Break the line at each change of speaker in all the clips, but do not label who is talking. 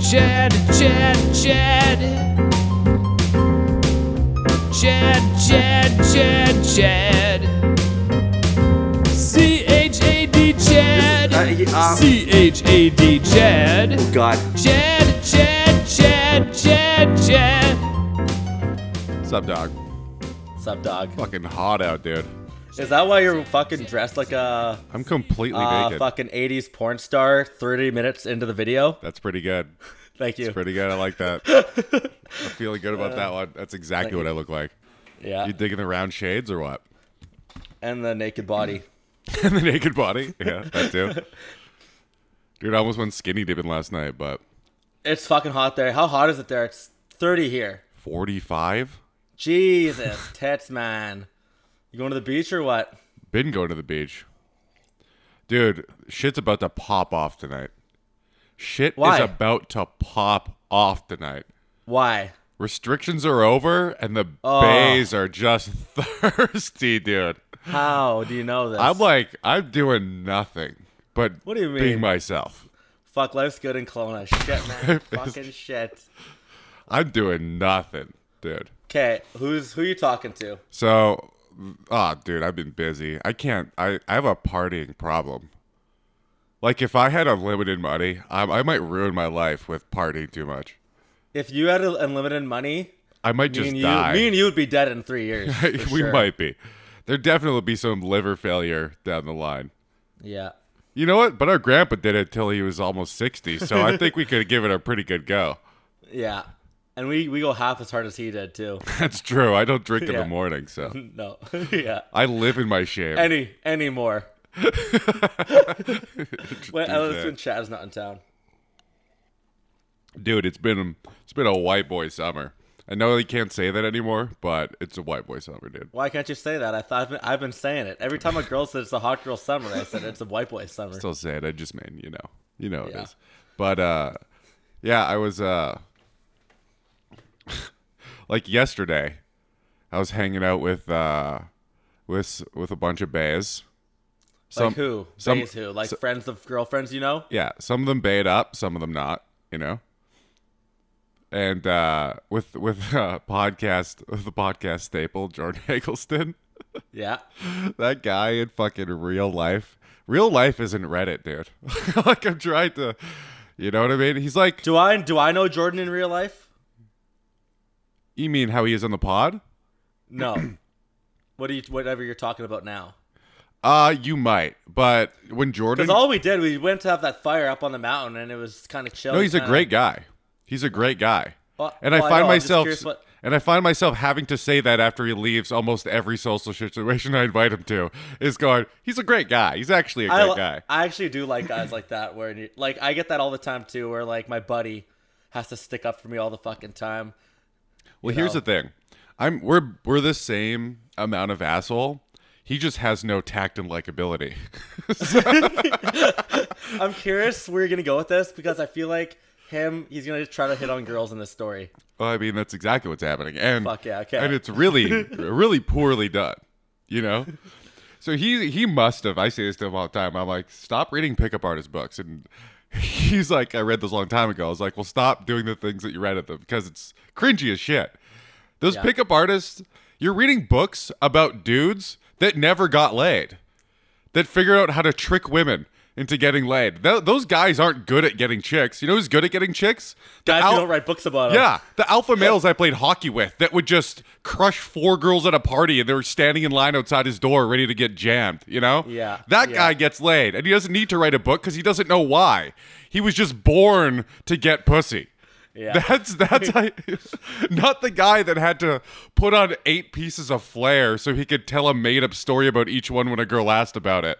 Chad, Chad, Chad. Chad, Chad, Chad, Chad. C H A D,
This
Chad.
is- uh, uh,
C H A D, Chad.
God.
Chad, Chad, Chad, Chad, Chad.
What's up, dog?
Sup, dog?
Fucking hot out, dude.
Is that why you're fucking dressed like a
I'm completely
uh,
naked.
fucking 80s porn star 30 minutes into the video?
That's pretty good.
Thank you.
It's pretty good. I like that. I'm feeling good about that one. That's exactly what I look like.
yeah.
You digging the round shades or what?
and the naked body.
And the naked body. Yeah, that too. Dude, I almost went skinny dipping last night, but
It's fucking hot there. How hot is it there? It's 30 here.
45?
Jesus, tits, man. You going to the beach or what?
Been going to the beach. Dude, shit's about to pop off tonight. Shit
Why?
is about to pop off tonight.
Why?
Restrictions are over and the
Oh.
bays are just thirsty, dude.
How do you know this?
I'm like, I'm doing nothing but
What do you
being
mean?
myself.
fuck, life's good in Kelowna. Shit, man. fucking shit.
I'm doing nothing, dude.
Okay, who's who you talking to?
So, ah, dude, I've been busy. I can't. I I have a partying problem. Like, if I had unlimited money, I, I might ruin my life with partying too much.
If you had unlimited money,
I might
me
just
and, you,
die.
me and you would be dead in three years. for
we
sure.
might be. There definitely will be some liver failure down the line.
Yeah.
You know what? But our grandpa did it till he was almost sixty, so I think we could give it a pretty good go.
Yeah. And we, we go half as hard as he did too.
That's true. I don't drink in the
Yeah.
morning, so
no. yeah.
I live in my shame.
Any any more. Wait,
do
unless
that.
when Chad's not in town.
Dude, it's been it's been a white boy summer. I know you can't say that anymore, but it's a white boy summer, dude.
Why can't you say that? I thought I've been, I've been saying it. Every time a girl says it's a hot girl summer, I said it's a white boy summer.
Still say it. I just mean, you know, you know it
Yeah.
is. But uh, yeah, I was uh, like yesterday, I was hanging out with uh, with with a bunch of bays. Some
like who?
some-
Bays who? Like friends of girlfriends you know?
Yeah, some of them bayed up, some of them not, you know. And uh, with with uh, podcast with the podcast staple Jordan Eggleston.
Yeah.
that guy in fucking real life. Real life isn't Reddit, dude. like I'm trying to, you know what I mean? He's like,
Do I do I know Jordan in real life?
you mean how he is on the pod?
No. what do you whatever you're talking about now?
Uh, you might, but when Jordan,
Because all we did, we went to have that fire up on the mountain, and it was kind of chill.
no, he's a
kinda-
great guy. He's a great guy,
Well-
and I
well,
find
know, I'm just
myself,
curious what-
and I find myself having to say that after he leaves almost every social situation I invite him to is going. He's a great guy. He's actually a great
I, li-
guy.
I actually do like guys like that where you, like I get that all the time too where like my buddy has to stick up for me all the fucking time.
Well, here's
know?
the thing. I'm we're we're the same amount of asshole. He just has no tact and likability.
I'm curious where you're going to go with this because I feel like him he's going to try to hit on girls in this story.
well, I mean, that's exactly what's happening. And
Fuck yeah, okay.
And it's really really poorly done, you know? So he he must have I say this to him all the time. I'm like, "Stop reading pickup artist books." And he's like, "I read those a long time ago." I was like, "Well, stop doing the things that you read at them because it's cringy as shit." Those
Yeah.
pickup artists, you're reading books about dudes that never got laid. that figure out how to trick women into getting laid. Th- those guys aren't good at getting chicks. You know who's good at getting chicks? The
Guys
al-
who don't write books about him.
Yeah, the alpha males I played hockey with that would just crush four girls at a party and they were standing in line outside his door ready to get jammed, you know?
Yeah,
That
yeah.
guy gets laid and he doesn't need to write a book because he doesn't know why. He was just born to get pussy.
Yeah.
That's that's I, not the guy that had to put on eight pieces of flair so he could tell a made up story about each one when a girl asked about it.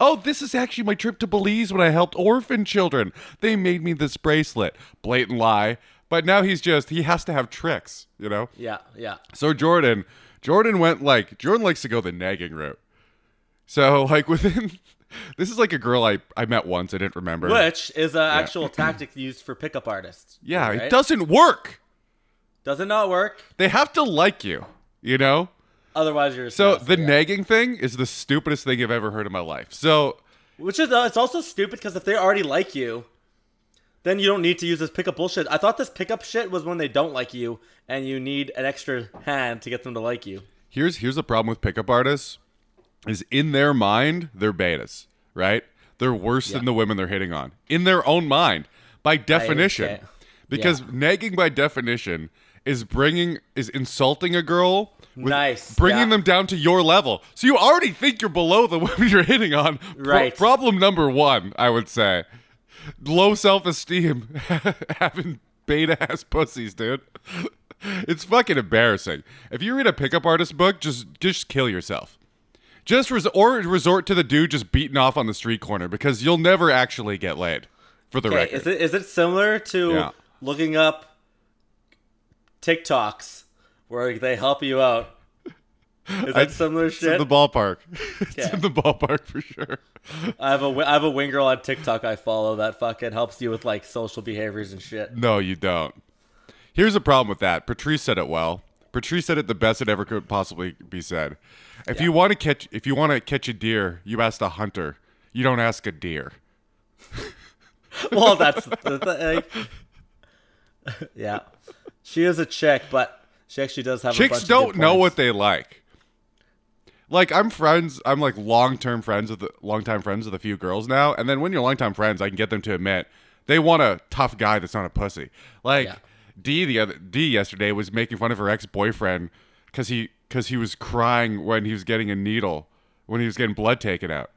Oh, this is actually my trip to Belize when I helped orphan children. They made me this bracelet. Blatant lie. But now he's just he has to have tricks, you know?
Yeah, yeah.
So Jordan, Jordan went like Jordan likes to go the nagging route. So like within this is like a girl I, I met once, I didn't remember.
Which is an actual tactic used for pickup artists.
Yeah, it
right?
doesn't work.
Does it not work?
they have to like you, you know?
Otherwise you're a
So
scumbag.
the nagging thing is the stupidest thing I've ever heard in my life. So
Which is uh, it's also stupid because if they already like you, Then you don't need to use this pickup bullshit. I thought this pickup shit was when they don't like you and you need an extra hand to get them to like you.
Here's here's the problem with pickup artists is in their mind they're betas, right? They're worse than the women they're hitting on in their own mind by definition.
can't-
Because nagging by definition is bringing is insulting a girl with
Nice,
bringing
yeah.
them down to your level. So you already think you're below the women you're hitting on. Pro-
Right.
problem number 1, I would say. Low self-esteem having beta ass pussies, dude. It's fucking embarrassing. If you read a pickup artist book, just just kill yourself. Just res- or resort to the dude just beating off on the street corner because you'll never actually get laid. For the
Okay,
record,
is it is it similar to
Yeah.
looking up TikToks where they help you out? Is that similar
it's in
shit?
the ballpark. It's
Okay.
in the ballpark for sure.
I have a wi- I have a wing girl on TikTok I follow that fucking helps you with like social behaviors and shit.
No, you don't. Here's the problem with that. Patrice said it well. Patrice said it the best it ever could possibly be said. If you want to catch, if you want to catch a deer, you ask the hunter. You don't ask a deer.
Well, that's the thing. yeah, she is a chick, but she actually does have. a bunch
Chicks
of
don't
good
know
points.
what they like. Like I'm friends, I'm like long-term friends with the long-time friends with a few girls now, and then when you're long-time friends, I can get them to admit they want a tough guy that's not a pussy. Like
Yeah.
D the other D yesterday was making fun of her ex-boyfriend cuz he cuz he was crying when he was getting a needle when he was getting blood taken out.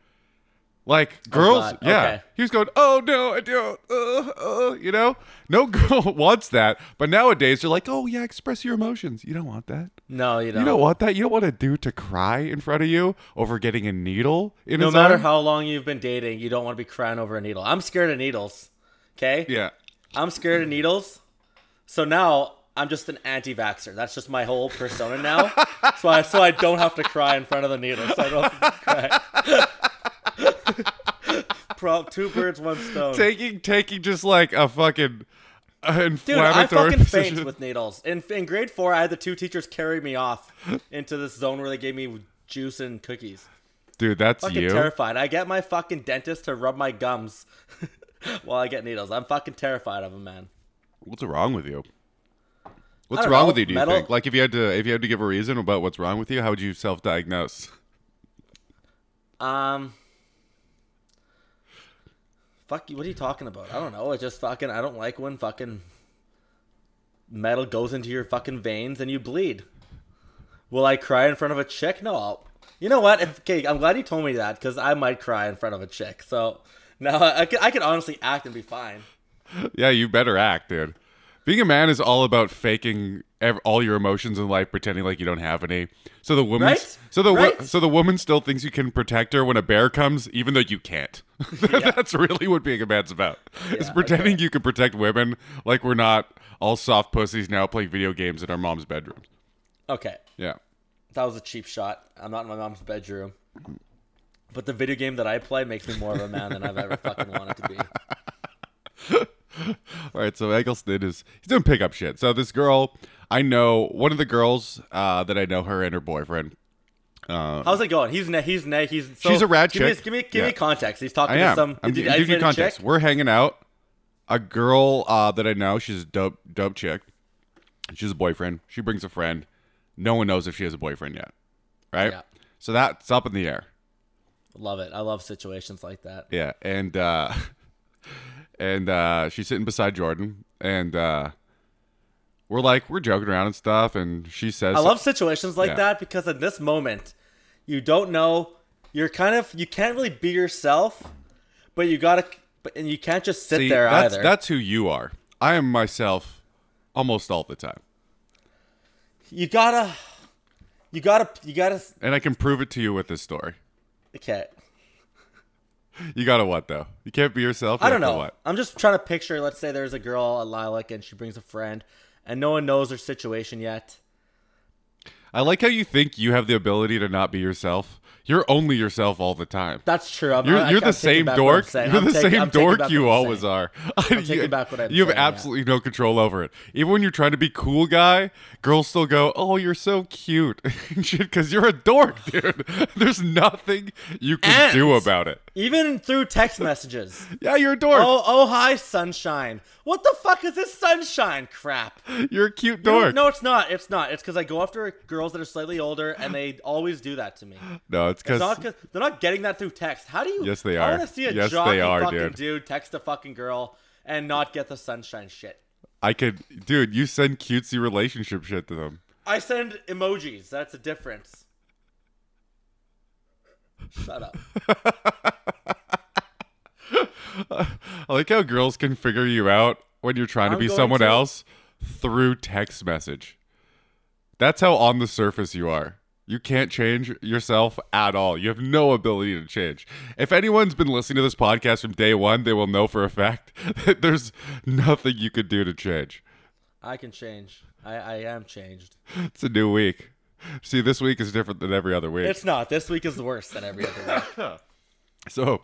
Like girls,
Oh, God.
yeah.
Okay.
He was going, "Oh no, I don't." Uh, uh, you know, no girl wants that. But nowadays, they're like, "Oh yeah, express your emotions." You don't want that.
No, you don't.
You don't want that. You don't want a dude to cry in front of you over getting a needle in
No
his
matter
arm.
how long you've been dating, you don't want to be crying over a needle. I'm scared of needles. Okay.
Yeah.
I'm scared of needles. So now I'm just an anti-vaxxer. That's just my whole persona now. so I so I don't have to cry in front of the needle. So I don't have to cry. Pro- two birds, one stone.
Taking taking just like a fucking uh,
Dude, I
inflammatory
fucking faint
position.
with needles. In, in grade four, I had the two teachers carry me off into this zone where they gave me juice and cookies.
Dude, that's
Fucking
you.
terrified. I get my fucking dentist to rub my gums while I get needles. I'm fucking terrified of them, man.
What's wrong with you? What's
don't
wrong
know,
with you? Do you
metal-
think? Like, if you had to, if you had to give a reason about what's wrong with you, how would you self-diagnose?
Um. Fuck you. What are you talking about? I don't know. It's just fucking. I don't like when fucking metal goes into your fucking veins and you bleed. Will I cry in front of a chick? No. I'll, you know what? If, okay, I'm glad you told me that because I might cry in front of a chick. So now I, I, could, I could honestly act and be fine.
Yeah, you better act, dude. Being a man is all about faking ev- all your emotions in life, pretending like you don't have any. So the woman,
Right?
so the wo-
Right?
so the woman still thinks you can protect her when a bear comes, even though you can't. That's really what being a man's about. is
Yeah,
pretending you can protect women like we're not all soft pussies now playing video games in our mom's bedroom.
Okay.
Yeah,
That was a cheap shot. I'm not in my mom's bedroom. But the video game that I play makes me more of a man than I've ever fucking wanted to be.
All right, so Eggleston is he's doing pickup shit. So this girl, I know one of the girls uh, that I know, her and her boyfriend.
How's it going? He's ne- he's ne- he's. So
She's a rad
give Me,
chick.
give me give
Yeah.
me context. He's talking
I am.
to some.
I'm,
is he
gi- I'm giving you
isolated
context.
chick?
We're hanging out. A girl uh, that I know, she's a dope, dope chick. She's a boyfriend. She brings a friend. No one knows if she has a boyfriend yet, right?
Yeah.
So that's up in the air.
Love it. I love situations like that.
Yeah, and uh, and uh, she's sitting beside Jordan, and uh, we're like we're joking around and stuff, and she says,
I love situations like
Yeah.
that because in this moment, you don't know. You're kind of you can't really be yourself, but you gotta. But and you can't just sit
See,
there
that's,
either.
That's who you are. I am myself almost all the time,
You gotta. You gotta. You gotta.
and I can prove it to you with this story.
Okay.
You gotta what though? You can't be yourself. you
I don't
have to
know.
What?
I'm just trying to picture. Let's say there's a girl, a lilac, and she brings a friend, and no one knows her situation yet.
I like how you think you have the ability to not be yourself. You're only yourself all the time.
That's true. I'm,
You're,
I-
you're
I'm taking
the same
back what I'm
dork.
saying.
You're
I'm
the
taking-
same
I'm taking
dork
back
you
what I'm
always
saying.
are.
taking
You-
back what I'm
You have
saying, yeah.
absolutely no control over it. Even when you're trying to be cool guy, girls still go, "Oh, you're so cute," and shit, because you're a dork, dude. There's nothing you can do
And-
about it.
Even through text messages.
Yeah, you're a dork.
Oh, oh, hi, sunshine. What the fuck is this sunshine crap?
You're a cute
You know-
dork.
No, it's not. It's not. It's because I go after girls that are slightly older, and they always do that to me.
No, it's
It's not
because
'cause- they're not getting that through text. How do you?
Yes, they
I
are.
want to see a
Yes,
jockey
they are,
fucking
dude.
text a fucking girl and not get the sunshine shit.
I could, dude. You send cutesy relationship shit to them.
I send emojis. That's a difference. Shut up.
I like how girls can figure you out when you're trying
I'm
to be
going
someone
to-
else through text message. That's how on the surface you are. You can't change yourself at all. You have no ability to change. If anyone's been listening to this podcast from day one, they will know for a fact that there's nothing you could do to change.
I can change. I, I am changed.
It's a new week. See, this week is different than every other week.
It's not. This week is worse than every other week.
So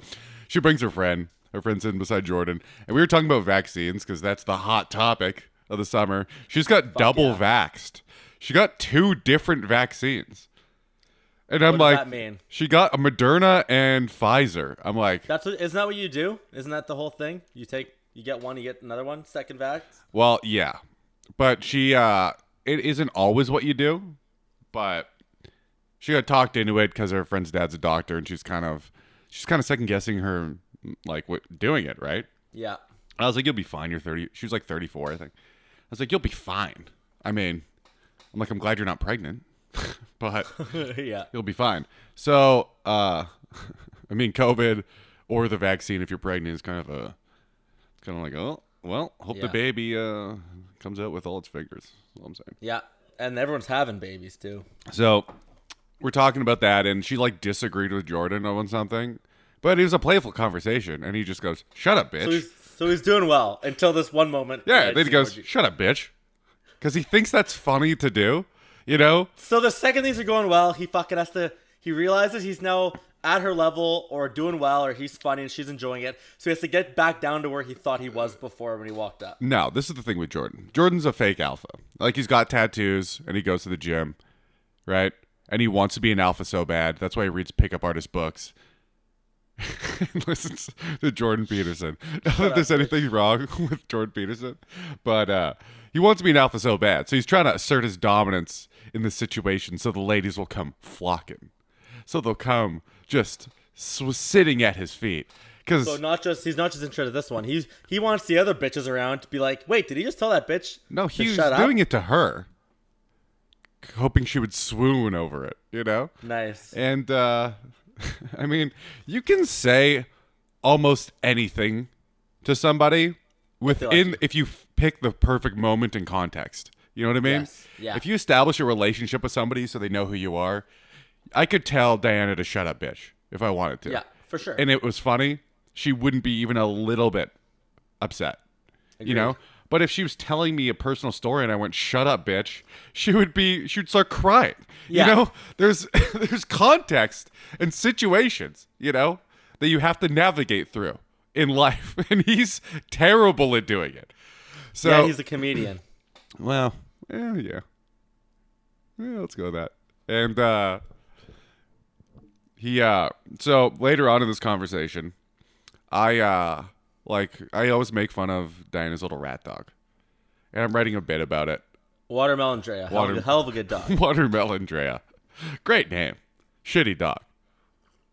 she brings her friend. Her friend's sitting beside Jordan. And we were talking about vaccines because that's the hot topic of the summer. She's got double vaxxed. She got two different vaccines. And I'm
What does
like,
that mean?
she got a Moderna and Pfizer. I'm like,
That's what, isn't that what you do? Isn't that the whole thing? You take you get one, you get another one, second vax.
well, yeah. But she, uh, it isn't always what you do. But she got talked into it because her friend's dad's a doctor and she's kind of, she's kind of second guessing her, like, what, doing it, right?
Yeah.
I was like, you'll be fine. You're 30. She was like 34, I think. I was like, you'll be fine. I mean, I'm like, I'm glad you're not pregnant, but
yeah.
you'll be fine. So, uh, I mean, COVID or the vaccine, if you're pregnant, is kind of a, it's kind of like, oh, well, hope
Yeah.
the baby uh, comes out with all its fingers. That's all I'm saying.
Yeah. And everyone's having babies too.
So we're talking about that, and she like disagreed with Jordan on something, but it was a playful conversation, and he just goes, shut up, bitch.
So he's, so he's doing well until this one moment.
Yeah,
where I see
then he goes,
emoji.
"Shut up, bitch," because he thinks that's funny to do. You know?
So the second things are going well, he fucking has to. He realizes he's now at her level or doing well or he's funny and she's enjoying it. So he has to get back down to where he thought he was before when he walked up.
No, this is the thing with Jordan. Jordan's a fake alpha. Like he's got tattoos and he goes to the gym, right? And he wants to be an alpha so bad. That's why he reads pickup artist books. and listens to Jordan Peterson. Not that there's anything wrong with Jordan Peterson, but uh, he wants to be an alpha so bad. So he's trying to assert his dominance in this situation so the ladies will come flocking. So they'll come just sw- sitting at his feet. Because
So not just he's not just interested in this one. He's he wants the other bitches around to be like, wait, did he just tell that bitch?
No,
to
he was
shut up?"
doing it to her, hoping she would swoon over it, you know?
Nice.
And, uh, I mean, you can say almost anything to somebody within,
like-
if you f- pick the perfect moment and context. You know what I mean?
Yes, yeah.
If you establish a relationship with somebody so they know who you are, I could tell Diana to shut up, bitch, if I wanted to.
Yeah, for sure.
And it was funny. She wouldn't be even a little bit upset you know but if she was telling me a personal story and i went shut up bitch she would be she would start crying
Yeah.
you know there's there's context and situations you know that you have to navigate through in life and he's terrible at doing it so
yeah, he's a comedian.
well eh, yeah yeah let's go with that and uh he uh so later on in this conversation i uh like i always make fun of diana's little rat dog and i'm writing a bit about it
Watermelon Drea. Hell,
Water-
of a- hell of a good dog.
watermelon drea great name shitty dog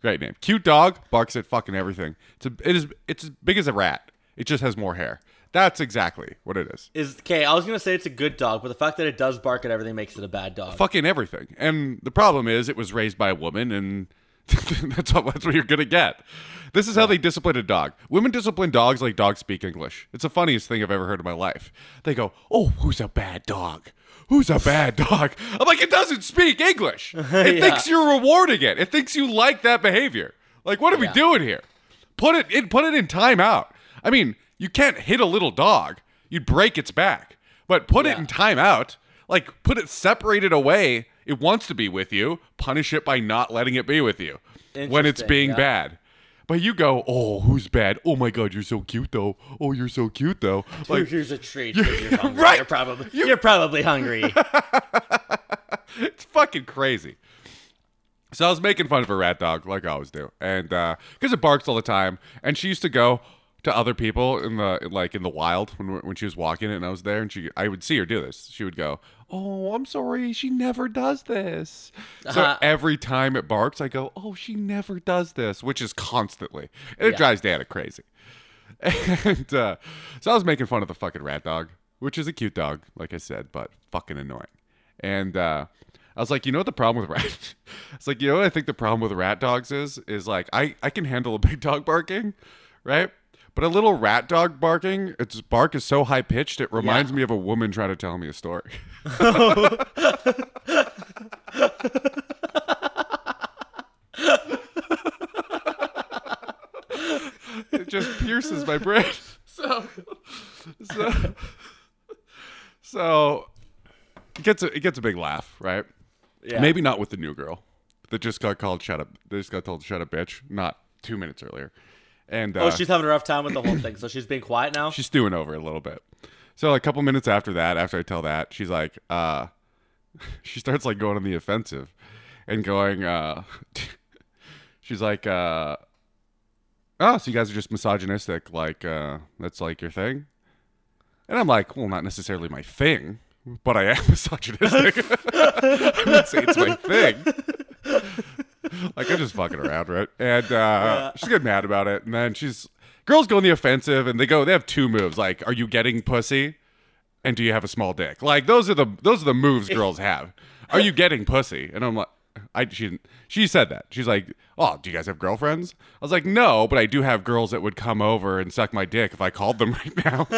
great name cute dog barks at fucking everything it's a, it is it's as big as a rat it just has more hair that's exactly what it is
Is okay, I was gonna say it's a good dog, but the fact that it does bark at everything makes it a bad dog.
Uh, fucking everything. And the problem is, it was raised by a woman, and that's all, that's what you're gonna get. This is how they discipline a dog. Women discipline dogs like dogs speak English. It's the funniest thing I've ever heard in my life. They go, "Oh, who's a bad dog? Who's a bad dog?" I'm like, it doesn't speak English. It thinks you're rewarding it. It thinks you like that behavior. Like, what are we doing here? Put it, it put it in timeout. I mean, you can't hit a little dog. You'd break its back. But put it
Yeah.
in timeout. Like put it separated away. It wants to be with you. Punish it by not letting it be with you when it's
Interesting,
being
yeah.
bad. But you go, oh, who's bad? Oh my god, you're so cute though. Oh, you're so cute though.
Here-
Like
Here's a treat. if You're, hungry.
right.
You're probably you're probably hungry.
it's fucking crazy. So I was making fun of her rat dog, like I always do, and because it barks all the time. And she used to go to other people in the like in the wild when we- when she was walking, it and I was there, and she I would see her do this. She would go, "Oh, I'm sorry, she never does this." So
Uh-huh.
every time it barks, I go, "Oh, she never does this," which is constantly, and it drives Dana crazy. And uh, so I was making fun of the fucking rat dog, which is a cute dog, like I said, but fucking annoying. And uh, I was like, you know what the problem with rat? It's like, you know what I think the problem with rat dogs is? Is like, I, I can handle a big dog barking, right? But a little rat dog barking, its bark is so high pitched, it reminds
Yeah.
me of a woman trying to tell me a story. it just pierces my brain. So, so, so it gets a, it gets a big laugh, right?
Yeah.
Maybe not with the new girl that just got called shut up. They just got told shut up, bitch. Not two minutes earlier, and uh,
Oh, she's having a rough time with the whole thing, so she's being quiet now.
she's stewing over it a little bit. So a couple minutes after that, after I tell that, she's like, uh, she starts like going on the offensive and going, uh, she's like, uh, oh, so you guys are just misogynistic. Like, uh, that's like your thing. And I'm like, well, not necessarily my thing, but I am misogynistic. I would say it's my thing. like I'm just fucking around, right? And uh, she's getting mad about it, and then she's girls go on the offensive, and they go they have two moves. Like, are you getting pussy? And do you have a small dick? Like those are the those are the moves girls have. Are you getting pussy? And I'm like. I she didn't- she said that she's like oh do you guys have girlfriends I was like no but I do have girls that would come over and suck my dick if I called them right now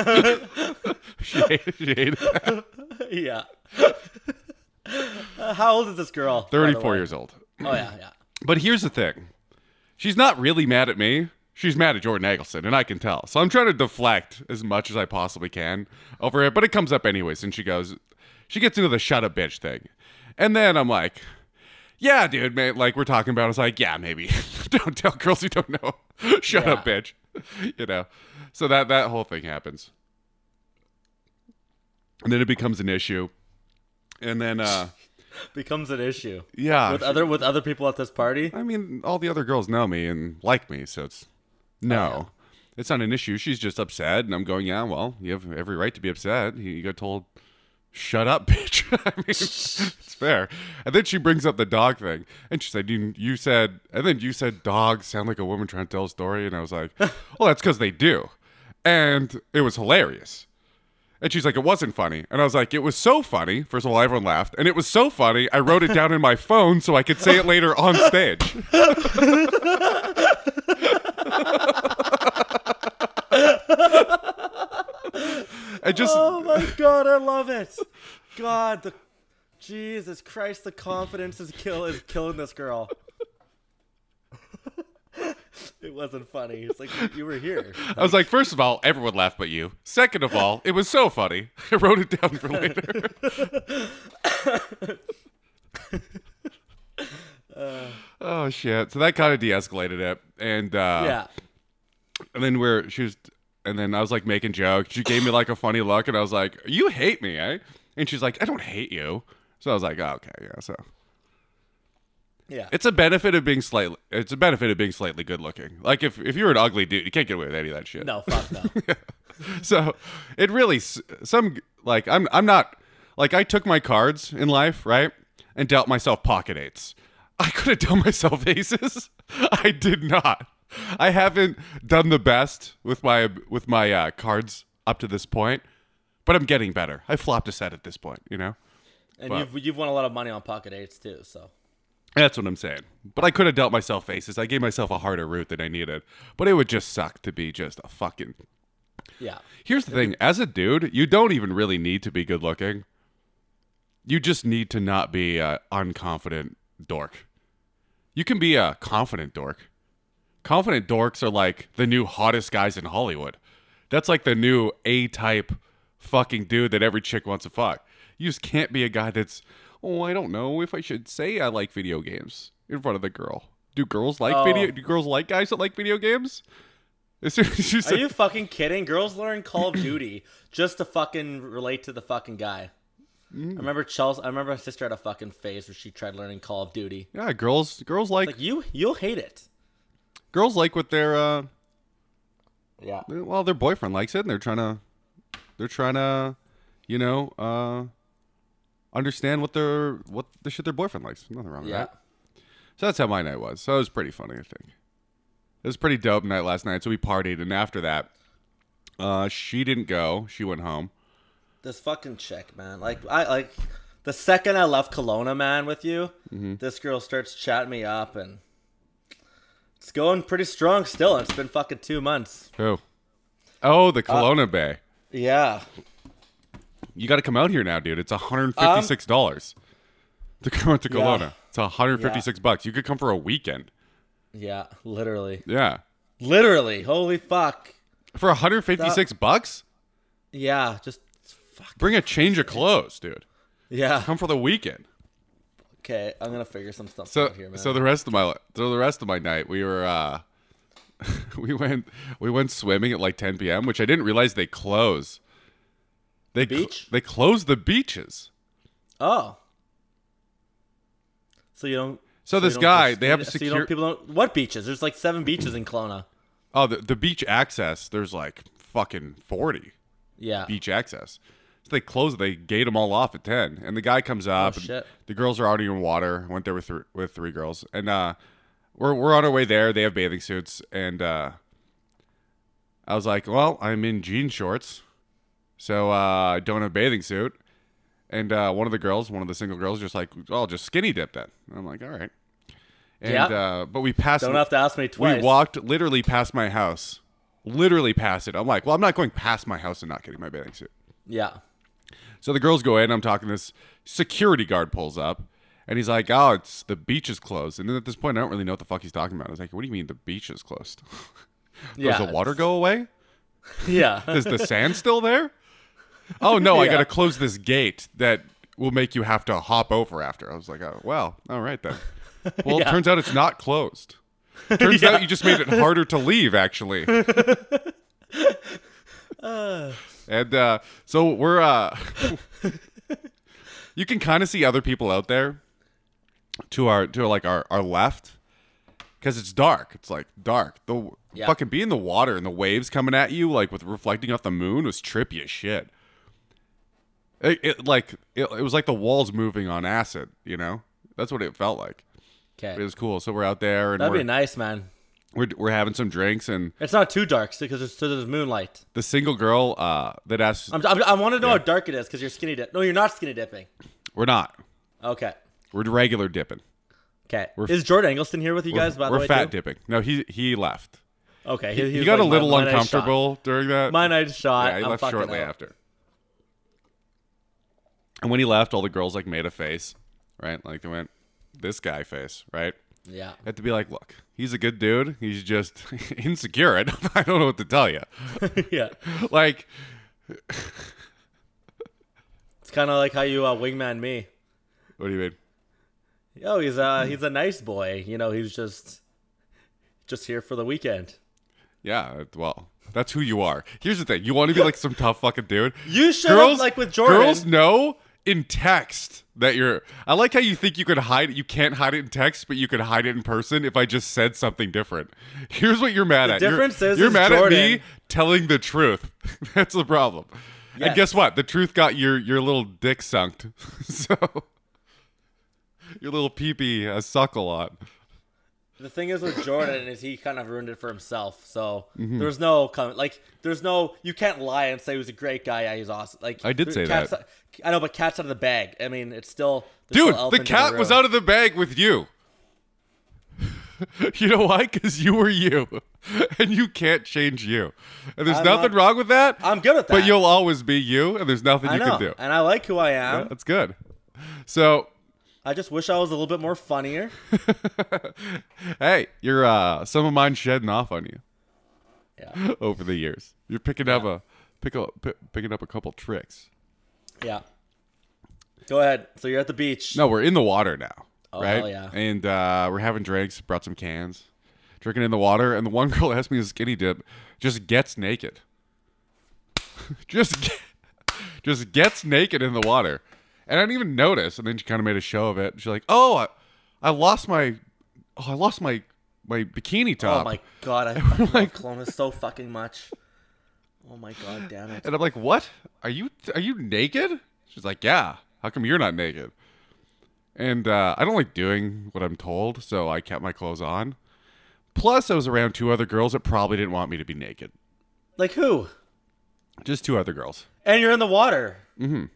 she, hated, she hated that.
yeah. Uh, how old is this girl? by the
thirty four
way?
years old
Oh yeah, yeah.
But here's the thing. She's not really mad at me. She's mad at Jordan Eggleston, and I can tell. So I'm trying to deflect as much as I possibly can over it, but it comes up anyways, and she goes she gets into the shut up bitch thing. And then I'm like, Yeah, dude, man, like we're talking about it's like, yeah, maybe. don't tell girls you don't know. shut up,
Yeah.
bitch. You know. So that that whole thing happens. And then it becomes an issue. And then uh
Becomes an issue
yeah.
with
she-
other with other people at this party.
I mean, all the other girls know me and like me, so it's no, it's not an issue. She's just upset, and I'm going, yeah, well, you have every right to be upset. You you got told, shut up, bitch. I mean, it's fair. And then she brings up the dog thing, and she said, you, you said, and then you said, dogs sound like a woman trying to tell a story, and I was like, well, that's because they do, and it was hilarious. And she's like, it wasn't funny. And I was like, it was so funny. First of all, everyone laughed. And it was so funny, I wrote it down in my phone so I could say it later on stage. I just,
Oh my god, I love it. God, the Jesus Christ, the confidence is kill is killing this girl. it wasn't funny. It's like you were here.
I was like, first of all, everyone laughed but you. Second of all, it was so funny. I wrote it down for later. oh shit! So that kind of de-escalated it, and uh,
Yeah.
and then we're she was, and then I was like making jokes. She gave me like a funny look, and I was like, "You hate me, eh?" And she's like, "I don't hate you." So I was like, oh, "Okay, yeah." So
Yeah.
it's a benefit of being slightly. It's a benefit of being slightly good looking. Like if if you're an ugly dude, you can't get away with any of that shit.
no, fuck no.
so it really s- some like I'm I'm not like I took my cards in life right and dealt myself pocket eights. I could have dealt myself aces. I did not. I haven't done the best with my with my uh, cards up to this point, but I'm getting better. I flopped a set at this point, you know.
And you've you've won a lot of money on pocket eights too, so
That's what I'm saying. But I could have dealt myself aces. I gave myself a harder route than I needed. But it would just suck to be just a fucking
yeah.
Here's the thing as a dude, you don't even really need to be good looking. You just need to not be a unconfident dork. You can be a confident dork. Confident dorks are like the new hottest guys in Hollywood. That's like the new A type fucking dude that every chick wants to fuck. You just can't be a guy that's, oh, I don't know if I should say I like video games in front of the girl. Do girls like
Oh.
video? Do girls like guys that like video games? As soon as you
Are
said
you fucking kidding? Girls learn Call of Duty just to fucking relate to the fucking guy. I remember Chelsea. I remember my sister had a fucking phase where she tried learning Call of Duty.
Yeah, girls girls like,
Like you, you'll hate it.
girls like what their uh
Yeah.
their- well, their boyfriend likes it and they're trying to they're trying to, you know, uh understand what their what the shit their boyfriend likes. Nothing wrong with
Yeah.
that. So that's how my night was. So it was pretty funny, I think. It was a pretty dope night last night. So we partied, and after that, uh, she didn't go. She went home.
This fucking chick, man. Like I like the second I left Kelowna, man, with you,
Mm-hmm.
this girl starts chatting me up, and it's going pretty strong still. And it's been fucking two months.
Who? Oh,
Uh,
the Kelowna Bay.
Yeah.
You got to come out here now, dude. It's one hundred fifty-six dollars to come out to Kelowna. It's one hundred fifty-six bucks. You could come for a weekend.
Yeah. Literally.
Yeah,
Literally. Holy fuck.
for one hundred fifty-six bucks,
Yeah. Just fuck.
bring a change of clothes, dude.
Yeah.
Come for the weekend.
Okay. I'm gonna figure some stuff
So,
out here, man.
so the rest of my so the rest of my night, we were uh, we went we went swimming at like 10 p.m., which I didn't realize they close. They cl-
Beach?
they close the beaches.
Oh. So you don't.
So
you
this
don't
guy,
just-
they have a
so you don't,
secure.
people don't. What beaches? There's like seven beaches in Kelowna.
Oh, the, the beach access. There's like fucking 40
Yeah.
beach access. So they close. They gate them all off at 10, and the guy comes up. and
Oh, shit.
The girls are already in water. I went there with thr with three girls, and uh, we're we're on our way there. They have bathing suits, and uh, I was like, well, I'm in jean shorts, so uh, I don't have a bathing suit. And uh, one of the girls, one of the single girls, just like, oh, just skinny dip then. And I'm like, all right. And
Yeah.
uh, but we passed.
Don't have to ask me twice.
We walked literally past my house, literally past it. I'm like, well, I'm not going past my house and not getting my bathing suit.
Yeah.
So the girls go in. I'm talking. This security guard pulls up, and he's like, "Oh, it's the beach is closed." And then at this point, I don't really know what the fuck he's talking about. I was like, "What do you mean the beach is closed?
Yeah.
Does the water go away?
Yeah.
Is the sand still there? Oh no, I
Yeah.
gotta close this gate that will make you have to hop over after." I was like, "Oh well, all right then." Well, it
Yeah.
turns out it's not closed. Turns out you just made it harder to leave, actually. and uh, so we're uh, you can kind of see other people out there to our to like our, our left because it's dark it's like dark the
Yeah.
fucking be in the water and the waves coming at you like with reflecting off the moon was trippy as shit it, it like it, it was like the walls moving on acid you know that's what it felt like it
Okay.
was cool so we're out there and
That'd
we're,
be nice, man.
we're, we're having some drinks and
It's not too dark because there's, so there's moonlight.
the single girl uh that asked
I'm, I'm, I want to know how dark it is because you're skinny dip. No, you're not skinny dipping.
we're not
Okay.
we're regular dipping
Okay.
We're-
is Jordan Engleston here with you guys? by the
we're
way,
fat
too?
dipping no he he left
Okay. He, he
he
was
got
like,
a
my-
little
my night shot.
uncomfortable during that
My night shot.
Yeah, he
I'm
left
fucking
shortly
out.
after. And when he left, all the girls like made a face, right? Like they went, "This guy face," right?
Yeah.
I had to be like, "Look, he's a good dude. He's just insecure. I don't, I don't know what to tell you."
yeah.
Like,
It's kind of like how you uh, wingman me.
what do you mean?
Yo, he's a he's a nice boy. You know, he's just just here for the weekend.
Yeah, uh, well, that's who you are. Here's the thing: you want to be like some tough fucking dude.
You should have, like with Jordan.
Girls know in text that you're. I like how you think you could hide. You can't hide it in text, but you could hide it in person. If I just said something different, here's what you're mad at. You're-
difference
you're,
is- is
mad at me
Jordan-
telling the truth. That's the problem. And
Yes.
guess what? The truth got your your little dick sucked. so your little pee pee a suckle on.
The thing is with Jordan is he kind of ruined it for himself. So
Mm-hmm.
there's no com- like there's no you can't lie and say he was a great guy. Yeah, he's awesome. Like
I did
there-
say
cat's
that.
I know, but cat's out of the bag. I mean, it's still there's
Dude,
still
the
elephant in
cat was
room.
out of the bag with you. you know why? Because you were you, and you can't change you. And there's
I'm
nothing
not-
wrong with that.
I'm good at that.
But you'll always be you, and there's nothing
I
you
know,
can do.
and I like who I am.
That's good. So,
I just wish I was a little bit more funnier.
hey, you're uh, some of mine shedding off on you
Yeah,
over the years. You're picking up a pick up, p- picking up a couple tricks.
yeah. Go ahead. So you're at the beach.
No, we're in the water now,
Oh,
right?
hell yeah.
And uh, we're having drinks. Brought some cans, drinking in the water. And the one girl asked me to skinny dip. Just gets naked. just, get, just gets naked in the water. And I didn't even notice. And then she kind of made a show of it. She's like, "Oh, I, I lost my, oh, I lost my my bikini top."
Oh my god, I fucking
Oh
love Kelowna so fucking much. Oh my god, damn it.
And I'm like, "What? Are you are you naked?" She's like, "Yeah. How come you're not naked?" And uh, I don't like doing what I'm told, so I kept my clothes on. Plus, I was around two other girls that probably didn't want me to be naked.
Like who?
Just two other girls.
And you're in the water.
I mean,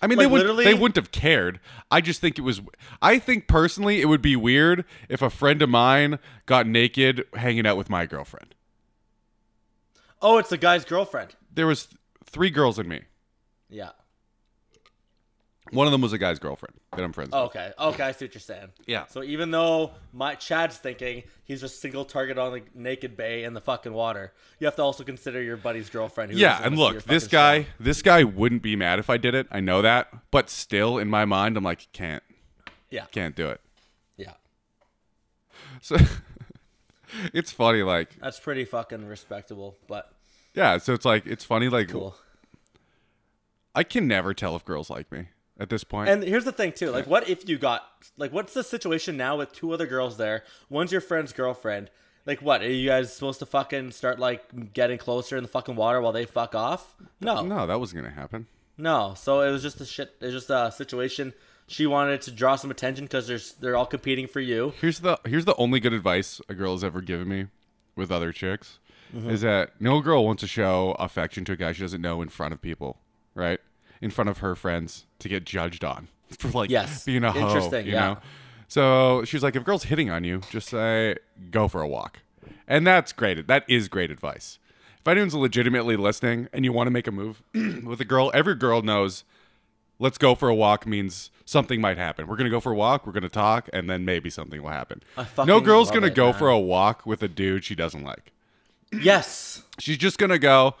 Like,
they would
literally-
they wouldn't have cared. I just think it was. I think personally, it would be weird if a friend of mine got naked hanging out with my girlfriend.
Oh, it's the guy's girlfriend.
There was th- three girls and me.
Yeah.
One of them was a guy's girlfriend that I'm friends. with.
Okay. Okay, I see what you're saying.
Yeah.
So even though my Chad's thinking he's just single target on the naked bay in the fucking water, you have to also consider your buddy's girlfriend. Who
yeah,
doesn't
and
wanna see your
look, this
fucking
guy,
show.
this guy wouldn't be mad if I did it. I know that, but still, in my mind, I'm like, can't,
Yeah.
can't do it.
Yeah.
So it's funny, like,
That's pretty fucking respectable, but
yeah. So it's like, it's funny, like,
cool.
I can never tell if girls like me at this point.
And here's the thing too, like what if you got like what's the situation now with two other girls there? One's your friend's girlfriend. Like what? Are you guys supposed to fucking start like getting closer in the fucking water while they fuck off? No. No.
no, that wasn't gonna happen.
So it was just a shit it was just a situation she wanted to draw some attention cuz there's they're all competing for you.
Here's the here's the only good advice a girl has ever given me with other chicks
Mm-hmm.
is that no girl wants to show affection to a guy she doesn't know in front of people, right? In front of her friends to get judged on for like
Yes.
being a hoe,
Interesting,
you
yeah.
know. So she's like, if a girl's hitting on you, just say go for a walk, and that's great. That is great advice. If anyone's legitimately listening and you want to make a move with a girl, every girl knows let's go for a walk means something might happen. We're gonna go for a walk. We're gonna talk, and then maybe something will happen.
I fucking
No girl's
love
gonna
it,
go
man.
for a walk with a dude she doesn't like.
Yes.
She's just gonna go,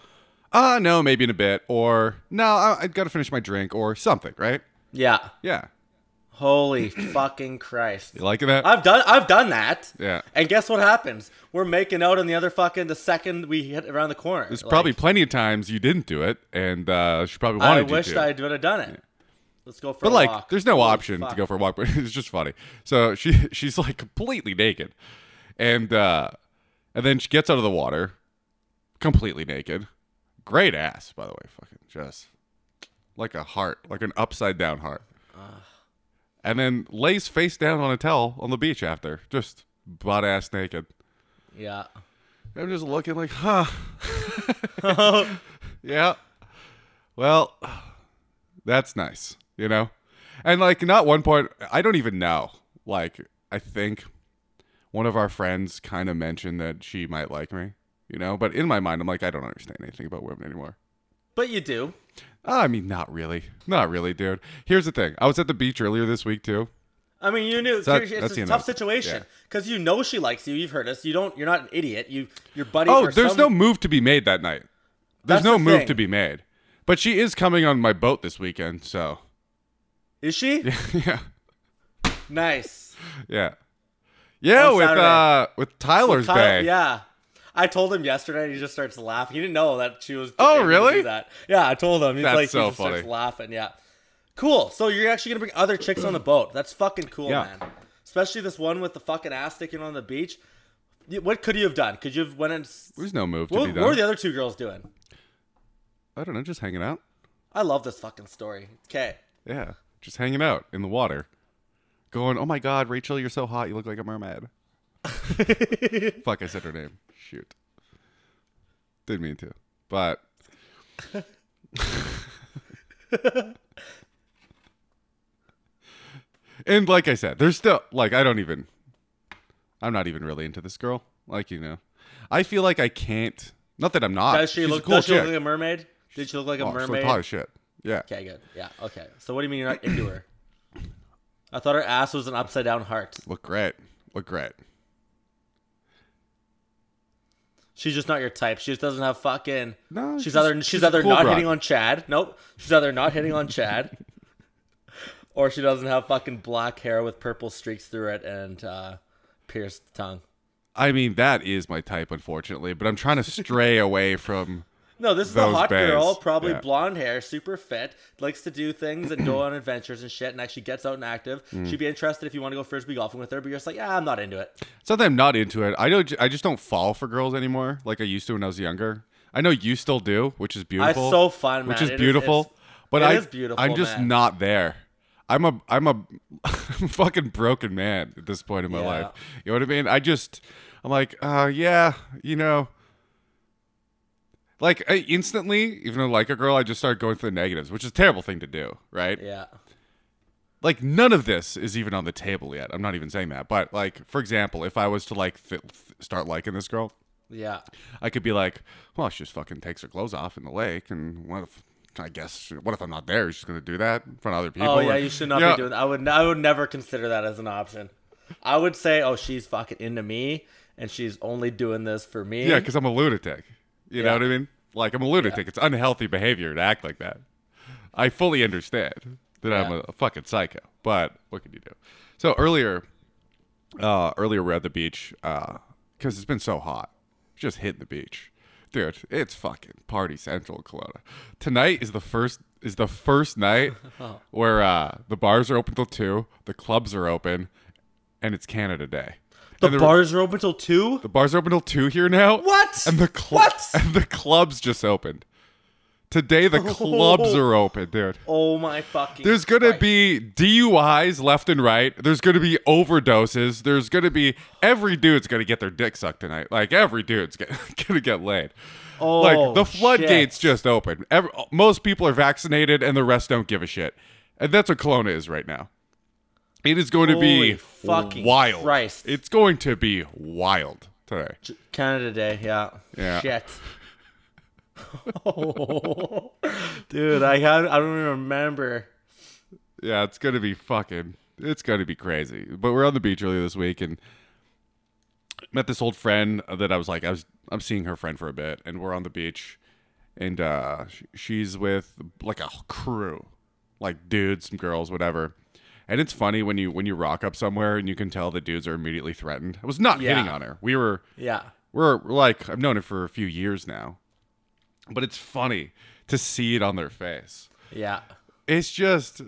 ah, no, maybe in a bit, or no, I, I gotta finish my drink, or something, right?
Yeah.
Yeah,
Holy fucking Christ.
you liking that?
I've done I've done that.
Yeah.
And guess what happens? We're making out on the other fucking the second we hit around the corner.
There's probably plenty of times you didn't do it, and uh, she probably
I
wanted you
wished
to.
I would have done it. Let's go for
But
a
like,
walk.
there's no
Holy
option to
fuck.
go for a walk. But it's just funny. So she she's like completely naked, and uh, and then she gets out of the water, completely naked. Great ass, by the way. Fucking just like a heart, like an upside down heart. And then lays face down on a towel on the beach after, just butt ass naked.
Yeah.
I'm just looking like, huh? yeah. Well, that's nice, you know? And like, not one point, I don't even know. Like, I think one of our friends kind of mentioned that she might like me, you know? But in my mind, I'm like, I don't understand anything about women anymore.
But you do.
I mean, not really. Not really, dude. Here's the thing I was at the beach earlier this week, too.
I mean, you knew
So that-
it's
that's
a tough
the end of it.
situation
Yeah.
because you know she likes you. You've heard us. You don't. You're not an idiot. You, your buddy.
Oh,
or
there's
some-
no move to be made that night. There's
That's
no
the
move
thing.
to be made. But she is coming on my boat this weekend, so.
Is she
yeah.
nice?
Yeah. Yeah,
On
with
Saturday.
uh with Tyler's
Kyle-
Bay.
yeah. I told him yesterday, and he just starts laughing. He didn't know that she was.
Oh,
able to
really?
do that. Yeah, I told him. He's
That's
like,
so
he just starts
funny.
laughing. Yeah. Cool. So you're actually gonna bring other chicks on the boat. That's fucking cool,
Yeah.
man. Especially this one with the fucking ass sticking on the beach. You- What could you have done? Could you have went and? s-
There's no move to
What,
be
what were
done.
the other two girls doing?
I don't know, just hanging out.
I love this fucking story. Okay.
Yeah. Just hanging out in the water. Going, "Oh my god, Rachel, you're so hot. You look like a mermaid." Fuck, I said her name. Shoot. Didn't mean to. But And like I said, there's still like I don't even I'm not even really into this girl, like you know. I feel like I can't not that I'm not.
Does she
She's
look?
a cool
does she
chick.
look like a mermaid? Did she look like a
Oh, she's
mermaid?
hot as shit. Yeah.
Okay, good. Yeah. Okay. So what do you mean you're not into her? I thought her ass was an upside down heart.
Look great. Look great.
She's just not your type. She just doesn't have fucking.
No,
she's
she's-
either she's,
she's a
either
cool
not
broad.
hitting on Chad. Nope. She's either not hitting on Chad, or she doesn't have fucking black hair with purple streaks through it and uh, pierced tongue.
I mean, that is my type, unfortunately, but I'm trying to stray away from
No, this is the
Those
hot
bands,
girl, probably
yeah.
blonde hair, super fit, likes to do things and go on adventures and shit, and actually gets out and active.
Mm.
She'd be interested if you want to go frisbee golfing with her, but you're just like, ah, I'm not into it.
It's not that I'm not into it. I don't. I just don't fall for girls anymore, like I used to when I was younger. I know you still do, which is beautiful.
It's so fun,
which
man.
is
It is-
beautiful.
it's-
but
it
I,
is beautiful,
I'm just
man.
not there. I'm a, I'm a, I'm a fucking broken man at this point in my
Yeah.
life. You know what I mean? I just, I'm like, uh, yeah, you know. Like I instantly, even though I like a girl, I just start going through the negatives, which is a terrible thing to do, right?
Yeah.
like none of this is even on the table yet. I'm not even saying that, but like for example, if I was to like th- th- start liking this girl,
Yeah.
I could be like, well, she just fucking takes her clothes off in the lake, and what if? I guess what if I'm not there? She's gonna do that in front of other people.
Oh yeah,
or-
you should not
Yeah.
be doing that. I would I would never consider that as an option. I would say, oh, she's fucking into me and she's only doing this for me.
Yeah, because I'm a lunatic. You know
Yeah.
what I mean? Like I'm a lunatic. It's unhealthy behavior to act like that. I fully understand that I'm
Yeah.
a fucking psycho, but what can you do? So earlier, uh, earlier we're at the beach because it's been so hot. Just hitting the beach, dude. It's fucking party central, in Kelowna. Tonight is the first is the first night
Oh.
where uh, the bars are open till two, the clubs are open, and it's Canada Day.
the
And the-
bars are open till two?
the bars open till two here now.
What?
And the cl-
What?
And the clubs just opened. Today the clubs are open, dude.
Oh my fucking
There's gonna
Christ.
be DUIs left and right. There's gonna be overdoses. There's gonna be every dude's gonna get their dick sucked tonight. Like every dude's get, gonna get laid.
Oh,
like the floodgates
shit.
just open. Every, most people are vaccinated, and the rest don't give a shit. And that's what Kelowna is right now. It is going to be
Holy fucking
wild.
Christ.
It's going to be wild today.
Canada Day, yeah.
Yeah.
Shit. Dude, I had I don't even remember.
Yeah, it's gonna be fucking. It's gonna be crazy. But we're on the beach earlier this week and met this old friend that I was like, I was, I'm seeing her friend for a bit, and we're on the beach, and uh, sh- she's with like a crew, like dudes, some girls, whatever. And it's funny when you when you rock up somewhere and you can tell the dudes are immediately threatened. I was not
Yeah.
hitting on her. We were
Yeah.
we're, we're like I've known her for a few years now, but it's funny to see it on their face.
Yeah.
It's just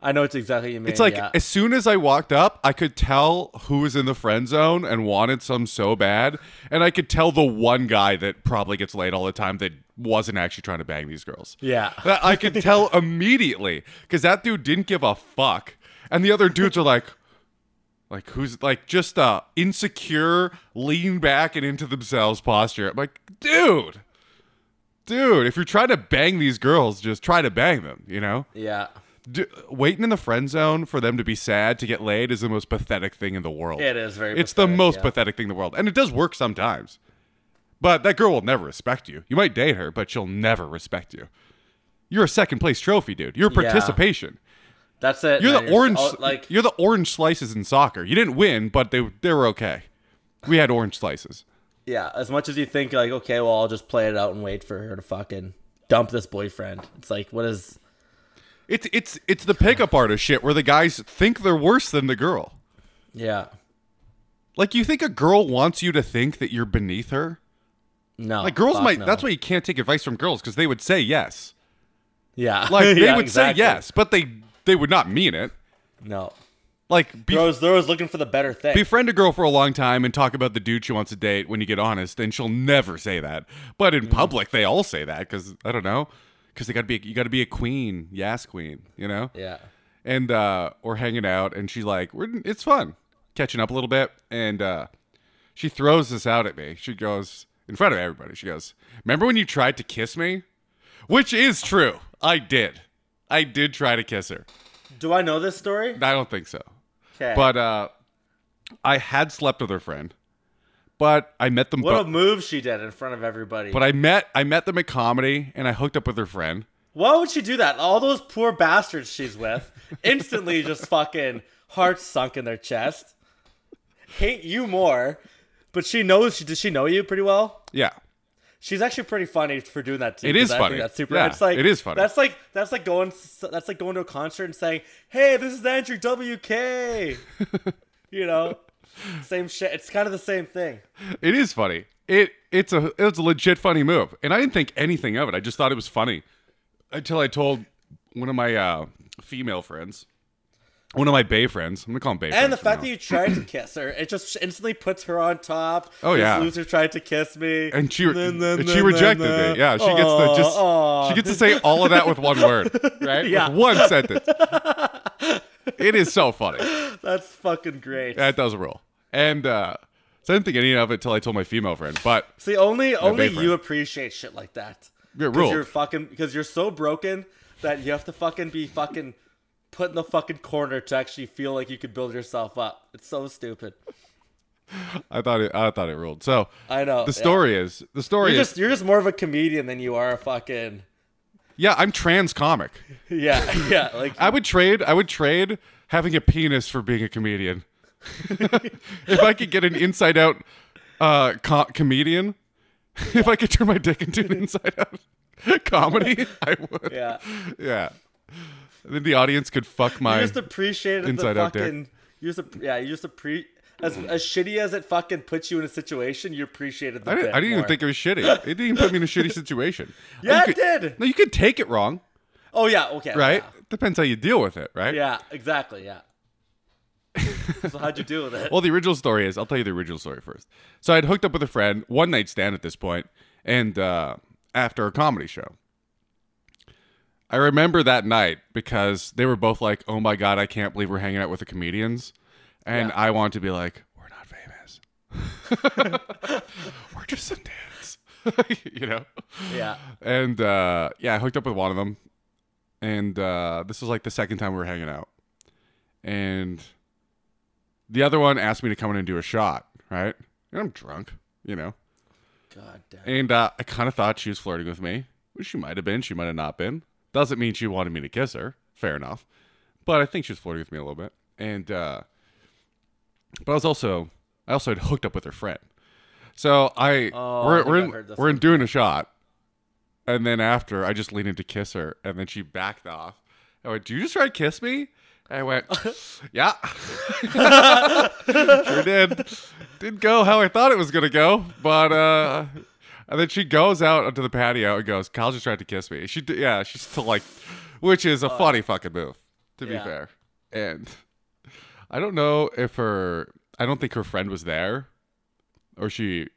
I know it's exactly what you mean.
It's like
yeah.
as soon as I walked up, I could tell who was in the friend zone and wanted some so bad, and I could tell the one guy that probably gets laid all the time that wasn't actually trying to bang these girls.
Yeah.
That I could tell immediately because that dude didn't give a fuck, and the other dudes are like, like who's like just uh insecure, lean back and into themselves posture. I'm like, dude, dude, if you're trying to bang these girls, just try to bang them, you know.
Yeah.
D waiting in the friend zone for them to be sad to get laid is the most pathetic thing in the world.
It is very
It's the
pathetic,
most
yeah.
pathetic thing in the world, and it does work sometimes. But that girl will never respect you. You might date her, but she'll never respect you. You're a second place trophy, dude. You're
Yeah.
participation.
That's it.
You're
man.
the
just
orange.
all- like
you're the orange slices in soccer. You didn't win, but they they were okay. We had orange slices.
Yeah, as much as you think like, okay, well, I'll just play it out and wait for her to fucking dump this boyfriend. It's like, what is?
It's it's it's the pickup artist shit where the guys think they're worse than the girl.
Yeah,
Like you think a girl wants you to think that you're beneath her?
no.
Like girls
fuck
might.
no.
That's why you can't take advice from girls because they would say yes.
Yeah,
Like they
Yeah,
would
exactly.
say yes, but they they would not mean it.
No,
Like be,
they're always, they're always looking for the better thing.
befriend a girl for a long time and talk about the dude she wants to date. When you get honest, and she'll never say that. But
Mm.
in public, they all say that because I don't know. Because they gotta be, you gotta be a queen, yes queen, you know.
yeah,
And uh, we're hanging out, and she's like, "We're it's fun, catching up a little bit." And uh, she throws this out at me. She goes in front of everybody. She goes, "Remember when you tried to kiss me?" Which is true. I did. I did try to kiss her.
do I know this story?
I don't think so.
Okay,
But uh, I had slept with her friend, but I met them.
what
bo-
a move she did in front of everybody.
but I met I met them at comedy, and I hooked up with her friend.
why would she do that? All those poor bastards she's with, instantly just fucking hearts sunk in their chest, hate you more. But she knows. She does she know you pretty well?
Yeah,
She's actually pretty funny for doing that too.
It
'cause
is
I think
funny.
That's super.
Yeah,
it's like
it is funny.
That's like that's like going that's like going to a concert and saying, "Hey, this is Andrew WK." you know, same shit. It's kind of the same thing.
it is funny. It it's a it's a legit funny move, and I didn't think anything of it. I just thought it was funny until I told one of my uh, female friends, one of my bay friends. I'm gonna call him bay.
And the fact that you tried to kiss her, it just instantly puts her on top.
Oh,
This
yeah.
loser tried to kiss me,
and she
Nah, nah,
and
nah,
she
nah,
rejected
nah.
it. Yeah, she gets to
Aw,
just
aw.
she gets to say all of that with one word, right? With
Yeah.
one sentence. It is so funny.
That's fucking great.
That does roll. And uh, so I didn't think any of it until I told my female friend. But
See, only only
vape
you
rag.
appreciate shit like that.
You're
Because
ruled.
you're fucking because you're so broken that you have to fucking be fucking put in the fucking corner to actually feel like you could build yourself up. It's so stupid.
I thought it I thought it ruled. So
I know.
the
yeah.
story is the story
You're
is
just you're just more of a comedian than you are a fucking
yeah, I'm trans comic.
yeah yeah like
I would trade I would trade having a penis for being a comedian. if I could get an inside out uh, co- comedian, if I could turn my dick into an inside out comedy, I would.
yeah.
Yeah. Then the audience could fuck
You
my.
just appreciated
Inside
the
out dick.
fucking you just ap- yeah you just appreciate as as shitty as it fucking puts you in a situation you appreciated the
I didn't,
bit
I didn't even
more.
think it was shitty. It didn't even put me in a shitty situation.
yeah
You
it
could-
did
No, you could take it wrong,
oh yeah okay
right?
yeah.
Depends how you deal with it, right?
Yeah, exactly. Yeah. so how'd you deal with it?
Well, the original story is I'll tell you the original story first. So I'd hooked up with a friend, one night stand at this point, and uh, after a comedy show. I remember that night because they were both like, oh my God, I can't believe we're hanging out with the comedians. And
Yeah.
I want to be like, we're not famous. we're just some dudes. you know?
yeah.
And uh, yeah, I hooked up with one of them. And uh, this was like the second time we were hanging out. And the other one asked me to come in and do a shot, right? And I'm drunk, you know.
God damn.
And uh, I kind of thought she was flirting with me, which she might have been, she might have not been. Doesn't mean she wanted me to kiss her. Fair enough. But I think she was flirting with me a little bit. And uh, but I was also I also had hooked up with her friend. So I
Oh, I
we're
think
we're
I've
in,
heard this
we're in doing a shot, and then after I just leaned in to kiss her, and then she backed off. I went, "Do you just try to kiss me?" And I went, "Yeah." sure did. Didn't go how I thought it was gonna go, but uh, and then she goes out onto the patio and goes, "Kyle just tried to kiss me." She, d- yeah, she's still like, which is a funny fucking move, to be
Yeah.
fair. And I don't know if her, I don't think her friend was there, or she,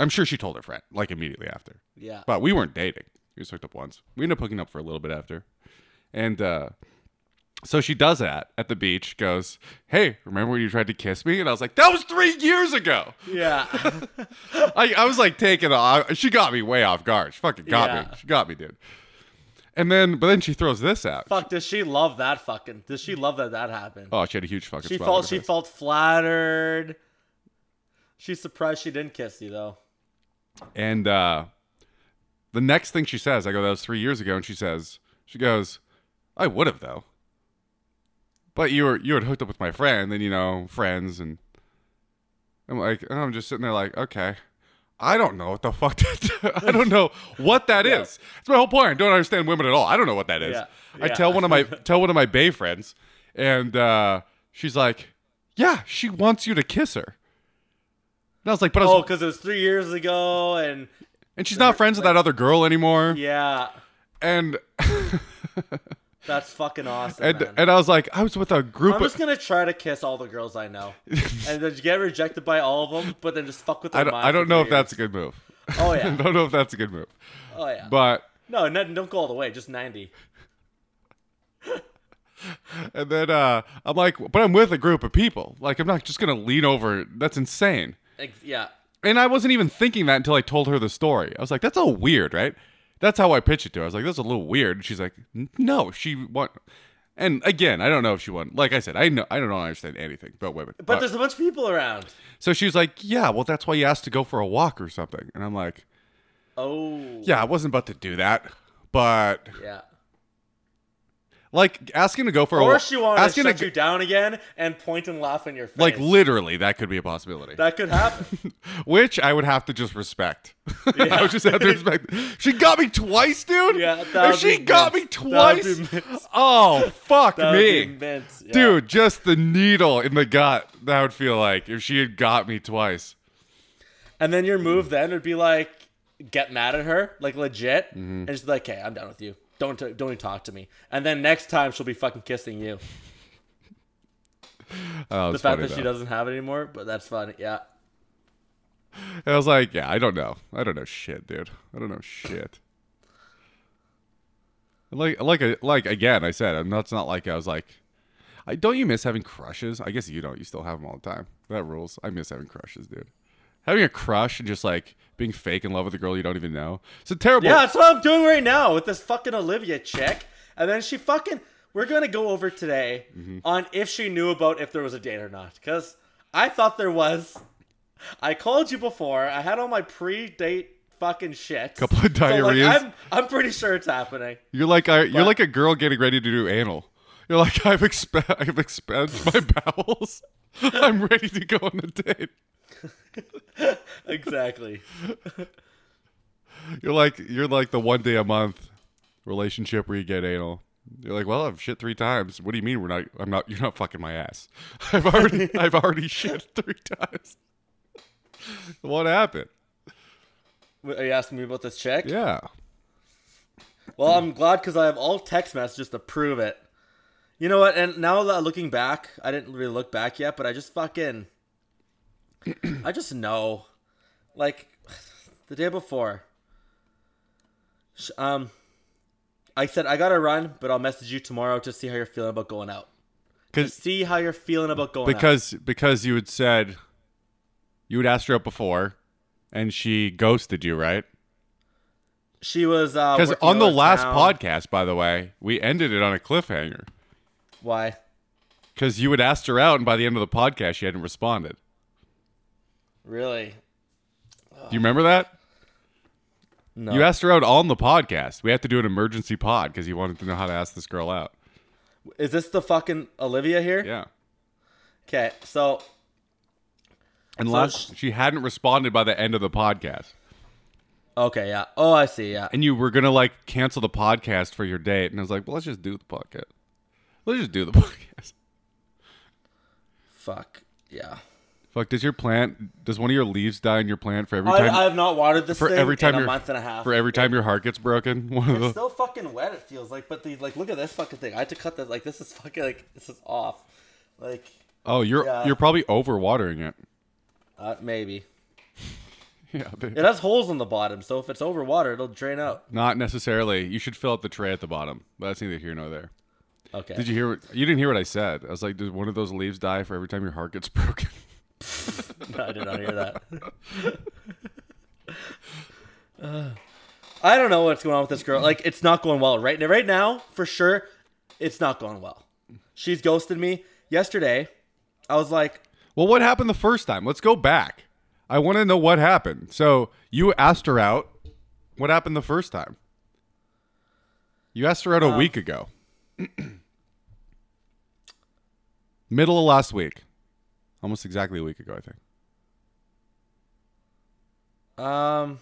I'm sure she told her friend like immediately after.
Yeah.
But we weren't dating. We just hooked up once. We ended up hooking up for a little bit after. And uh, so she does that at the beach, goes, Hey, remember when you tried to kiss me? And I was like, That was three years ago.
Yeah.
I, I was like taken off. She got me way off guard. She fucking got
Yeah.
me. She got me, dude. And then, but then she throws this out.
Fuck. Does she love that fucking? Does she love that that happened?
Oh, she had a huge fucking
she
smile on
felt.
her
She
face.
felt flattered. She's surprised she didn't kiss you though.
And uh, the next thing she says, I go, that was three years ago. And she says, she goes, I would have though. But you were you had hooked up with my friend, and you know friends, and I'm like, and I'm just sitting there like, okay, I don't know what the fuck that, I don't know what that is.
Yeah.
That's my whole point. I don't understand women at all. I don't know what that is.
Yeah.
I
Yeah.
tell one of my tell one of my bay friends, and uh, she's like, yeah, she wants you to kiss her. And I was like, but I was
Oh, because it was three years ago, and
and she's not friends with that other girl anymore.
yeah,
And
that's fucking awesome.
and
man.
and I was like, I was with a group
I'm just
of
gonna try to kiss all the girls I know, and then get rejected by all of them, but then just fuck with their
I don't,
minds
I
for
don't know if
three
that's a good move.
years. Oh
I
yeah.
don't know if that's a good move.
Oh yeah.
But
No, no, don't go all the way. Just ninety.
and then uh I'm like, but I'm with a group of people. Like I'm not just going to lean over. That's insane.
Ex- yeah.
And I wasn't even thinking that until I told her the story. I was like, that's all weird, right? That's how I pitched it to her. I was like, that's a little weird. And she's like, "N- no, she want and again, I don't know if she won. Like I said, I know I don't understand anything about women.
But there's a bunch of people around.
so she was like, "Yeah, well, that's why you asked to go for a walk or something." And I'm like,
Oh.
yeah, I wasn't about to do that, but
Yeah.
like asking to go for a
Or
walk,
she wanted to
asking
shut
go-
you down again and point and laugh in your face.
like literally that could be a possibility,
that could happen.
which I would have to just respect. I would just have to respect. She got me twice, dude.
Yeah, that
if
would
she
be
got me
immense. That would
twice,
be immense.
oh fuck
That would be
me,
immense, yeah.
dude, just the needle in the gut. That would feel like if she had got me twice.
And then your move then would be like get mad at her, like legit,
Mm-hmm.
and just be like, "Okay, I'm done with you. Don't t- don't even talk to me." And then next time she'll be fucking kissing you.
Oh,
The
it's
fact
funny,
that she
though.
doesn't have it anymore, but that's funny. Yeah.
And I was like, yeah, I don't know. I don't know shit, dude. I don't know shit. And Like, like, I- like again, I said, I'm not, it's not like I was like, I don't you miss having crushes? I guess you don't. You still have them all the time. That rules. I miss having crushes, dude. Having a crush and just like being fake in love with a girl you don't even know. It's a terrible.
Yeah, that's what I'm doing right now with this fucking Olivia chick. And then she fucking. We're gonna go over today
Mm-hmm.
on if she knew about if there was a date or not, because I thought there was. I called you before. I had all my pre-date fucking shit.
Couple of diarrheas.
I'm, I'm pretty sure it's happening.
You're like I, you're like a girl getting ready to do anal. You're like I've exp- I've expanded my bowels. I'm ready to go on a date.
Exactly.
You're like you're like the one day a month relationship where you get anal. You're like, well, I've shit three times. What do you mean we're not? I'm not. You're not fucking my ass. I've already I've already shit three times. What happened?
Wait, Are you asking me about this chick?
Yeah.
Well, I'm glad because I have all text messages to prove it. You know what? And now that looking back, I didn't really look back yet, but I just fucking, I just know, like, the day before, sh- um, I said I gotta run, but I'll message you tomorrow to see how you're feeling about going out. To
'Cause-
see how you're feeling about going out.
because because you had said you had asked her out before, and she ghosted you, right?
she was uh,
Because
working
on the
out of
last
town.
podcast, by the way, we ended it on a cliffhanger.
Why?
Because you had asked her out, and by the end of the podcast, she hadn't responded.
Really?
Do you remember that?
No.
You asked her out on the podcast. We had to do an emergency pod because you wanted to know how to ask this girl out.
Is this the fucking Olivia here?
Yeah.
Okay, so
And
So
last, she hadn't responded by the end of the podcast.
okay, yeah. Oh, I see. Yeah.
And you were going to like cancel the podcast for your date. And I was like, well, let's just do the podcast. Let's just do the podcast.
Fuck. Yeah.
Fuck, does your plant, does one of your leaves die in your plant for every
I,
time?
I have not watered this
for
thing
every time
in a
your-
month and a half.
for every time your heart gets broken, one of
it's
the,
still fucking wet. It feels like, but the like, look at this fucking thing. I had to cut that. Like, this is fucking like this is off. Like,
oh, you're
Yeah.
you're probably overwatering it.
uh, maybe
Yeah, they-
it has holes on the bottom, so if it's over water, it'll drain out.
not necessarily. You should fill out the tray at the bottom, but that's neither here nor there.
Okay.
Did you hear what you didn't hear what I said? I was like, does one of those leaves die for every time your heart gets broken?
No, I did not hear that. Uh, I don't know what's going on with this girl. Like, it's not going well right now. Right now, for sure, it's not going well. She's ghosted me yesterday. I was like,
well, what happened the first time? Let's go back. I want to know what happened. So you asked her out. What happened the first time? You asked her out a week ago. Middle of last week. Almost exactly a week ago, I think.
Um,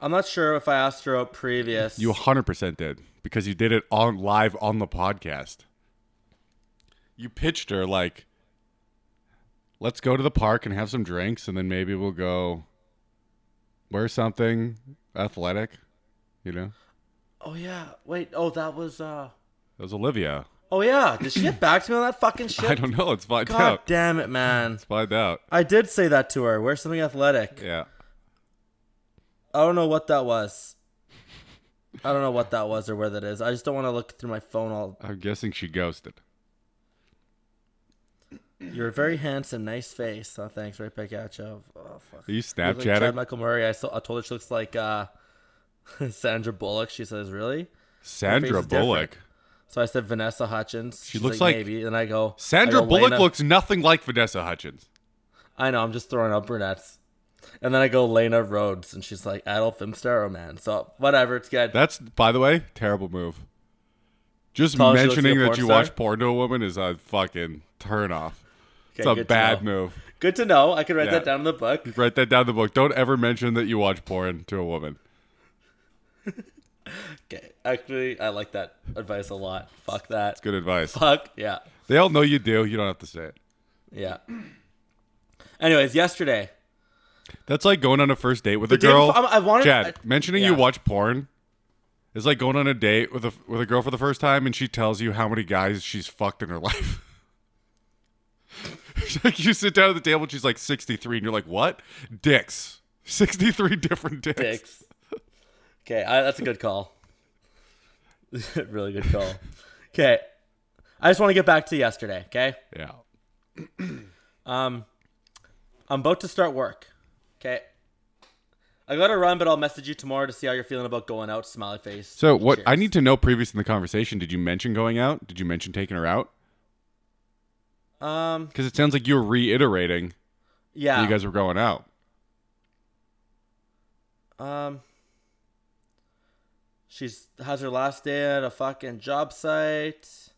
I'm not sure if I asked her out previous.
You 100% did because you did it on live on the podcast. You pitched her like let's go to the park and have some drinks and then maybe we'll go wear something athletic, you know?
oh yeah. Wait. Oh, that was. uh
That was Olivia.
Oh yeah. Did she get back to me on that fucking shit?
I don't know, let's find
God
out.
damn it, man.
Find out.
I did say that to her. Wear something athletic.
Yeah.
I don't know what that was. I don't know what that was or where that is. I just don't want to look through my phone all.
I'm guessing she ghosted.
You're very handsome, nice face. Oh, thanks, right back at you. Oh, fuck.
Are you
You look Like Chad
Snapchatting?
Michael Murray. I, saw, I told her she looks like uh, Sandra Bullock. She says, "Really?"
Sandra
is different.
Bullock.
So I said Vanessa Hutchins. She
looks like-
maybe. Then I go
Sandra
I go,
Bullock
Lena-
looks nothing like Vanessa Hutchins.
I know. I'm just throwing out brunettes. And then I go Lena Rhodes, and she's like adult film star, oh man. So whatever, it's good.
That's by the way, terrible move. Just
Tell her she looks like
mentioning
a
that
porn
you
star?
watch porn to a woman is a fucking turn off.
Okay,
it's a
good to
bad
know.
move.
Good to know. I could write
Yeah.
that down in the book.
Write that down in the book. Don't ever mention that you watch porn to a woman.
Okay, actually, I like that advice a lot. Fuck that.
It's good advice.
Fuck yeah,
They all know you do. You don't have to say it.
yeah. Anyways, yesterday,
That's like going on a first date with
The
a
day
girl.
before- I- I wanted-
Chad,
I-
mentioning
yeah.
you watch porn is like going on a date with a with a girl for the first time, and she tells you how many guys she's fucked in her life. It's like you sit down at the table, and she's like sixty three, and you're like, "What? Dicks? Sixty three different dicks?
Dicks. Okay, I, that's a good call. really good call. Okay, I just want to get back to yesterday. Okay,
Yeah,
um, I'm about to start work. Okay, I gotta run, but I'll message you tomorrow to see how you're feeling about going out. Smiley face.
So what I
Cheers.
need to know previous in the conversation, did you mention going out? Did you mention taking her out?
Um.
Because it sounds like you're reiterating that
Yeah.
you guys were going out.
Um, she's has her last day at a fucking job site.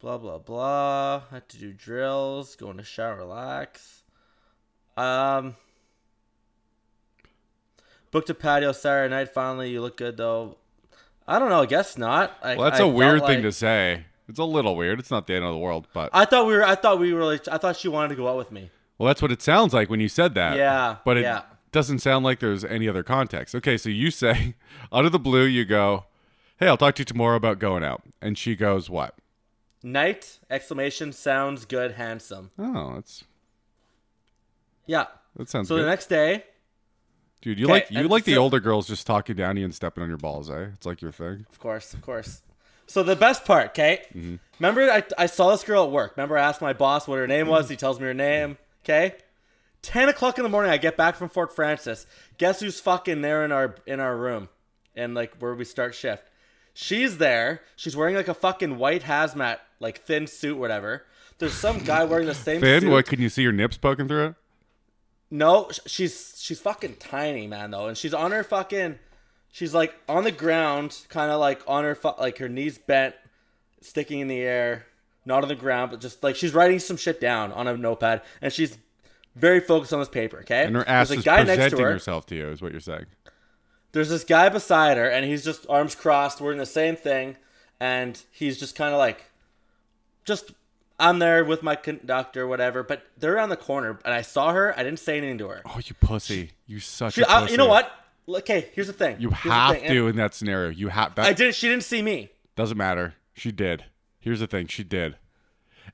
Blah blah blah. Had to do drills. Going to shower, relax. Um, booked a patio Saturday night. Finally, you look good though. I don't know. I guess not. I,
Well, that's
a
a weird thing to say. It's a little weird. It's not the end of the world, but
I thought we were. I thought we were. Like, I thought she wanted to go out with me.
well, that's what it sounds like when you said that.
Yeah,
But it
yeah.
doesn't sound like there's any other context. Okay, so you say out of the blue, you go, "Hey, I'll talk to you tomorrow about going out," and she goes, "What?"
Night exclamation sounds good. Handsome.
Oh, that's
Yeah.
that sounds
So
good,
the next day,
dude. You
Okay,
like you
and
like the
so-
older girls just talking down to you and stepping on your balls, eh? It's like your thing.
Of course, of course. So the best part, okay?
Mm-hmm.
Remember, I, I saw this girl at work. Remember, I asked my boss what her name was. He tells me her name, okay? 10 o'clock in the morning, I get back from Fort Francis. Guess who's fucking there in our in our room and like where we start shift? She's there. She's wearing like a fucking white hazmat, like thin suit, whatever. There's some guy wearing the same
Finn,
suit.
what? Can you see your nips poking through it?
No, sh- she's she's fucking tiny, man, though, and she's on her fucking, she's like on the ground, kind of like on her fu- like her knees bent, sticking in the air, not on the ground, but just like she's writing some shit down on a notepad, and she's very focused on this paper. Okay,
And her ass
There's a
is
guy
presenting
next to her.
herself to you, is what you're saying.
There's this guy beside her, and he's just arms crossed, wearing the same thing, and he's just kind of like, just I'm there with my conductor, whatever. But they're around the corner, and I saw her. I didn't say anything to her.
Oh, you pussy! You such
She,
a pussy.
I, you know what? Okay, here's the thing.
You
Here's the
have
thing, and
to in that scenario. You have that.
I didn't. She didn't see me.
Doesn't matter. She did. Here's the thing. She did.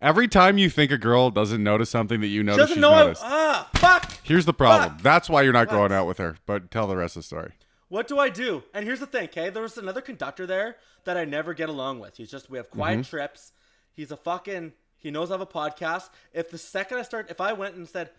Every time you think a girl doesn't notice something that you
She
notice,
doesn't
she's
know. I,
noticed.
ah, fuck.
Here's the problem.
Fuck.
That's why you're not going out with her. But tell the rest of the story.
What do I do? And here's the thing. Okay, there was another conductor there that I never get along with. He's just we have quiet
Mm-hmm.
trips. He's a fucking. He knows I have a podcast. If the second I start, if I went and said,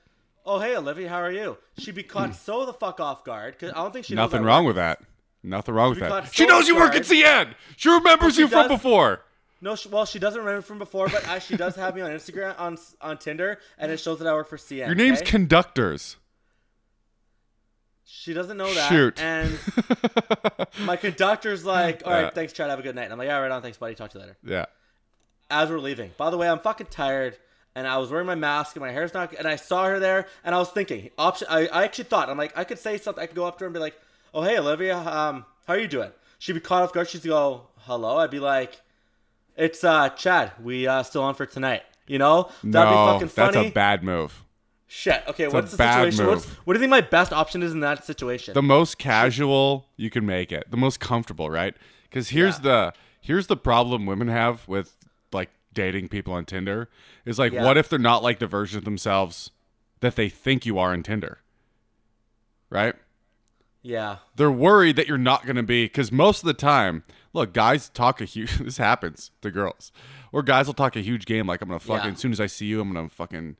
"Oh hey Olivia, how are you?" She'd be caught so the fuck off guard because I don't think she knows
Nothing
I
wrong
work.
with that. Nothing wrong with
got
that.
so
She knows you work at
excited.
CN. She remembers
she
you from
does-
before.
No, she, well she doesn't remember from before, but I, she does have me on Instagram on on Tinder, and it shows that I work for CN.
Your name's
okay?
conductors.
She doesn't know that.
Shoot.
And my conductor's like, all right,
Yeah.
thanks, Chad. Have a good night. And I'm like, all right, on. Thanks, buddy. Talk to you later.
Yeah.
As we're leaving, by the way, I'm fucking tired. And I was wearing my mask and my hair's not. And I saw her there and I was thinking, option. I, I actually thought, I'm like, I could say something. I could go up to her and be like, oh, hey, Olivia, um, how are you doing? She'd be caught off guard. She'd go, hello. I'd be like, it's uh, Chad. We uh, still on for tonight. You know? That'd
no,
be fucking funny.
that's a bad move.
Shit. Okay,
a
what's the
bad
situation? What's,
move.
what do you think my best option is in that situation?
the most casual you can make it the most comfortable right because here's the here's the problem women have with like dating people on tinder is like
Yeah.
what if they're not like the version of themselves that they think you are on tinder right
yeah.
they're worried that you're not going to be because most of the time look guys talk a huge this happens to girls or guys will talk a huge game like i'm gonna fucking
Yeah.
as soon as i see you i'm gonna fucking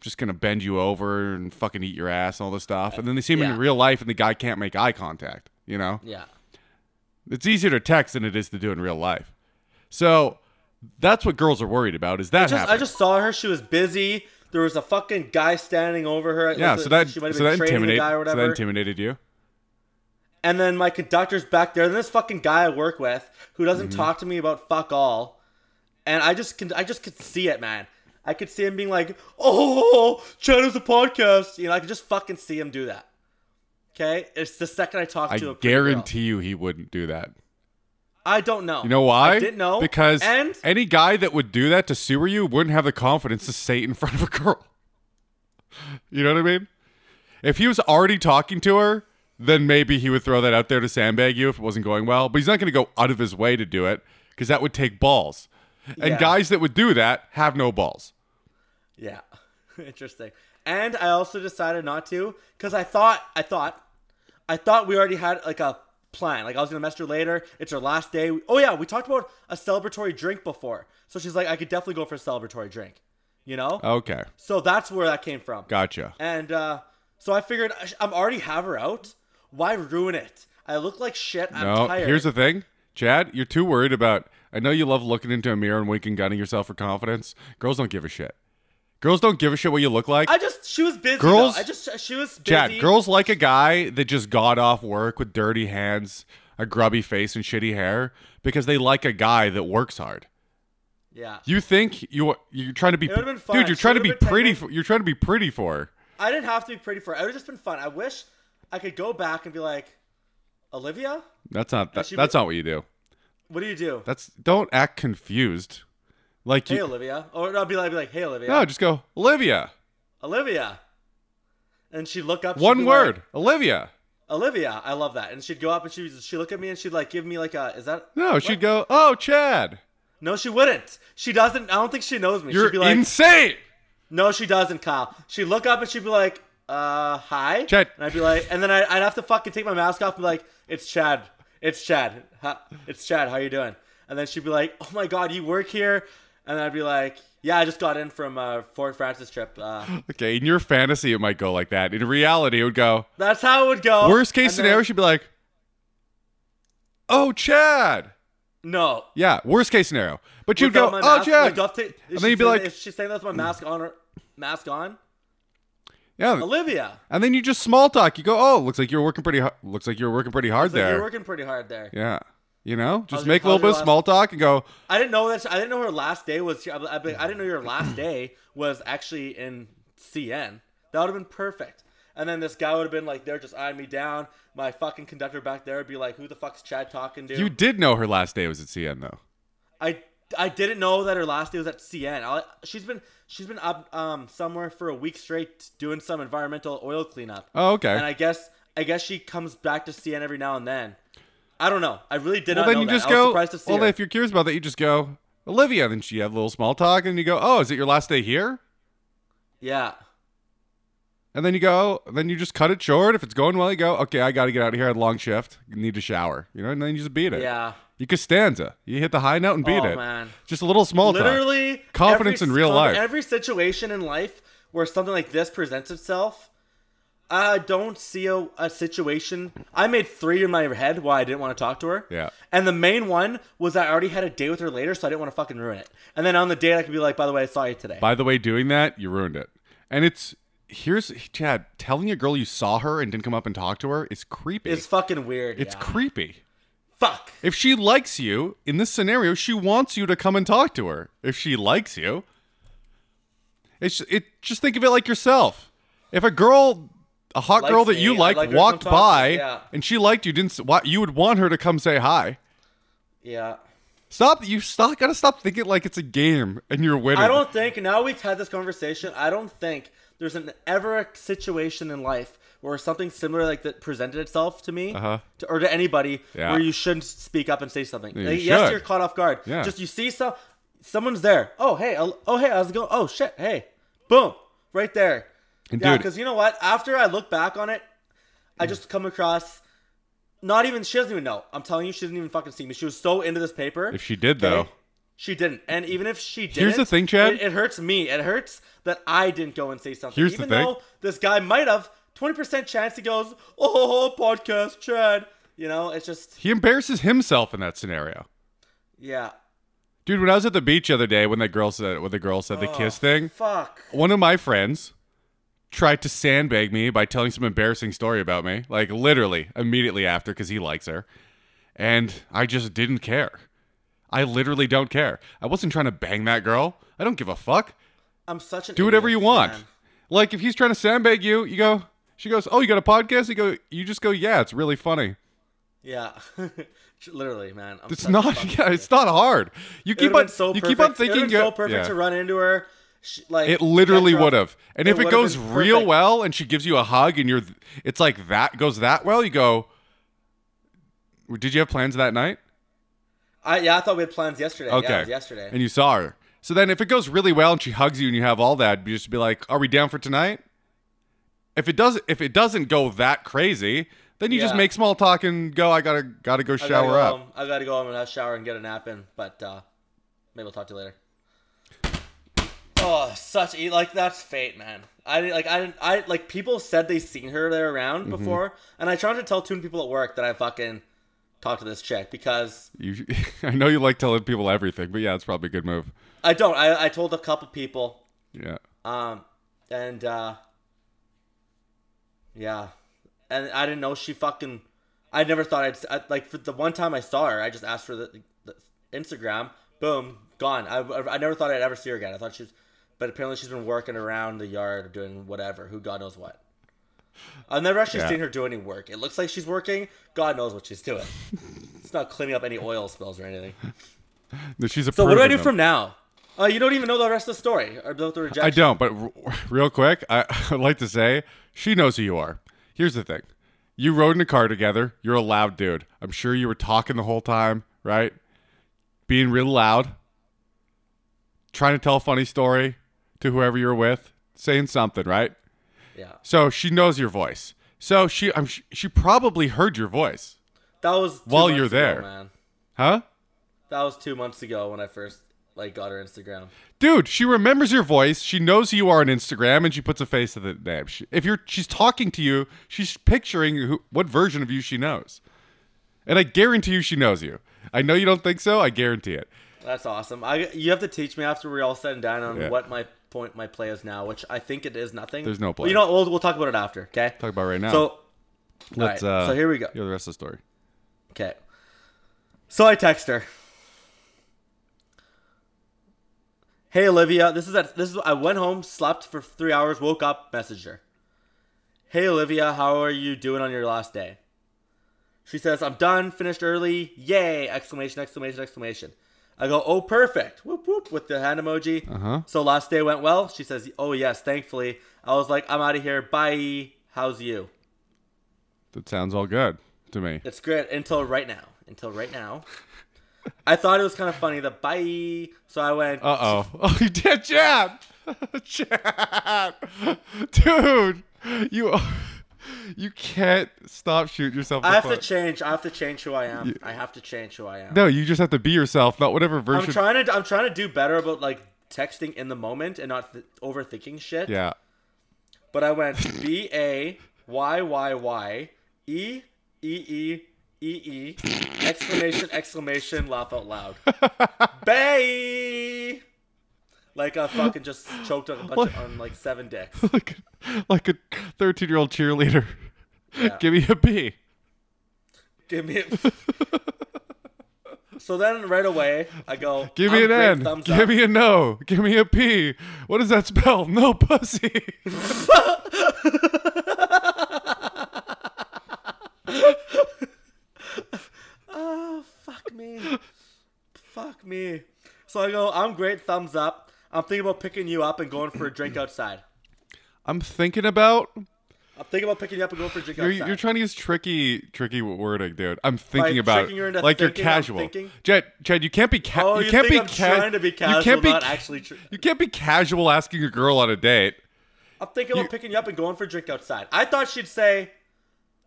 just gonna bend you over and fucking eat your ass and all this stuff and then they see him
Yeah.
in real life and the guy can't make eye contact you know
Yeah.
it's easier to text than it is to do in real life so that's what girls are worried about is that
just
happening.
I just saw her. She was busy. There was a fucking guy standing over her. It
yeah
looked
so
like
that
she might have
so
been
that
training the
intimidated
guy or
so
whatever.
that intimidated you
and then my conductor's back there. Then this fucking guy I work with who doesn't
Mm-hmm.
talk to me about fuck all, and I just can I just could see it, man. I could see him being like, "Oh, Chad has a podcast." You know, I could just fucking see him do that. Okay, it's the second I talk
i
to a pretty girl.
guarantee you he wouldn't do that
I don't know.
You know why?
I didn't know
Because
and
any guy that would do that to sewer you wouldn't have the confidence to say it in front of a girl. You know what I mean? If he was already talking to her, then maybe he would throw that out there to sandbag you if it wasn't going well. But he's not going to go out of his way to do it because that would take balls. And
Yeah.
guys that would do that have no balls.
Yeah. Interesting. And I also decided not to because I thought I thought I thought we already had like a plan. Like I was gonna message her later. It's her last day. Oh yeah, we talked about a celebratory drink before. So she's like, I could definitely go for a celebratory drink. You know?
Okay,
so that's where that came from.
gotcha.
And uh, so I figured I sh- I'm already have her out. Why ruin it? I look like shit. I'm
no,
tired.
here's the thing, Chad. You're too worried about. I know you love looking into a mirror and winking, gunning yourself for confidence. Girls don't give a shit. Girls don't give a shit what you look like.
I just she was busy. though.
Girls-
I just she was busy.
Chad, girls like a guy that just got off work with dirty hands, a grubby face, and shitty hair because they like a guy that works hard.
Yeah.
You think you you're trying to be,
would've been fun.
dude? You're
She
trying to be
would've been
pretty.
taken-
For, you're trying to be pretty for. her.
I didn't have to be pretty for it. It would have just been fun. I wish I could go back and be like, Olivia,
That's not that,
she
that's
would-
not what you do.
what do you do?
That's don't act confused. Like
Hey,
you,
Olivia. Or no, I'd be like, I'd be like hey, Olivia.
no, just go Olivia.
Olivia. And she'd look up. she'd be
One
like,
word, Olivia.
Olivia. I love that. And she'd go up and she'd, she'd look at me and she'd like give me like a, is that?
No, she'd go. Oh, Chad,
No, she wouldn't. She doesn't. I don't think she knows me.
you're
she'd be like,
insane.
no, she doesn't, Kyle. She'd look up and she'd be like, uh, hi.
Chad.
And I'd be like, and then I, I'd have to fucking take my mask off and be like, it's Chad. It's Chad. Ha- It's Chad. How you doing? And then she'd be like, oh my God, you work here? And then I'd be like, yeah, I just got in from uh, Fort Francis trip. Uh,
Okay, in your fantasy it might go like that. In reality, it would go.
that's how it would go.
Worst
Oh,
case
And then-
scenario, she'd be like, "Oh, Chad."
No.
Yeah, worst case scenario. But you'd go,
Without my
"Oh,
mask,
Chad."
Like, and
then you'd be like-
if she's saying that's my mask on her, mask on,
yeah,
Olivia.
and then you just small talk. You go, "Oh, looks like you're working pretty. Hard. Looks like you're working pretty hard
Like,
there."
you're working pretty hard there.
yeah, you know, just
your-
make a little
how's
bit
your
of
last-
small talk and go.
I didn't know that. I didn't know her last day was. here. I'd be- I'd be like, I didn't know your last day was actually in CN. That would have been perfect. And then this guy would have been like, there, just eyeing me down. My fucking conductor back there would be like, who the fuck's Chad talking to?
You did know her last day was at CN though.
I I didn't know that her last day was at CN. I, she's been she's been up um somewhere for a week straight doing some environmental oil cleanup.
Oh, okay.
And I guess I guess she comes back to CN every now and then. I don't know. I really did
well,
not
then
know
you
that.
just
I was
go.
surprised to see
well,
her.
if you're curious about that, you just go, Olivia. Then she have a little small talk, and you go, "Oh, is it your last day here?"
yeah.
And then you go, then you just cut it short. If it's going well, you go, okay, I got to get out of here. I had a long shift. Need to shower. You know, and then you just beat it.
Yeah.
You Costanza. You hit the high note and beat
Oh,
it.
man.
Just a little small talk.
Literally
Confidence
every
in real
con-
life.
Every situation in life where something like this presents itself, I don't see a, a situation. I made three in my head why I didn't want to talk to her.
Yeah.
And the main one was I already had a date with her later, so I didn't want to fucking ruin it. And then on the date, I could be like, by the way, I saw you today.
By the way, doing that, you ruined it. And it's here's Chad telling a girl you saw her and didn't come up and talk to her is creepy.
It's fucking weird.
It's
yeah.
creepy.
fuck.
If she likes you in this scenario, she wants you to come and talk to her. If she likes you, it's it. Just think of it like yourself. If a girl, a hot
Likes
girl that
me,
you
I'd
liked,
like her to come
walked
talk to me,
by
yeah.
and she liked you, didn't s- why- you would want her to come say hi?
Yeah.
Stop! You stop. Gotta stop thinking like it's a game and you're winning.
I don't think now we've had this conversation. I don't think there's an ever a situation in life where something similar like that presented itself to me
Uh-huh.
to, or to anybody
Yeah.
where you shouldn't speak up and say something.
You
Like, yes,
should.
you're caught off guard.
Yeah.
Just you see some someone's there. Oh hey, I'll- oh hey, how's it going? Oh shit, hey, boom, right there.
And
yeah,
dude- Mm.
because you know what? After I look back on it, I just come across. Not even she doesn't even know. I'm telling you, she didn't even fucking see me. She was so into this paper.
If she did
Okay.
though,
She didn't. And even if she did,
Here's the thing, Chad.
It, it hurts me. It hurts that I didn't go and say something.
Here's the
even
thing.
though this guy might have 20% chance he goes, oh, podcast, Chad. You know, it's just,
he embarrasses himself in that scenario.
yeah.
Dude, when I was at the beach the other day, when that girl said, when the girl said the kiss thing,
Oh, Fuck.
one of my friends tried to sandbag me by telling some embarrassing story about me, like literally immediately after, because he likes her. And I just didn't care. I literally don't care. I wasn't trying to bang that girl. I don't give a fuck.
I'm such an
Do whatever you
idiot,
want.
man.
Like if he's trying to sandbag you, you go. She goes, "Oh, you got a podcast?" You go. You just go, "Yeah, it's really funny."
Yeah. Literally, man. I'm
It's
such a
not.
fucking
Yeah,
idiot.
it's not hard. You
It
keep
would've
on.
been so
you
perfect.
keep on
it would've
thinking.
been so
yeah.
perfect to run into her. She, like
It literally
Petrov-
would have. And if it
would've been
goes real
perfect.
well and she gives you a hug and you're it's like that goes that well, you go Did you have plans that night?
I, yeah, I thought we had plans yesterday.
Okay.
Yeah, it was yesterday.
And you saw her. So then if it goes really well and she hugs you and you have all that, you just be like, "Are we down for tonight?" If it doesn't if it doesn't go that crazy, then you just
Yeah.
make small talk and go, "I got to got to go
I gotta
shower
go
up."
Home. I gotta go home and have a shower and get a nap in. But uh, maybe I'll talk to you later. Oh, such e like that's fate, man. I didn't- like I didn't I like people said they seen her there around
Mm-hmm.
before, and I tried to tell two people at work that I fucking talked to this chick because
You, I know you like telling people everything, but yeah, it's probably a good move.
I don't. I, I told a couple people,
Yeah.
um, and uh, yeah, and I didn't know she fucking. I never thought I'd I, like for the one time I saw her. I just asked for the, the Instagram. Boom, gone. I, I I never thought I'd ever see her again. I thought she was, but apparently she's been working around the yard doing whatever. Who God knows what. I've never actually
Yeah.
seen her do any work. It looks like she's working. God knows what she's doing. it's not cleaning up any oil spills or anything.
She's a
So what do I do from now? Uh, you don't even know the rest of the story or about the rejection.
I don't, but r- real quick, I, I'd like to say she knows who you are. Here's the thing you rode in a car together. You're a loud dude. I'm sure you were talking the whole time, right? Being real loud, trying to tell a funny story to whoever you're with, saying something, right?
Yeah,
So she knows your voice. So she, I'm, sh- she probably heard your voice,
that was two
While you're
months
there.
ago, man.
huh?
That was two months ago when I first like got her Instagram.
Dude, she remembers your voice. She knows who you are on Instagram, and she puts a face to the name. She, if you're, she's talking to you. She's picturing who, what version of you she knows, and I guarantee you she knows you. I know you don't think so. I guarantee it.
That's awesome. I you have to teach me after we're all said and done on
Yeah.
what my point my play is now, which I think it is nothing.
There's no
Well, you
play.
know what? We'll, we'll talk about it after. Okay.
Talk about it right now.
So alright,
let's. uh,
so here we go.
Hear the rest of the story.
Okay. So I text her. Hey Olivia, this is at this is I went home, slept for three hours, woke up, messaged her. Hey Olivia, how are you doing on your last day? She says, I'm done, finished early, yay! Exclamation, exclamation, exclamation. I go, oh perfect. Whoop whoop with the hand emoji.
Uh-huh.
So last day went well. She says, Oh yes, thankfully. I was like, I'm out of here. Bye. How's you?
That sounds all good to me.
It's good until right now. Until right now. I thought it was kind of funny the bye. So I went,
Uh oh. Oh, you did, Chad. Chad, dude, you are- you can't stop shooting yourself.
I
in the
have to
foot.
change. I have to change who I am. I have to change who I am.
no, you just have to be yourself, not whatever
I'm
version.
trying to. I'm trying to do better about like texting in the moment and not th- overthinking shit.
yeah.
But I went B A Y Y Y E E E E E exclamation exclamation laugh out loud. Bay. Like I fucking just choked on a bunch of, on like seven dicks.
like like a 13 year old cheerleader. Give me a B.
Give me. so then, right away, I go.
Give me
I'm great,
an N.
thumbs
Give
up.
me a no. Give me a P. What does that spell? No pussy.
Oh, fuck me. fuck me. So I go. I'm great. Thumbs up. I'm thinking about picking you up and going for a drink outside.
I'm thinking about
I'm thinking about picking you up and going for a drink
you're,
outside.
you're trying to use tricky tricky wording, dude. I'm thinking
By
about it.
tricking her into
like
thinking
you're
I'm
casual.
thinking?
Chad, Chad, you can't be ca-
Oh,
you,
you
can't
think
be
I'm
ca-
trying to be
You
casual,
can't be
not actually tr-
You can't be casual asking a girl on a date.
I'm thinking about picking you up and going for a drink outside. I thought she'd say,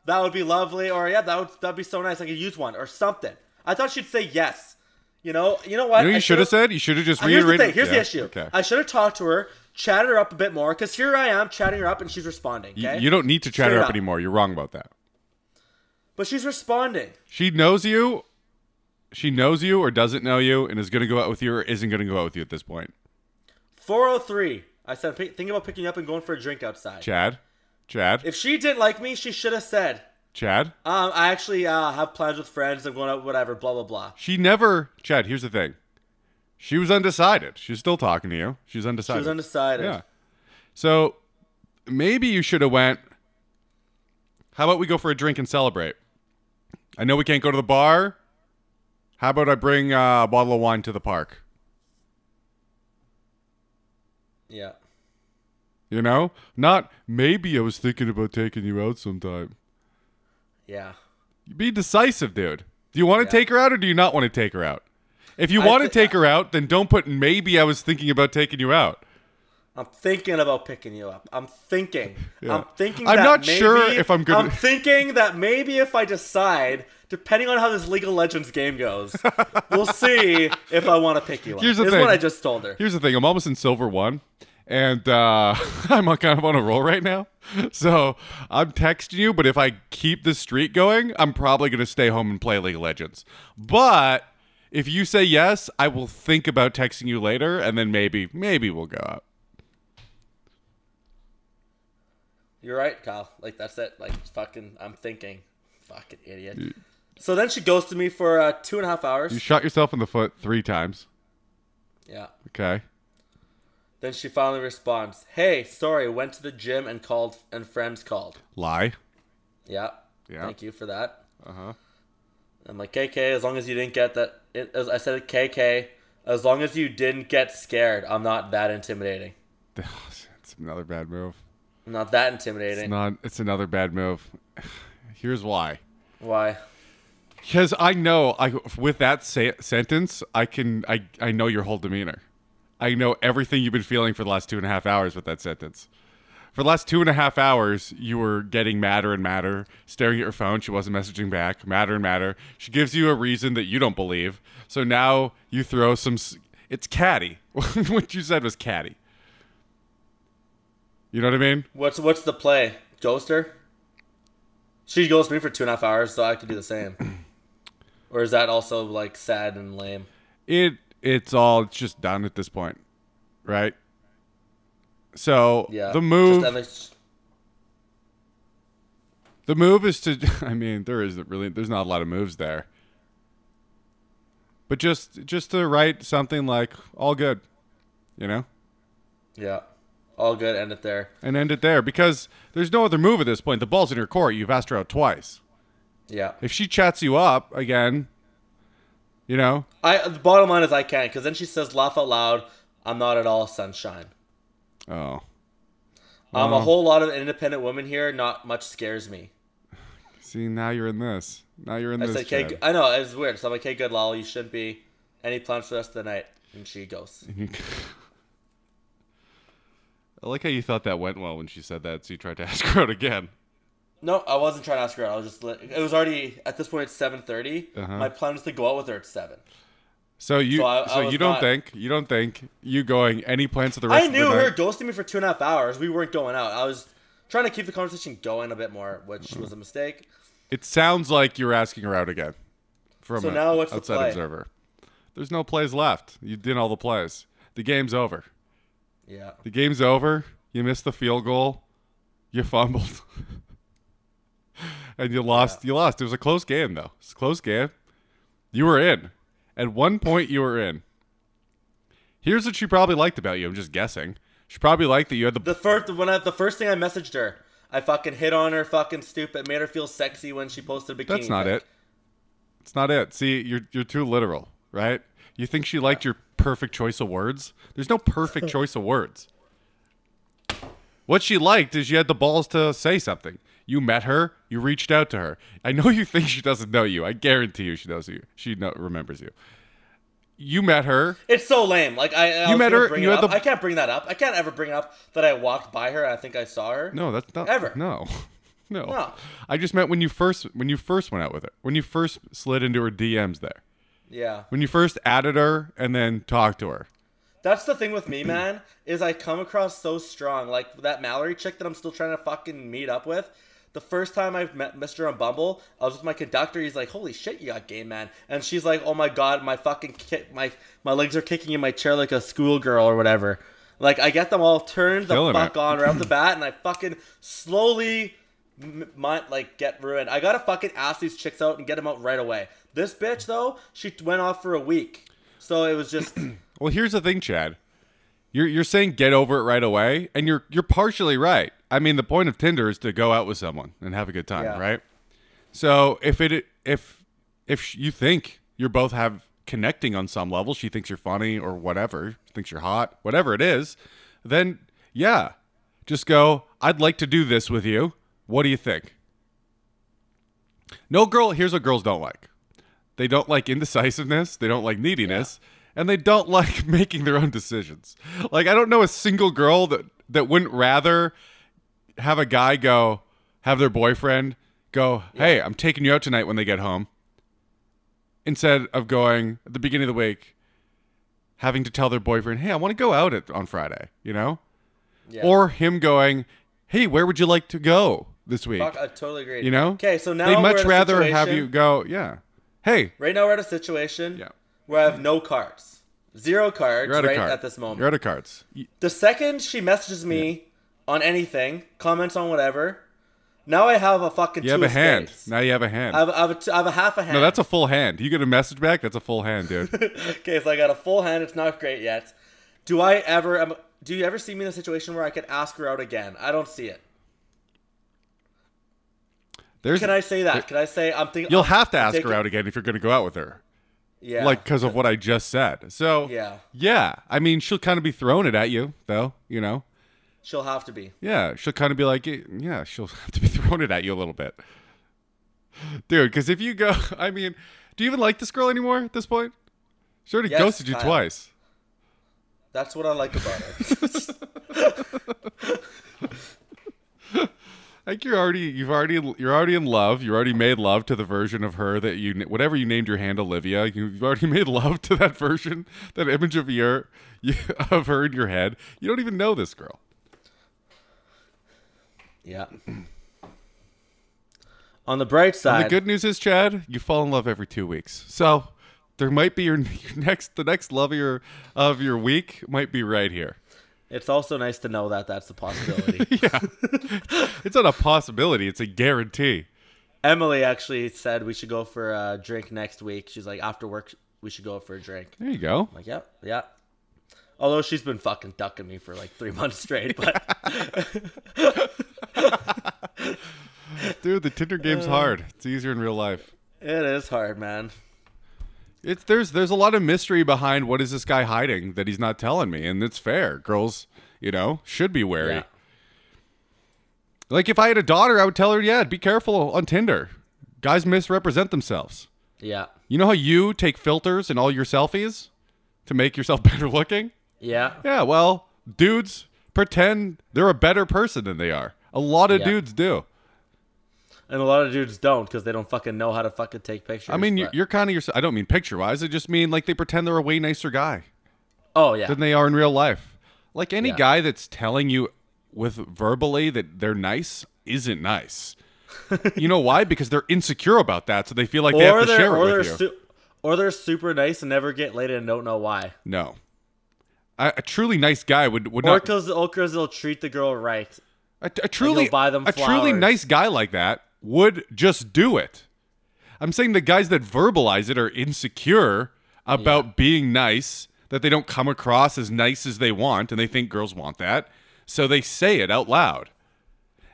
"That would be lovely," or "Yeah, that would that'd be so nice. I could use one," or something. I thought she'd say yes. You know. You know what?
You know what
I
you should
should've-
have said? You should have just
Uh, Here's the
reiterated.
thing. Here's the
Yeah,
issue.
Okay.
I should have talked to her, chatted her up a bit more, because here I am chatting her up and she's responding.
You-
Okay?
You don't need to chat her
Straight
up
up.
anymore. You're wrong about that.
But she's responding.
She knows you. She knows you or doesn't know you and is going to go out with you or isn't going to go out with you at this point.
403. I said, "Pick- thinking about picking you up and going for a drink outside.
Chad? Chad?
If she didn't like me, she should have said,
Chad?
um, I actually uh, have plans with friends. I'm going out, whatever, blah, blah, blah.
She never. Chad, here's the thing. She was undecided. She's still talking to you. She's
She
undecided.
was undecided.
Yeah. So maybe you should have went. How about we go for a drink and celebrate? I know we can't go to the bar. How about I bring uh, a bottle of wine to the park?
Yeah.
You know? Not maybe I was thinking about taking you out sometime.
Yeah.
Be decisive, dude. Do you want to
Yeah.
take her out or do you not want to take her out? If you
I
want to
thi-
take her out, then don't put maybe I was thinking about taking you out.
I'm thinking about picking you up. I'm thinking. I'm thinking.
I'm
that
not
maybe,
sure if I'm gonna-
I'm thinking that maybe if I decide, depending on how this League of Legends game goes, we'll see if I want to pick you up.
Here's the
is
thing.
what I just told her.
Here's the thing: I'm almost in silver one, and uh, I'm on- kind of on a roll right now. So I'm texting you, but if I keep the streak going, I'm probably gonna stay home and play League of Legends. But if you say yes, I will think about texting you later, and then maybe, maybe we'll go out.
You're right, Kyle. Like that's it. Like fucking. I'm thinking. Fucking idiot. So then she goes to me for uh, two and a half hours.
You shot yourself in the foot three times.
yeah.
Okay.
Then she finally responds, "Hey, sorry, went to the gym and called, and friends called."
Lie.
Yeah.
Yeah.
Thank you for that.
Uh huh.
I'm like, KK, as long as you didn't get that, it, as I said, KK, as long as you didn't get scared, I'm not that intimidating.
It's another bad move.
I'm not that
It's
intimidating.
not. It's another bad move. Here's why.
Why?
Because I know, I with that sa- sentence, I can, I, I know your whole demeanor. I know everything you've been feeling for the last two and a half hours with that sentence. For the last two and a half hours, you were getting madder and madder, staring at your phone. She wasn't messaging back, madder and madder. She gives you a reason that you don't believe. So now you throw some. s- It's catty. what you said was catty. You know what I mean?
What's what's the play? Ghoster? She goes to me for two and a half hours, so I could do the same. or is that also like sad and lame?
it it's all it's just done at this point, right? So
Yeah.
the move
Just, and it's-
the move is to I mean there is really there's not a lot of moves there. But just just to write something like all good, you know?
yeah. All good. End it there.
And end it there because there's no other move at this point. The ball's in your court. You've asked her out twice.
Yeah.
If she chats you up again, you know,
I. The bottom line is I can't because then she says, laugh out loud. I'm not at all sunshine.
oh,
Um, a whole lot of independent women here. Not much scares me.
see now you're in this. Now you're in
I
this.
said, "Okay,
Chad."
g- I know it was weird." So I'm like, "Hey, good lol, you shouldn't be any plans for the rest of the night." And she goes,
Mm-hmm. I like how you thought that went well when she said that, so you tried to ask her out again.
"No, I wasn't trying to ask her out. I was just li- it was already at this point it's 7:30.
Uh-huh.
My plan was to go out with her at 7.
So you, so,
So I- I was
you don't
not-
think you don't think you going any plans for the rest
I
of the
knew her
night?
ghosting me for two and a half hours. We weren't going out. I was trying to keep the conversation going a bit more, which
Mm-hmm.
was a mistake.
It sounds like you're asking her out again from
So
a
now what's the
outside
play?
observer. There's no plays left. You did all the plays. The game's over.
Yeah,
The game's over. You missed the field goal. You fumbled. and you lost. You lost. It was a close game though. It's a close game. You were in. At one point you were in. Here's what she probably liked about you. I'm just guessing. She probably liked that you had the,
the first when I, the first thing I messaged her, I fucking hit on her, fucking stupid, made her feel sexy when she posted a bikini.
That's not
pic.
it. It's not it. See, you're you're too literal, right? You think she liked your perfect choice of words? There's no perfect choice of words. What she liked is you had the balls to say something. You met her. You reached out to her. I know you think she doesn't know you. I guarantee you she knows you. She know, remembers you. You met her.
It's so lame. Like I, I
You
was
met
gonna
her,
Bring
you
it
had
up.
the-
I can't bring that up. I can't ever bring up that I walked by her and I think I saw her.
No, that's not
Ever.
No, no.
No.
I just meant when you first when you first went out with her. When you first slid into her DMs there.
Yeah,
When you first added her and then talked to her.
that's the thing with me, man. Is I come across so strong, like that Mallory chick that I'm still trying to fucking meet up with. The first time I met Mister on Bumble, I was with my conductor. He's like, "Holy shit, you got gay, man!" And she's like, "Oh my god, my fucking kick, my my legs are kicking in my chair like a schoolgirl or whatever." Like I get them all turned
Killing
the fuck
it.
on right off the bat, and I fucking slowly m- might like get ruined. I gotta fucking ask these chicks out and get them out right away. This bitch though, she went off for a week, so it was just
Well, here's the thing, Chad. You're you're saying get over it right away, and you're you're partially right. I mean, the point of Tinder is to go out with someone and have a good time,
Yeah.
right? So if it if if you think you're both have connecting on some level, she thinks you're funny or whatever, thinks you're hot, whatever it is, then yeah, just go, I'd like to do this with you. What do you think? No girl, here's what girls don't like they don't like indecisiveness, they don't like neediness, and they don't like making their own decisions. Like, I don't know a single girl that, that wouldn't rather have a guy go, have their boyfriend go, hey, I'm taking you out tonight when they get home, instead of going at the beginning of the week, having to tell their boyfriend, hey, I want to go out at, on Friday, you know?
Yeah.
Or him going, hey, where would you like to go this week?
Fuck, I totally agree.
You know?
Okay, so now
they'd
we're
much
at a
rather have you
situation-
go, yeah. Hey,
Right now we're at a situation
Yeah.
where I have no cards, zero cards
you're out of
right
cards.
at this moment.
You're out of cards. Y-
The second she messages me on anything, comments on whatever, now I have a fucking.
You have
two
a
of
hand.
spades.
Now you have a hand.
I have, I, have a t- I have a half a hand.
no, that's a full hand. You get a message back. That's a full hand, dude.
okay. So I got a full hand. It's not great yet. Do I ever? am- do you ever see me in a situation where I could ask her out again? I don't see it.
There's.
Can I say that? Can I say I'm thinking?
you'll have to ask
take
her
it-
out again if you're going to go out with her,
yeah.
like because of what I just said. So
Yeah.
yeah. I mean, she'll kind of be throwing it at you, though. You know.
she'll have to be.
Yeah, she'll kind of be like, "Eh, yeah, she'll have to be throwing it at you a little bit, dude. Because if you go, I mean, do you even like this girl anymore at this point? She already
Yes,
ghosted you
Kyle.
twice.
That's what I like about it.
Like you're already, you've already, you're already in love. You already made love to the version of her that you, whatever you named your hand, Olivia. You've already made love to that version, that image of your, you, of her in your head. You don't even know this girl.
yeah. On the bright side,
The good news is, Chad, you fall in love every two weeks. So there might be your, your next, the next love of your, of your week might be right here.
it's also nice to know that that's a possibility.
It's not a possibility; it's a guarantee.
Emily actually said we should go for a drink next week. She's like, after work, we should go for a drink. I'm
There you go.
like, yep, yeah. Although she's been fucking ducking me for like three months straight, but
Dude, the Tinder game's hard. It's easier in real life.
it is hard, man.
It's there's there's a lot of mystery behind what is this guy hiding that he's not telling me, and it's fair. Girls, you know, should be wary.
Yeah.
Like if I had a daughter, I would tell her, yeah, be careful on Tinder. Guys misrepresent themselves.
Yeah.
You know how you take filters in all your selfies to make yourself better looking?
Yeah.
Yeah, well, dudes pretend they're a better person than they are. A lot of
Yeah.
dudes do.
And a lot of dudes don't because they don't fucking know how to fucking take pictures.
I mean, you
but-
you're kind of your. I don't mean picture wise. I just mean like they pretend they're a way nicer guy
oh, yeah.
than they are in real life. Like any
Yeah.
guy that's telling you with verbally that they're nice isn't nice. you know why? Because they're insecure about that, so they feel like they have
Or
to
they're,
share it
or,
with
they're
you.
su- or they're super nice and never get laid and don't know why.
no, a, a truly nice guy would would
Or
not.
because they'll treat the girl right.
A, a truly
you'll buy them
a truly
flowers.
nice guy like that would just do it. I'm saying the guys that verbalize it are insecure about being nice, that they don't come across as nice as they want, and they think girls want that, so they say it out loud.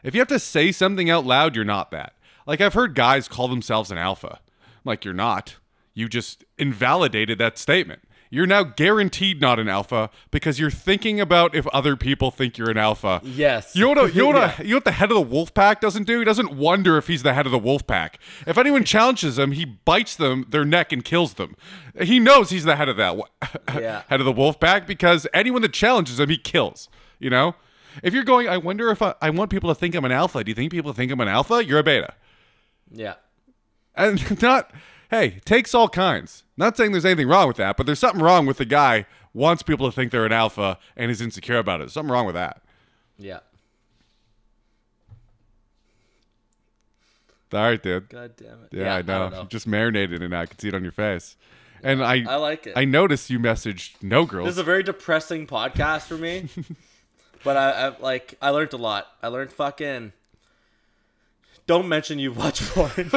If you have to say something out loud, you're not that. Like I've heard guys call themselves an alpha. I'm like you're not. You just invalidated that statement. You're now guaranteed not an alpha because you're thinking about if other people think you're an alpha.
Yes.
You know what? a- You know what?
Yeah.
a- You know what the head of the wolf pack doesn't do? He doesn't wonder if he's the head of the wolf pack. If anyone challenges him, he bites them their neck and kills them. He knows he's the head of that wo-
Yeah.
head of the wolf pack because anyone that challenges him, he kills. You know, if you're going, I wonder if I, I want people to think I'm an alpha. Do you think people think I'm an alpha? You're a beta,
Yeah.
and not. Hey, it takes all kinds. Not saying there's anything wrong with that, but there's something wrong with the guy wants people to think they're an alpha and is insecure about it. Something wrong with that.
Yeah.
All right, dude.
God damn it.
Yeah, I
don't
know. You just marinated in it. I can see it on your face. And I,
I like it.
I noticed you messaged no girls.
This is a very depressing podcast for me. but I, I like I learned a lot. I learned fucking don't mention you watch porn.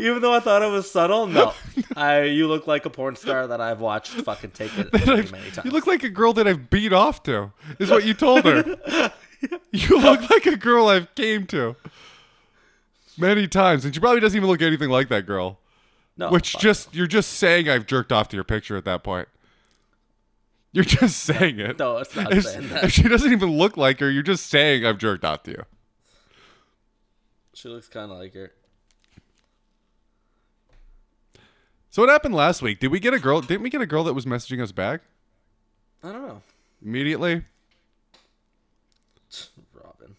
Even though I thought it was subtle, no. I you look like a porn star that I've watched fucking take it many, many times.
you look like a girl that I've beat off to. Is what you told her. you look like a girl I've came to many times, and she probably doesn't even look anything like that girl.
no,
Which
fuck.
just you're just saying I've jerked off to your picture at that point. You're just saying it.
No, it's not
If-
saying
if
that.
she doesn't even look like her, you're just saying I've jerked off to you.
She looks kind of like her.
So what happened last week? Did we get a girl? Didn't we get a girl that was messaging us back
I don't know.
immediately?
Robin.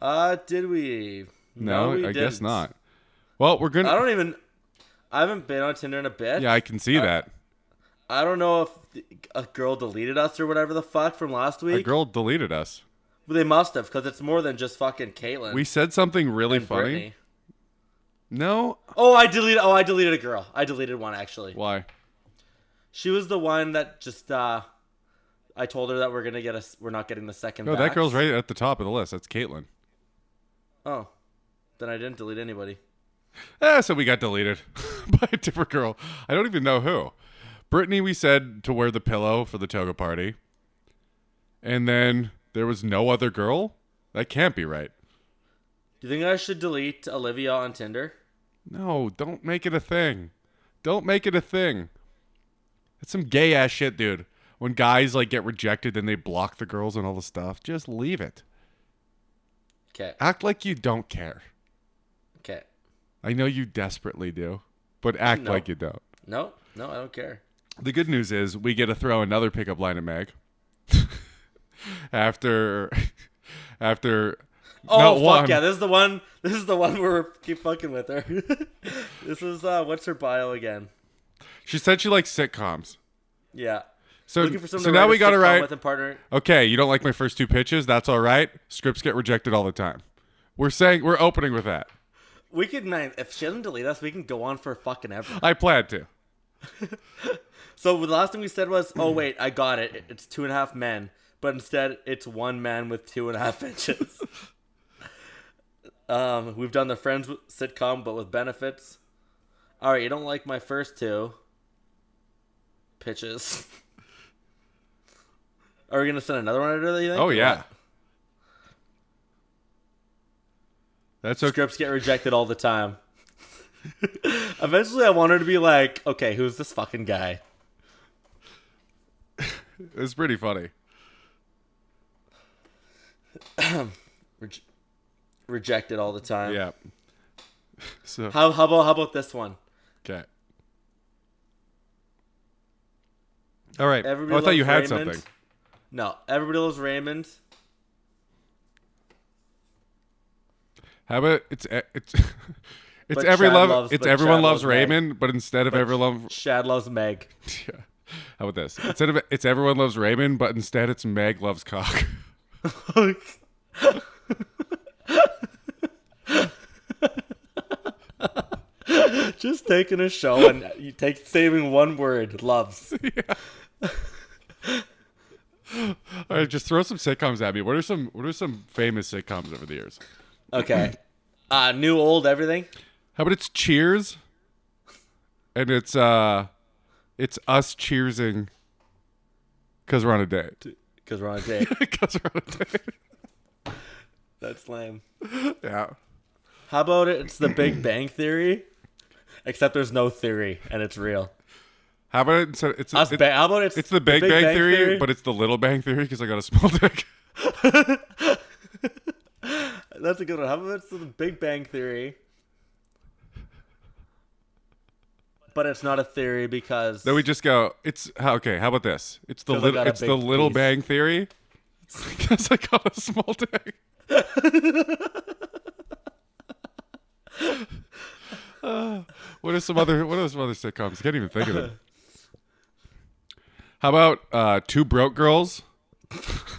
Uh, did we?
No,
we
I guess
didn't.
not. Well, we're
I
gonna.
don't even. I haven't been on Tinder in a bit.
Yeah, I can see that.
I don't know if the- a girl deleted us or whatever the fuck from last
A
week.
girl deleted us.
They must have, because it's more than just fucking Caitlyn.
We said something really
and
funny.
Brittany.
No,
Oh, I deleted. Oh, I deleted a girl. I deleted one actually.
why?
She was the one that just. uh I told her that we're gonna get a. s- We're not getting the second.
No,
vax.
that girl's right at the top of the list. That's Caitlin.
Oh, then I didn't delete anybody.
Eh, so we got deleted by a different girl. I don't even know who. Brittany, we said to wear the pillow for the toga party. And then there was no other girl? That can't be right.
Do you think I should delete Olivia on Tinder?
No, don't make it a thing. Don't make it a thing. That's some gay ass shit, dude. When guys like get rejected, then they block the girls and all the stuff. Just leave it.
Okay.
Act like you don't care.
Okay.
I know you desperately do, but act
No.
like you don't.
No, no, I don't care.
The good news is we get to throw another pickup line at Meg after after
Oh
not
fuck
one.
yeah! This is the one. This is the one where we keep fucking with her. this is uh, what's her bio again?
She said she likes sitcoms.
Yeah.
So
Looking for someone
so
to
now
write
we
a
got to
sitcom
write.
with and partner.
Okay, you don't like my first two pitches. That's all right. Scripts get rejected all the time. We're saying we're opening with that.
We could man, if she doesn't delete us, we can go on for fucking ever.
I plan to.
So the last thing we said was, "Oh wait, I got it. It's two and a half men," but instead it's one man with two and a half inches. um, we've done the Friends sitcom, but with benefits. All right, you don't like my first two pitches. Are we gonna send another one? Or you think?
Oh
Or
yeah.
what?
That's okay.
scripts get rejected all the time. Eventually, I want her to be like, "Okay, who's this fucking guy?"
It's pretty funny.
Rej- rejected all the time.
Yeah. So
How, how about how about this one?
okay. All right.
Everybody
oh, I thought
loves
you had
Raymond.
something.
No, everybody loves Raymond.
How about it's eh, it's it's
But
every
Chad
love
loves-
it's
but
everyone
Chad
loves
loves Meg.
Raymond, but instead of everyone love
Shad loves Meg.
yeah. how about this instead of it's everyone loves Raymond, but instead it's Meg loves cock.
Just taking a show and you take saving one word, loves.
All right, just throw some sitcoms at me. What are some what are some famous sitcoms over the years?
Okay. Uh new old everything.
How about it's Cheers, and it's uh, it's us cheersing because we're on a date.
Cause we're on a date.
Because we're on a date.
That's lame.
Yeah.
How about it? It's the Big Bang Theory, except there's no theory and it's real.
How about it? instead- It's
Us
it's,
ba- how about it's
It's the Big, Bang, theory, but it's the Little Bang Theory because I got a small dick.
that's a good one. How about it's the Big Bang Theory, but it's not a theory because
Then we just go. It's how- okay. How about this? It's the
Because I
little.
got a
It's the
big
Little
piece.
Bang Theory. Because I got a small dick. Uh, what are some other? What are some other sitcoms? Can't even think of them. How about uh, two broke girls? but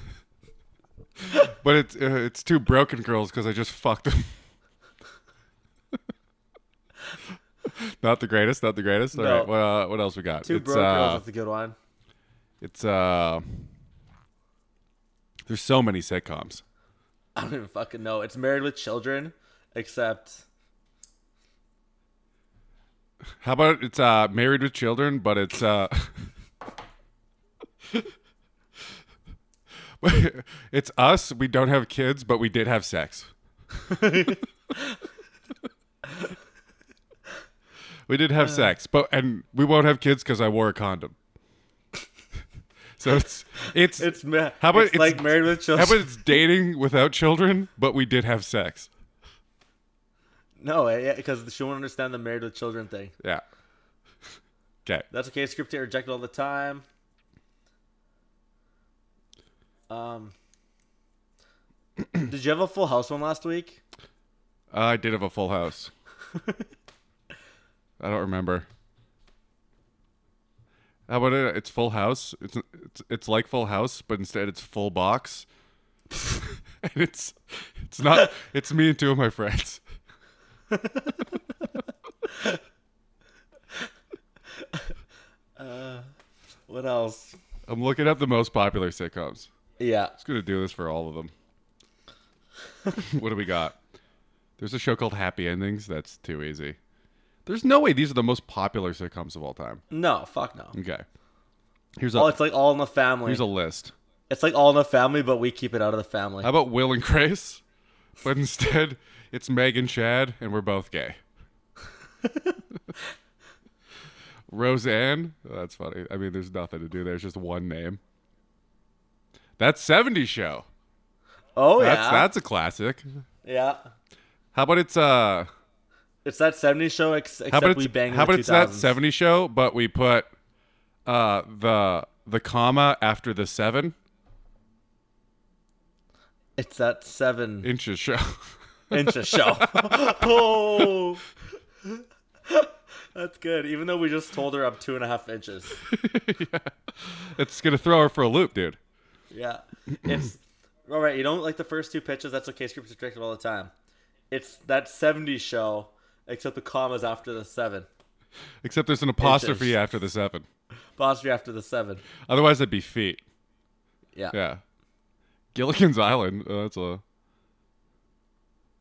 it's uh, it's two broken girls because I just fucked them. not the greatest. Not the greatest. All
No.
right. What, uh, what else we got?
two
it's,
broke
uh,
girls. That's a good one.
It's uh There's so many sitcoms.
I don't even fucking know. It's Married with Children, except
How about it's uh Married with Children, but it's uh but it's us, we don't have kids, but we did have sex. we did have sex, but and we won't have kids cuz I wore a condom. So it's it's
It's ma-
How about
it's
it's-
like married with
how
children?
about it's dating without children, but we did have sex.
no, eh, yeah, because she won't understand the married with children thing.
Yeah. Okay.
That's okay. Script get rejected all the time. Um, did you have a full house one last week?
I did have a full house. I don't remember. How about it? It's Full House. It's it's, it's like Full House, but instead it's full box. and it's it's not. It's me and two of my friends.
What else?
I'm looking up the most popular sitcoms.
Yeah.
Just gonna do this for all of them. what do we got? There's a show called Happy Endings. That's too easy. There's no way these are the most popular sitcoms of all time.
No, fuck no.
Okay. Here's a
Oh, it's like all in the family.
here's a list.
It's like all in the family, but we keep it out of the family.
How about Will and Grace? But instead, it's Meg and Chad, and we're both gay. Roseanne? That's funny. I mean, there's nothing to do there. It's just one name. That's 70s show.
Oh yeah,
That's that's a classic.
yeah.
How about it's uh
It's that '70s show, ex- except
how about
we
it's,
bang. in
how
the
about it's that
2000s.
70s show, but we put uh the the comma after the seven
It's that seven
inches show.
inch of show. oh, that's good. Even though we just told her up two and a half inches.
it's gonna throw her for a loop, dude.
Yeah. It's all right. You don't like the first two pitches. That's okay. Scripts rejected all the time. It's that 70s show, except the commas after the seven.
Except there's an apostrophe
Inches.
after the seven.
Apostrophe after the seven.
Otherwise, that'd be feet.
Yeah.
Yeah. Gilligan's Island. uh, that's a.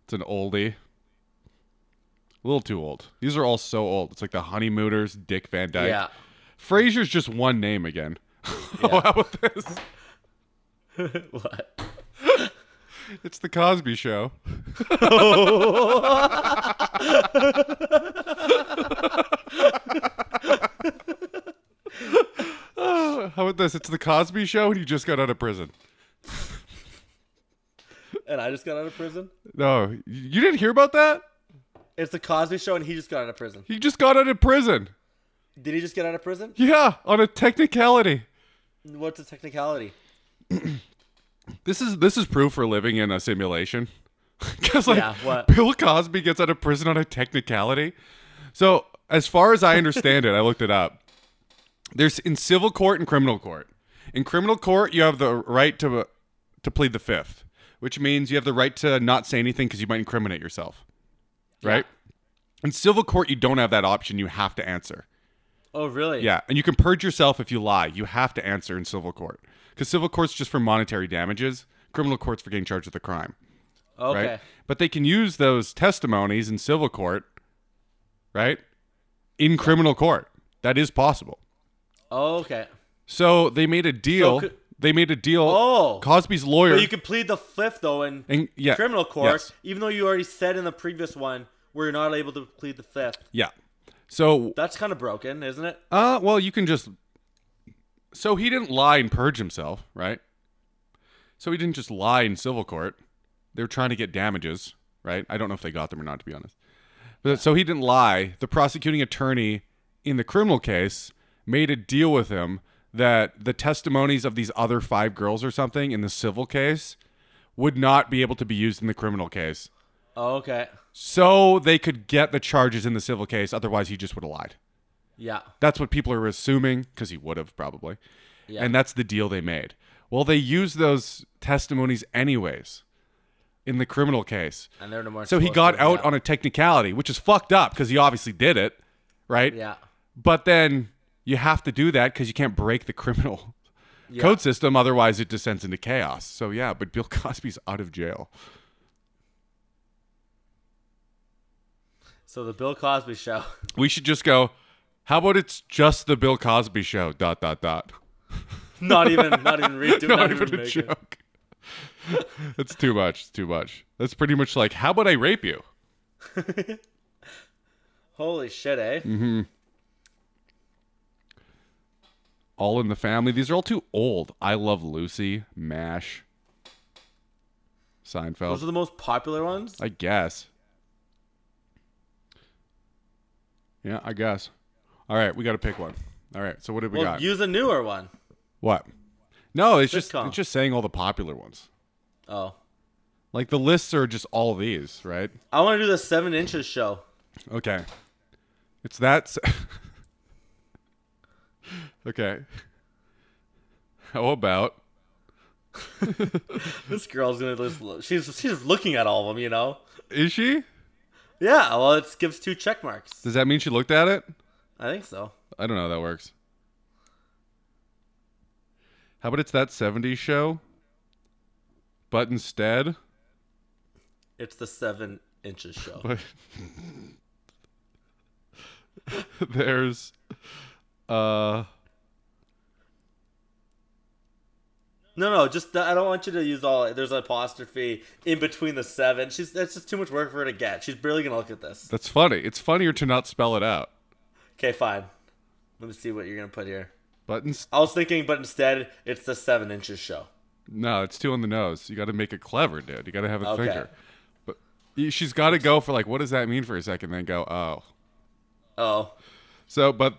It's an oldie. A little too old. These are all so old. It's like the Honeymooners, Dick Van Dyke.
Yeah.
Frasier's just one name again. oh, how about this?
what?
It's the Cosby Show. Oh, how about this? It's the Cosby Show, and you just got out of prison.
And I just got out of prison?
No, y- you didn't hear about that.
It's the Cosby show, and he just got out of prison.
He just got out of prison.
Did he just get out of prison?
Yeah, on a technicality.
What's the technicality?
This is this is proof we're living in a simulation. Because like
Yeah, what?
Bill Cosby gets out of prison on a technicality. So as far as I understand it, I looked it up. There's in civil court and criminal court. In criminal court, you have the right to uh, to plead the fifth, which means you have the right to not say anything because you might incriminate yourself. Right? In civil court, you don't have that option. You have to answer.
Oh, really?
Yeah, and you can purge yourself if you lie. You have to answer in civil court because civil court's just for monetary damages. Criminal court's for getting charged with a crime,
Okay.
right? But they can use those testimonies in civil court, right? In criminal court, that is possible.
Okay.
So they made a deal.
could-
they made a deal.
Oh.
Cosby's lawyer.
But you could plead the fifth, though, in
And- yeah,
criminal court,
yes.
even though you already said in the previous one we're not able to plead the fifth.
yeah. So
That's kind of broken, isn't it?
Uh, well, you can just. So he didn't lie and purge himself, right? So he didn't just lie in civil court. They were trying to get damages, right? I don't know if they got them or not, to be honest. But so he didn't lie. The prosecuting attorney in the criminal case made a deal with him that the testimonies of these other five girls or something in the civil case would not be able to be used in the criminal case.
okay.
So they could get the charges in the civil case. Otherwise, he just would have lied.
Yeah.
That's what people are assuming because he would have probably.
Yeah.
And that's the deal they made. Well, they used those testimonies anyways in the criminal case.
And they're no more.
So he got out on a technicality, which is fucked up because he obviously did it, right?
Yeah.
But then you have to do that because you can't break the criminal code system. Otherwise, it descends into chaos. So, yeah, but Bill Cosby's out of jail.
So the Bill Cosby show.
We should just go, how about it's just the Bill Cosby show? Dot, dot, dot.
not even. Not even redo.
not even a
make it.
joke. That's too much. It's too much. That's pretty much like, how about I rape you? Mm-hmm.
Holy shit, eh?
All in the Family. These are all too old. I Love Lucy, MASH, Seinfeld.
Those are the most popular ones.
I guess. Yeah, I guess. All right, we got to pick one. All right, so what did we
well,
got?
use a newer one.
what? No, it's just
Sitcom.
it's just saying all the popular ones.
Oh,
Like the lists are just all these, right?
I want to do the seven inches show.
Okay. It's that. s- okay. How about?
This girl's gonna just look, she's she's looking at all of them, you know.
Is she?
Yeah, well, it gives two check marks.
Does that mean she looked at it?
I think so.
I don't know how that works. How about it's that 70s show? But instead.
It's the seven inches show.
But there's uh
No, no, just I don't want you to use all. There's an apostrophe in between the seven. She's that's just too much work for her to get. She's barely gonna look at this.
that's funny. It's funnier to not spell it out.
Okay, fine. Let me see what you're gonna put here.
But ins-
I was thinking, but instead, it's the seven inches show.
no, it's two on the nose. You got to make it clever, dude. You got to have a
Okay.
thinker. But y- she's got to go for like what does that mean for a second then go, "Oh."
Oh,
So, but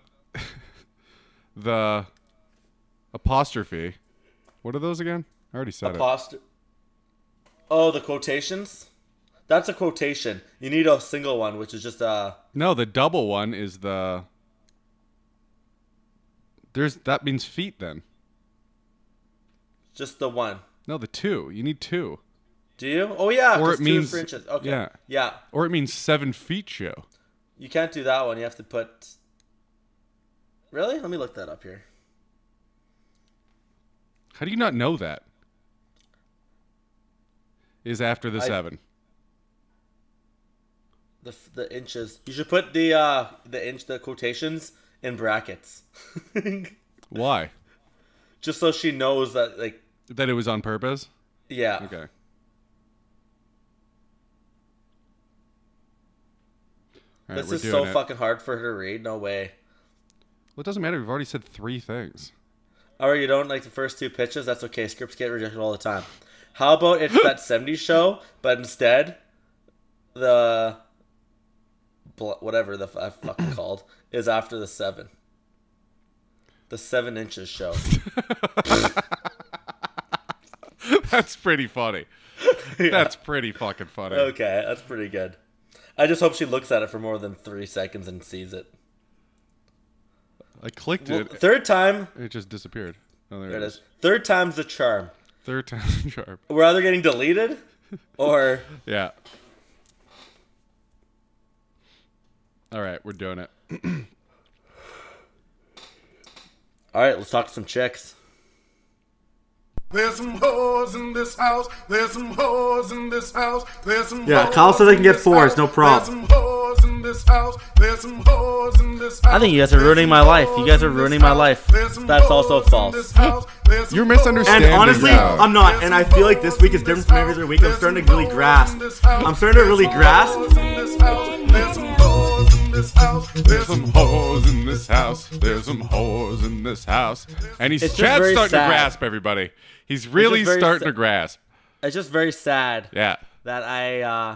the apostrophe what are those again? I already said it.
apostrophe. Oh, the quotations. That's a quotation. You need a single one, which is just uh
No, the double one is the There's that means feet then.
just the one.
No, the two. You need two.
Do you? Oh yeah,
Or
'cause
it
two
means-
for inches. Okay.
yeah.
Yeah.
Or it means seven feet show.
You can't do that one. You have to put. Really? Let me look that up here.
How do you not know that? Is after the
I-
seven.
The, f- the inches. You should put the uh the inch the quotations in brackets,
Why?
just so she knows that like
That it was on purpose?
yeah.
Okay. All right,
This
we're
is
doing
so
it.
fucking hard for her to read. No way.
Well, it doesn't matter. We've already said three things.
Or you don't like the first two pitches? That's okay. Scripts get rejected all the time. How about it's that '70s show, but instead the bl- whatever the f- I fucking called is after the seven. The seven inches show.
That's pretty funny. That's pretty fucking funny.
Okay, that's pretty good. I just hope she looks at it for more than three seconds and sees it.
I clicked
Well,
it.
third time,
it just disappeared. Oh, there,
there
it is.
Third time's the charm.
Third time sharp.
We're either getting deleted, or
Yeah. All right, we're doing it.
all right, let's talk to some chicks.
There's some hoes in this house. There's some hoes in this house. There's some
Yeah,
hoes
Kyle said they can
in
get
this
fours,
house.
no problem.
There's some hoes in this house. There's some hoes in this house.
I think you guys are
There's
ruining
some
my life.
hoes
You guys are
in this
ruining my
house.
life.
There's some
That's also
hoes in
false.
this house. There's some
You're
hoes in
misunderstanding
this
And honestly,
now.
I'm not. And I feel like this week is different from every other week. I'm starting to really grasp. I'm starting to really grasp.
There's some hoes in this house. There's some hoes in this house. And he's
It's just
Chad's
very
starting
sad.
to grasp everybody. He's really
very
starting
sa-
to grasp.
It's just very sad
Yeah.
that I, uh,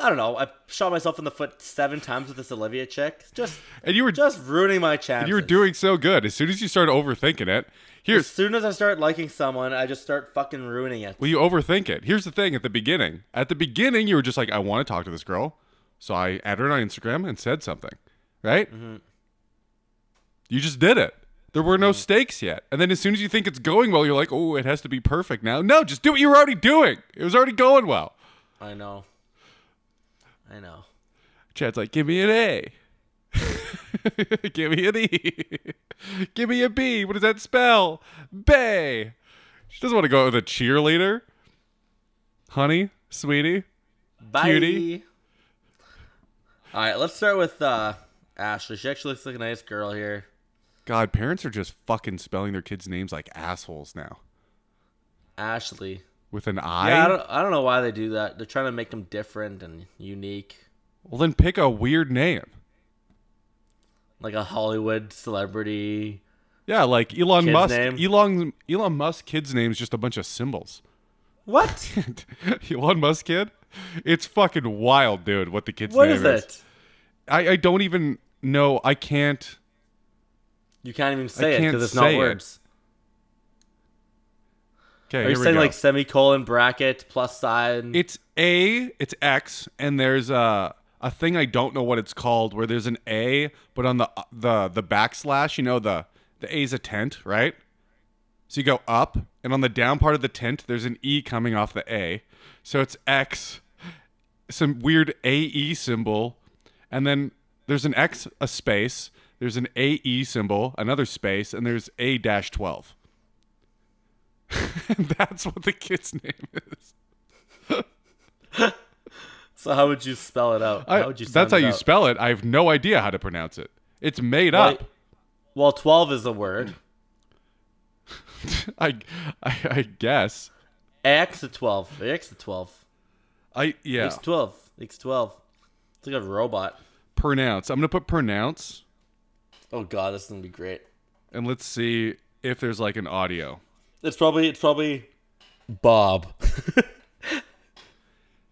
I don't know, I shot myself in the foot seven times with this Olivia chick. Just,
And you were
just ruining my chances.
you were doing so good. As soon as you started overthinking it,
As
here's
soon as I start liking someone, I just start fucking ruining it.
well, you overthink it. Here's the thing at the beginning. At the beginning, you were just like, I want to talk to this girl. So I added her on Instagram and said something. Right? You just did it. There were no stakes yet. And then as soon as you think it's going well, you're like, oh, it has to be perfect now. No, just do what you were already doing. It was already going well.
I know. I know.
Chad's like, give me an A. give me an E. give me a B. What does that spell? Bay. She doesn't want to go out with a cheerleader. Honey, sweetie.
Bye.
Cutie.
All right, let's start with uh, Ashley. She actually looks like a nice girl here.
God, parents are just fucking spelling their kids' names like assholes now.
Ashley.
With an I?
Yeah, I don't, I don't know why they do that. They're trying to make them different and unique,
well, then pick a weird name.
like a Hollywood celebrity
Yeah, like Elon
Kid's
Musk.
name.
Elon Elon Musk kid's name is just a bunch of symbols.
What?
Elon Musk kid. It's fucking wild, dude. What the kid's
What
name
is it?
I, I don't even know. I can't.
You can't even say it
can't
because it's
say
not
it.
words.
Okay,
Are you
here we
saying
go.
like semicolon bracket plus sign?
it's A, it's X, and there's a a thing I don't know what it's called where there's an A, but on the the the backslash, you know the the A's a tent, right? So you go up, and on the down part of the tent, there's an E coming off the A, so it's X, some weird AE symbol, and then there's an X, a space, there's an AE symbol, another space, and there's A dash twelve. That's what the kid's name is.
so how would you spell it out?
I-
how would you?
that's
sound
how
it
you
out?
spell it. I have no idea how to pronounce it. It's made
Well,
up.
Well, twelve is the word.
I, I, I guess.
X to twelve. X to twelve.
I yeah.
X twelve. X twelve. It's like a robot.
pronounce. I'm gonna put pronounce,
Oh god, this is gonna be great.
and let's see if there's like an audio.
It's probably it's probably Bob.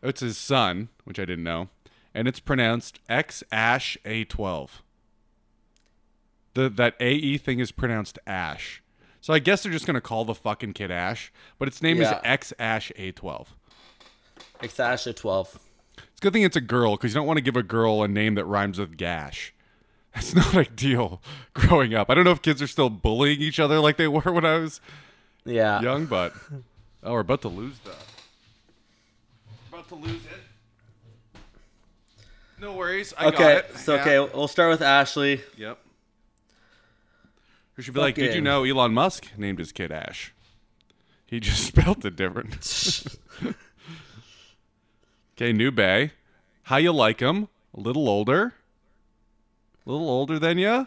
It's his son, which I didn't know, and it's pronounced X Ash A12. The that AE thing is pronounced Ash. So I guess they're just gonna call the fucking kid Ash, but its name
Yeah.
is X Ash A12.
X Ash to twelve.
It's a good thing it's a girl because you don't want to give a girl a name that rhymes with gash. That's not ideal growing up. I don't know if kids are still bullying each other like they were when I was
Yeah.
young, but oh, we're about to lose that. About to lose it. No worries. I got
Okay.
it.
So
Yeah.
okay, we'll start with Ashley.
Yep. Or she'd be like, "Did you
Fucking-
know Elon Musk named his kid Ash? He just spelled it different." Okay, new bay. How you like him? A little older. A little older than ya. A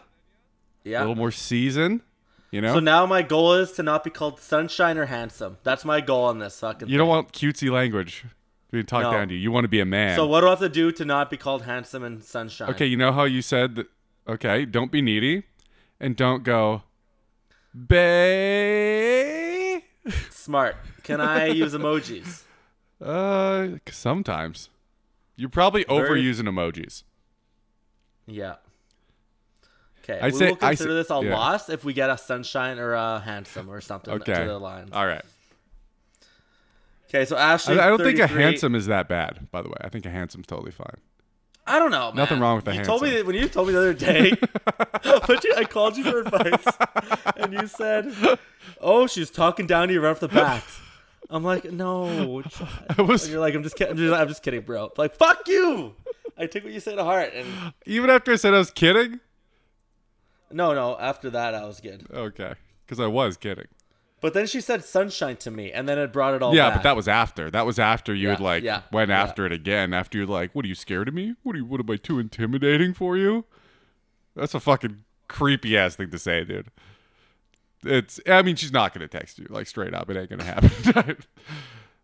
yeah.
little more seasoned. You know.
So now my goal is to not be called sunshine or handsome. That's my goal on this fucking.
you don't want cutesy language being talked
No.
down to you. You want to be a man.
So what do I have to do to not be called handsome and sunshine?
Okay, you know how you said, that, okay, don't be needy, and don't go, bay.
Smart. Can I use emojis?
Uh, sometimes you're probably
Very-
overusing emojis.
Yeah. Okay.
I'd
we
say-
will
I
consider
say-
this a
yeah.
loss if we get a sunshine or a handsome or something
Okay.
to the line.
All right.
Okay, so
I,
Ashley.
I don't think a
33
handsome is that bad, by the way. I think a handsome's totally fine.
I don't know. Man.
Nothing wrong with a
you told me
handsome.
that when you told me the other day. what you, I called you for advice, and you said, "Oh, she's talking down to you right off the bat." I'm like, "No," Chad."
I was
And you're like, "I'm just kidding. I'm just, I'm just kidding, bro." Like, fuck you. I took what you said to heart, and
even after I said I was kidding.
no, no. After that, I was good.
Okay, because I was kidding.
But then she said sunshine to me, and then it brought it all.
yeah,
back.
but that was after. That was after you had
Oh, Yeah,
like
yeah,
went
yeah.
after it again. After you're like, what are you scared of me? What are you? What am I too intimidating for you? That's a fucking creepy ass thing to say, dude. It's. I mean, she's not gonna text you like straight up. It ain't gonna happen.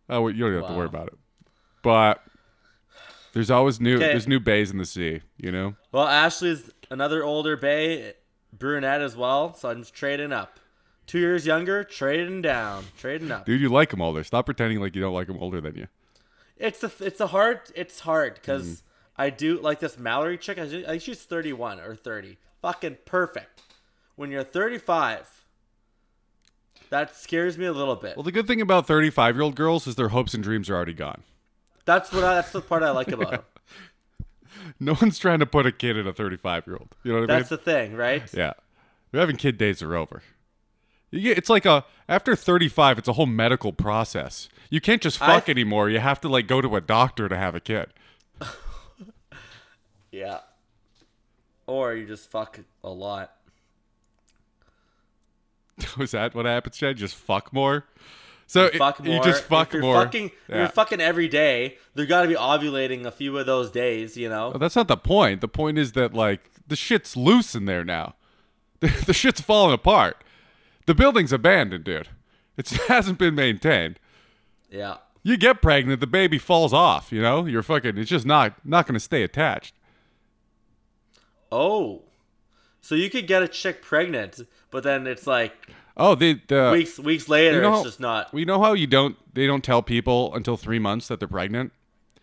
oh, well, you don't have to worry
Wow.
about it. But there's always new.
Okay.
There's new bays in the sea. You know.
Well, Ashley's another older Bay brunette as well, so I'm just trading up. Two years younger, trading down, trading up.
Dude, you like them older. Stop pretending like you don't like them older than you.
It's a it's a hard it's hard because
Mm-hmm.
I do like this Mallory chick. I think I think she's 31 or 30. Fucking perfect. When you're 35, that scares me a little bit.
Well, the good thing about 35 year old girls is their hopes and dreams are already gone.
that's what I, that's the part I like about them.
No one's trying to put a kid in a 35 year old. You know what I mean?
That's the thing, right?
Yeah. You're having kid days are over. You get, it's like a after 35, it's a whole medical process. You can't just
I-
fuck anymore. You have to like go to a doctor to have a kid.
Yeah. Or you just fuck a lot.
Is that what happens, Chad? Just fuck more. So it-
fuck more.
you just fuck
if you're
more.
Fucking, if
Yeah.
You're fucking every day. They're got to be ovulating a few of those days, you know.
But Oh, that's not the point. The point is that like the shit's loose in there now. The, the shit's falling apart. The building's abandoned, dude. It hasn't been maintained.
Yeah.
You get pregnant, the baby falls off. You know, you're fucking. It's just not not going to stay attached.
Oh, So you could get a chick pregnant, but then it's like
Oh, the the
weeks weeks later,
you know
it's
how-
just not.
We know how you don't they don't tell people until three months that they're pregnant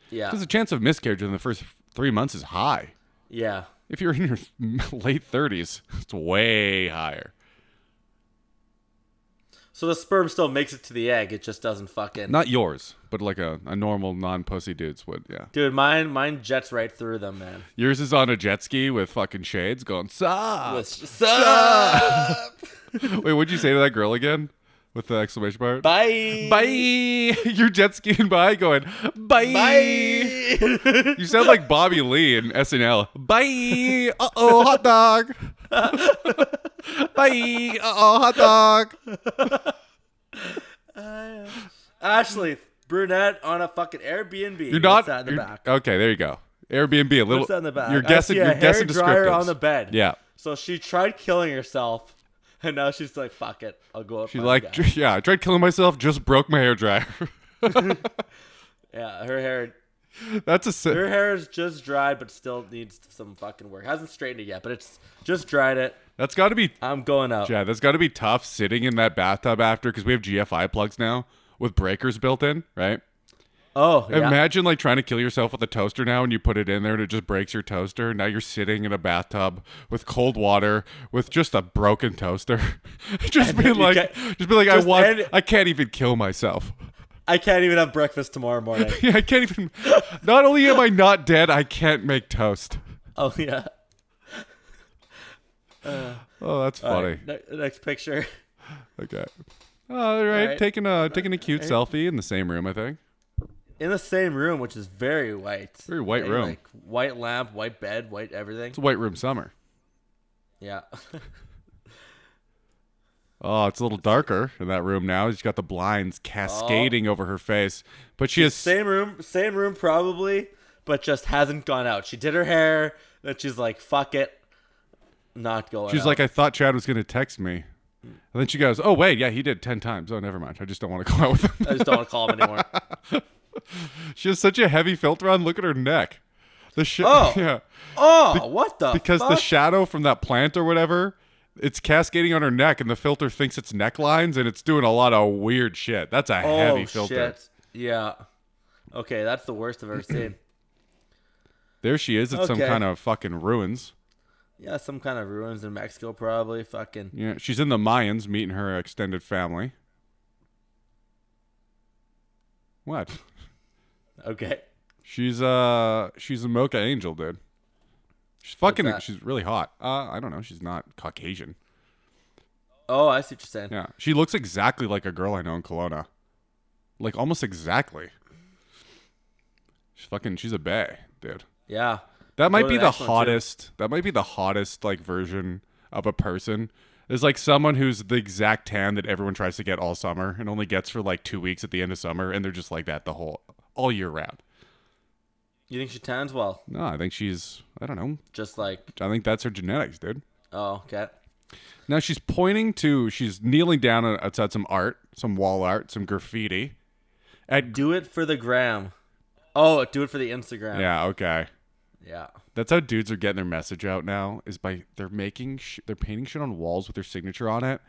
Yeah,
because the chance of miscarriage in the first three months is high.
yeah.
If you're in your late thirties, it's way higher.
So the sperm still makes it to the egg. It just doesn't fucking.
Not yours, but like a, a normal non pussy dude's would. Yeah,
Dude, mine mine jets right through them, man.
yours is on a jet ski with fucking shades going. Sup?
It's just- Ah!
Wait, what'd you say to that girl again? With the exclamation part?
Bye.
Bye. You're jet skiing by going, bye.
Bye.
You sound like Bobby Lee in SNL. Bye. Uh oh, hot dog. bye. Uh oh, hot dog.
Ashley, brunette on a fucking Airbnb.
You're not.
What's that in the
you're-
back?
okay, there you go. Airbnb, a little.
What's that in the back?
You're
I
guessing.
see a
You're guessing
hairdryer
descriptives.
on the bed.
Yeah.
So she tried killing herself, and now she's like, "Fuck it, I'll go up."
She's like, yeah, I tried killing myself, just broke my hairdryer.
yeah, her hair,
That's a. si-
her hair is just dried, but still needs some fucking work. Hasn't straightened it yet, but it's just dried it.
That's got to be
I'm going out.
Yeah, that's got to be tough sitting in that bathtub after because we have GFI plugs now with breakers built in, right?
Oh, yeah.
Imagine like trying to kill yourself with a toaster now and you put it in there and it just breaks your toaster. Now you're sitting in a bathtub with cold water with just a broken toaster. just being
you
like,
can't-
just be like,
just
I want,
end-
I can't even kill myself.
I can't even have breakfast tomorrow morning.
I can't even. Not only am I not dead, I can't make toast.
oh yeah.
Oh, that's funny.
Ne- next picture.
Okay. All right,
right.
taking a taking a cute selfie in the same room, I think.
in the same room, which is very white.
Very white room.
white lamp, white bed, white everything.
It's white room summer.
Yeah.
Oh, it's a little darker in that room now. She's got the blinds cascading over her face, but she is
same room, same room probably, but just hasn't gone out. She did her hair, then she's like, fuck it. Not going
she's
out.
like, I thought Chad was gonna text me, and then she goes, Oh wait, yeah, he did ten times. Oh, never mind. I just don't want to go out with him.
I just don't want to call him anymore.
she has such a heavy filter on. Look at her neck. The sh-
Oh.
yeah,
Oh, what the
because the
fuck?
shadow from that plant or whatever, it's cascading on her neck, and the filter thinks it's necklines, and it's doing a lot of weird shit. That's a
oh,
heavy filter.
Shit. Yeah. Okay, that's the worst I've ever seen.
There she is. It's some
Okay.
kind of fucking ruins.
yeah, some kind of ruins in Mexico probably. Fucking
Yeah, she's in the Mayans meeting her extended family. What?
okay.
She's uh she's a mocha angel, dude. She's fucking
that?
she's really hot. Uh I don't know, she's not Caucasian.
Oh, I see what you're saying.
Yeah. She looks exactly like a girl I know in Kelowna. Like almost exactly. She's fucking she's a bay, dude.
Yeah.
That might
to
be
the
the
next one, too.
hottest. That might be the hottest like version of a person. Is like someone who's the exact tan that everyone tries to get all summer and only gets for like two weeks at the end of summer, and they're just like that the whole all year round.
You think she tans well?
No, I think she's. I don't know.
Just like,
I think that's her genetics, dude.
oh, okay.
Now she's pointing to. She's kneeling down outside some art, some wall art, some graffiti. At
Do it for the gram. Oh, do it for the Instagram.
yeah, okay.
Yeah.
That's how dudes are getting their message out now. Is by they're making sh- they're painting shit on walls with their signature on it,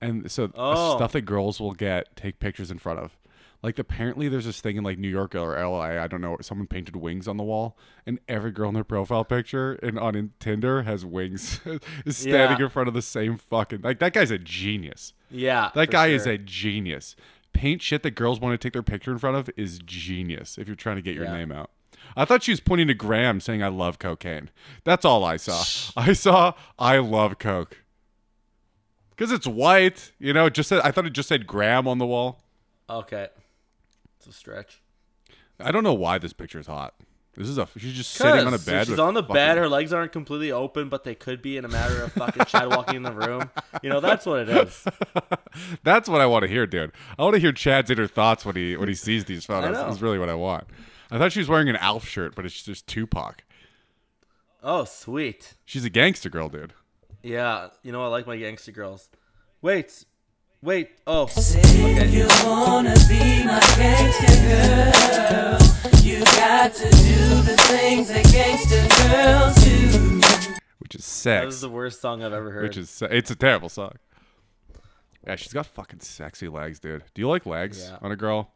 and so
Oh.
stuff that girls will get take pictures in front of. Like apparently there's this thing in like New York or LA, I don't know. Someone painted wings on the wall, and every girl in their profile picture and on in Tinder has wings, is standing
Yeah.
in front of the same fucking like that guy's a genius.
Yeah.
That
for
guy is
sure.
a genius. Paint shit that girls want to take their picture in front of is genius if you're trying to get your
Yeah.
name out. I thought she was pointing to Graham saying, I love cocaine. That's all I saw. I saw, I love coke. Because it's white, you know, it just said, I thought it just said Graham on the wall.
Okay. It's a stretch.
I don't know why this picture is hot. This is a, she's just sitting on a
'Cause
bed.
She's
with
on the
fucking-
bed. Her legs aren't completely open, but they could be in a matter of fucking Chad walking in the room. You know, that's what it is.
That's what I want to hear, dude. I want to hear Chad's inner thoughts when he when he sees these photos.
know.
That's really what I want. I thought she was wearing an Alf shirt, but it's just Tupac.
Oh, sweet.
She's a gangster girl, dude.
Yeah. You know, I like my gangster girls. Wait. Wait. Oh.
If you wanna be my gangster girl, you got to do the things that gangster girls do.
which is
That is
sex.
the worst song I've ever heard.
Which is se- it's a terrible song. Yeah, she's got fucking sexy legs, dude. Do you like legs
Yeah.
on a girl?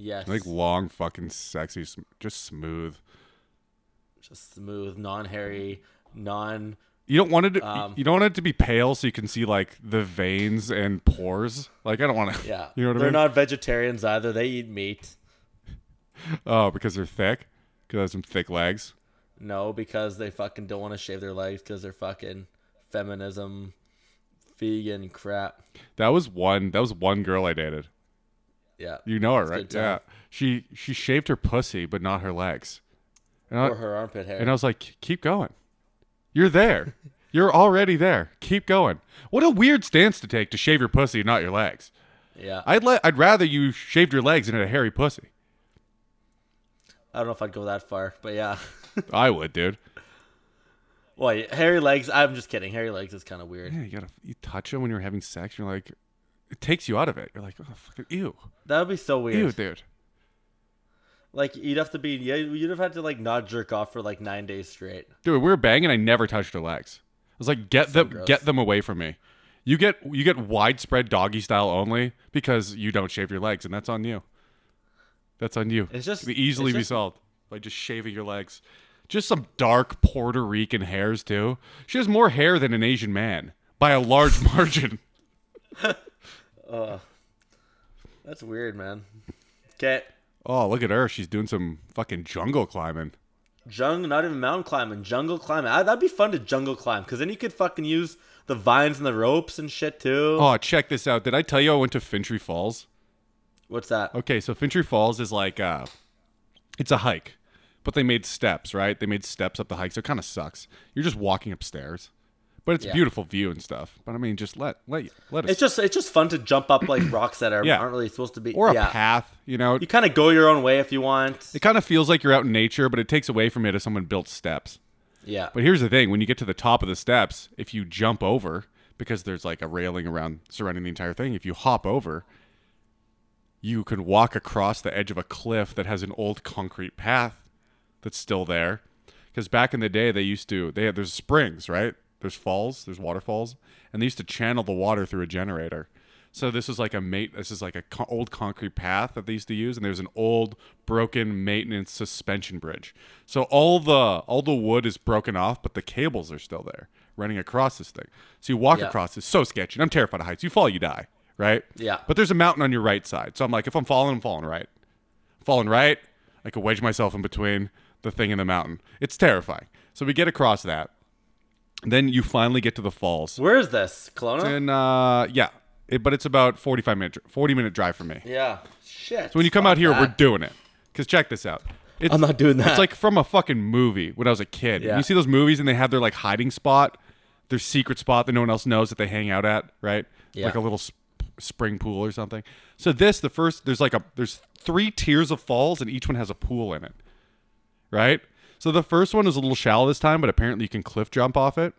yes,
Like long, fucking sexy, sm- just smooth.
just smooth, non-hairy, non.
You don't want it. To,
Um,
you don't want it to be pale, so you can see like the veins and pores. Like I don't want to.
Yeah,
You know what
they're
I mean?
not vegetarians either. They eat meat.
oh, because they're thick. Because they have some thick legs.
No, because they fucking don't want to shave their legs because they're fucking feminism, vegan crap.
That was one. That was one girl I dated.
Yeah,
You know her,
a
right?
good
Yeah.
time.
She she shaved her pussy, but not her legs. And I,
or her armpit hair.
and I was like, keep going. You're there. You're already there. Keep going. What a weird stance to take to shave your pussy, and not your legs.
yeah, I,
I'd let. I'd rather you shaved your legs and had a hairy pussy.
don't know if I'd go that far, but yeah.
I would, dude.
well, yeah, hairy legs. I'm just kidding. Hairy legs is kind of weird.
Yeah, you gotta you touch them when you're having sex. You're like, it takes you out of it. You're like, oh fucking ew,
That would be so
ew,
weird.
dude.
Like you'd have to be. Yeah, you'd have had to like not jerk off for like nine days straight.
Dude, we were banging. I never touched her legs. I was like, get them,
gross.
get them away from me. You get you get widespread doggy style only because you don't shave your legs, and that's on you. That's on you.
It's just-
It could easily
it's
be
just-
solved by just shaving your legs. Just some dark Puerto Rican hairs too. She has more hair than an Asian man by a large margin.
That's weird, man. Okay,
Oh, look at her. She's doing some fucking jungle climbing.
jungle. Not even mountain climbing. Jungle climbing. Ah, that'd be fun to jungle climb because then you could fucking use the vines and the ropes and shit too.
Oh, check this out. Did I tell you I went to Fintry Falls?
What's that?
Okay, so Fintry Falls is like uh it's a hike. But they made steps, right? They made steps up the hike, so it kinda sucks. You're just walking upstairs. But it's a
Yeah.
beautiful view and stuff. But I mean just let let let us
It's just it's just fun to jump up like rocks that are
Yeah.
aren't really supposed to be.
or a
yeah.
path, you know.
You kind of go your own way if you want.
it kind of feels like you're out in nature, but it takes away from it if someone built steps.
Yeah.
But here's the thing: when you get to the top of the steps, if you jump over, because there's like a railing around surrounding the entire thing, if you hop over, you can walk across the edge of a cliff that has an old concrete path that's still there. Because back in the day, they used to they had there's springs, right? There's falls, there's waterfalls, and they used to channel the water through a generator. So this is like a mate. This is like a co- old concrete path that they used to use, and there's an old broken maintenance suspension bridge. So all the all the wood is broken off, but the cables are still there, running across this thing. So you walk
Yeah.
across. It's so sketchy. and I'm terrified of heights. You fall, you die, right?
Yeah.
But there's a mountain on your right side, so I'm like, if I'm falling, I'm falling right falling right. I could wedge myself in between the thing and the mountain. It's terrifying. So we get across that. Then you finally get to the falls.
Where is this? Kelowna?
And uh, yeah, it, but it's about 45 minute, 40 minute drive for me.
Yeah. Shit.
So when you come out here, we're
that.
doing it. Because check this out. It's,
I'm not doing that.
It's like from a fucking movie when I was a kid.
Yeah.
You see those movies and they have their like hiding spot, their secret spot that no one else knows that they hang out at, right?
Yeah.
Like a little sp- spring pool or something. So this, the first, there's like a there's three tiers of falls and each one has a pool in it, right? So the first one is a little shallow this time, but apparently you can cliff jump off it.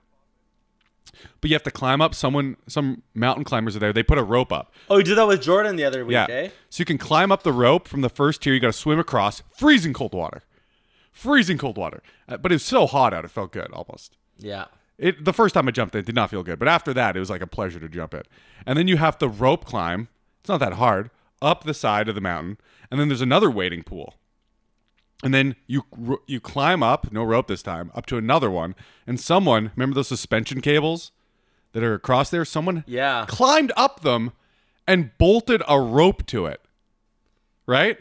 But you have to climb up. Someone, some mountain climbers are there. They put a rope up.
Oh, you did that with Jordan the other week,
Yeah.
eh?
So you can climb up the rope from the first tier. You got to swim across freezing cold water, freezing cold water. Uh, but it was so hot out, it felt good almost.
Yeah.
It the first time I jumped in, it did not feel good, but after that, it was like a pleasure to jump in. And then you have to rope climb. It's not that hard up the side of the mountain, and then there's another wading pool. And then you ro- you climb up, no rope this time, up to another one. And someone, remember those suspension cables that are across there? Someone
Yeah.
climbed up them and bolted a rope to it. Right?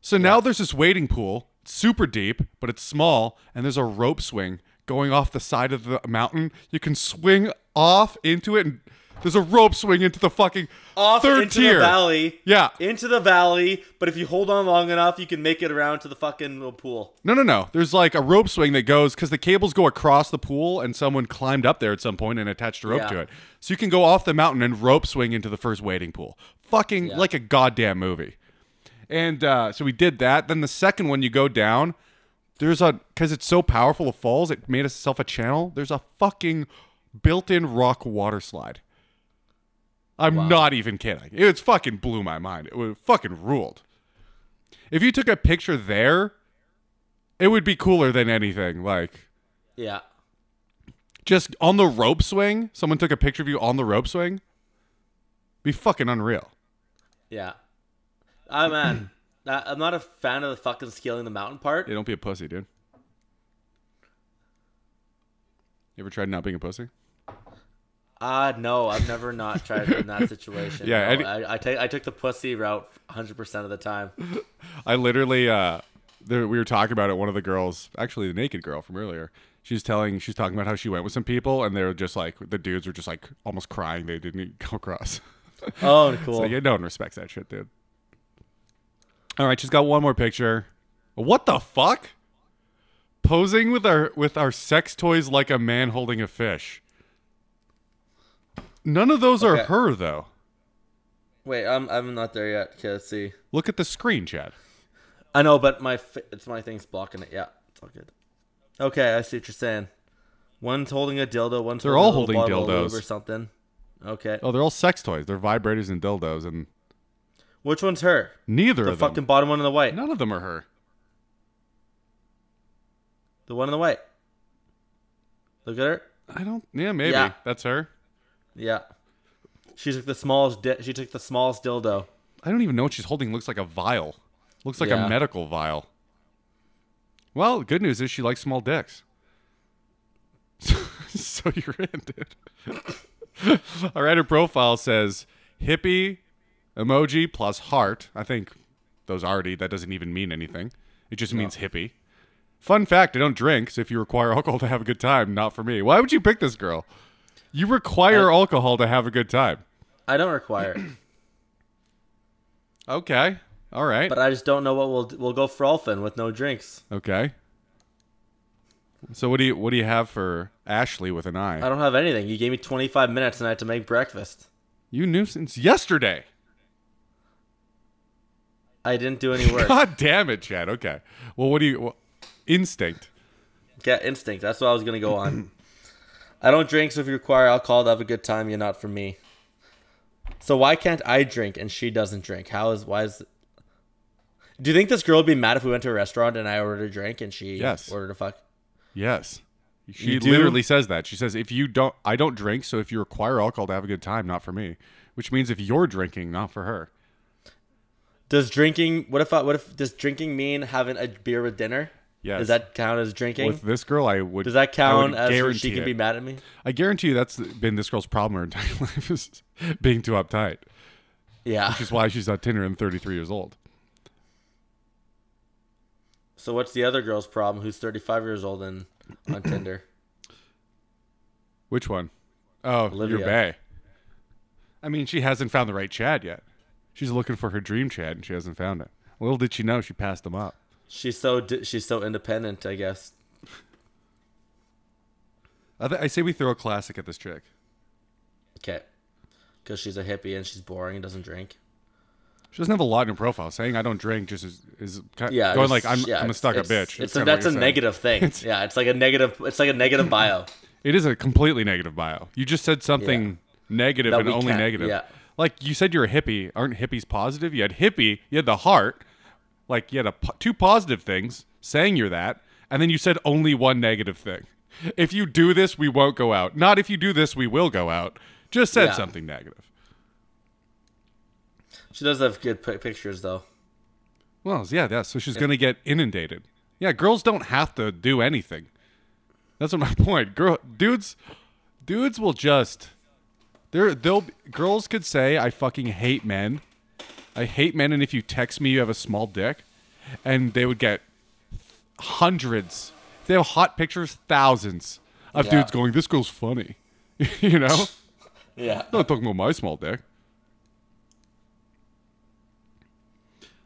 So now there's this wading pool, It's super deep, but it's small, and there's a rope swing going off the side of the mountain. You can swing off into it, and there's a rope swing into the fucking
Off
third
into
tier.
the valley.
Yeah.
Into the valley, but if you hold on long enough, you can make it around to the fucking little pool.
No, no, no. There's like a rope swing that goes because the cables go across the pool, and someone climbed up there at some point and attached a rope
Yeah.
to it. So you can go off the mountain and rope swing into the first wading pool. Fucking like a goddamn movie. And uh, so we did that. Then the second one, you go down. There's a because it's so powerful of falls, it made itself a channel. There's a fucking built-in rock water slide. I'm not even kidding. It's fucking blew my mind. It was fucking ruled. If you took a picture there, it would be cooler than anything. Like
Yeah.
Just on the rope swing. Someone took a picture of you on the rope swing. Be fucking unreal.
Yeah. Oh man, I- I'm not a fan of the fucking scaling the mountain part.
Yeah, don't be a pussy, dude. You ever tried not being a pussy?
Ah, no, I've never not tried in that situation.
Yeah,
no,
any-
I, I, take- I took the pussy route 100 percent of the time.
I literally, uh, there, we were talking about it. One of the girls, actually the naked girl from earlier, she's telling, she's talking about how she went with some people, and they were just like, the dudes were just like almost crying they didn't come across.
Oh, cool.
So yeah, no one respects that shit, dude. All right, she's got one more picture. What the fuck? Posing with our with our sex toys like a man holding a fish. None of those are
Okay.
her though.
Wait, I'm I'm not there yet. Okay, let's see.
Look at the screen, Chad.
I know, but my fi- it's my thing's blocking it. Yeah, it's all good. Okay, I see what you're saying. One's holding a dildo. One's
They're
holding
all
a
holding
bottle of lube
dildos.
or something. Okay,
Oh, they're all sex toys. They're vibrators and dildos, and
which one's her?
neither
The
of them.
fucking bottom one in the white.
None of them are her.
The one in the white. Look at her.
I don't. Yeah, maybe
Yeah.
that's her.
Yeah. She took the smallest. Di- she took the smallest dildo.
I don't even know what she's holding. Looks like a vial. Looks like
Yeah.
a medical vial. Well, good news is she likes small dicks. So, so you're in, dude. All right, her profile says hippie emoji plus heart. I think those already, that doesn't even mean anything. It just means hippie. Fun fact I don't drink, so if you require alcohol to have a good time, not for me. Why would you pick this girl? You require alcohol to have a good time.
I don't require it,
Okay. All right.
but I just don't know what we'll do. we'll go for Frolfin with no drinks.
Okay. So what do you what do you have for Ashley with an eye?
I don't have anything. You gave me 25 minutes and I had to make breakfast.
you knew since yesterday.
I didn't do any work.
God damn it, Chad. Okay. Well, what do you wh- instinct?
Cat instinct. That's what I was gonna go on. I don't drink, so if you require alcohol to have a good time, you're not for me. So why can't I drink and she doesn't drink? How is why is? Do you think this girl would be mad if we went to a restaurant and I ordered a drink and she
Yes.
ordered a fuck?
Yes. She
You do?
literally says that. She says if you don't I don't drink, so if you require alcohol to have a good time, not for me. Which means if you're drinking, not for her.
Does drinking? What if I? What if does drinking mean having a beer with dinner?
Yes.
Does that count as drinking?
With this girl, I would
does that
I would
count as where she
guarantee
can be
it.
mad at me?
I guarantee you that's been this girl's problem her entire life is being too uptight.
Yeah.
Which is why she's on Tinder and 33 years old.
So what's the other girl's problem? Who's 35 years old and on Tinder?
Which one? Oh,
Olivia.
your bay. I mean, she hasn't found the right Chad yet. She's looking for her dream Chad, and she hasn't found it. Little did she know she passed him up.
She's so di- she's so independent, I guess.
I, th- I say we throw a classic at this chick.
Okay. Because she's a hippie and she's boring and doesn't drink.
She doesn't have a lot in her profile. Saying I don't drink just is, is kind
Yeah.
going
it's-
like I'm,
yeah,
I'm a stuck up
it's-
bitch.
It's,
kinda
that's a
what you're saying.
negative thing. yeah. It's like a negative. It's like a negative bio.
It is a completely negative bio. You just said something
Yeah.
negative
That
and
we
only
can't-
negative.
yeah.
Like you said, you're a hippie. Aren't hippies positive? You had hippie. You had the heart. Like you had a, po- two positive things saying you're that, and then you said only one negative thing. If you do this, we won't go out. Not if you do this, we will go out. Just said
Yeah.
something negative.
She does have good pi pictures though.
Well, yeah, yeah. So she's gonna get inundated. Yeah, girls don't have to do anything. That's what my point. Girl, dudes, dudes will just. They're they'll girls could say I fucking hate men. I hate men, and if you text me, you have a small dick, and they would get hundreds. If They have hot pictures, thousands of
Yeah.
dudes going. This girl's funny, you know.
Yeah.
I'm not talking about my small dick.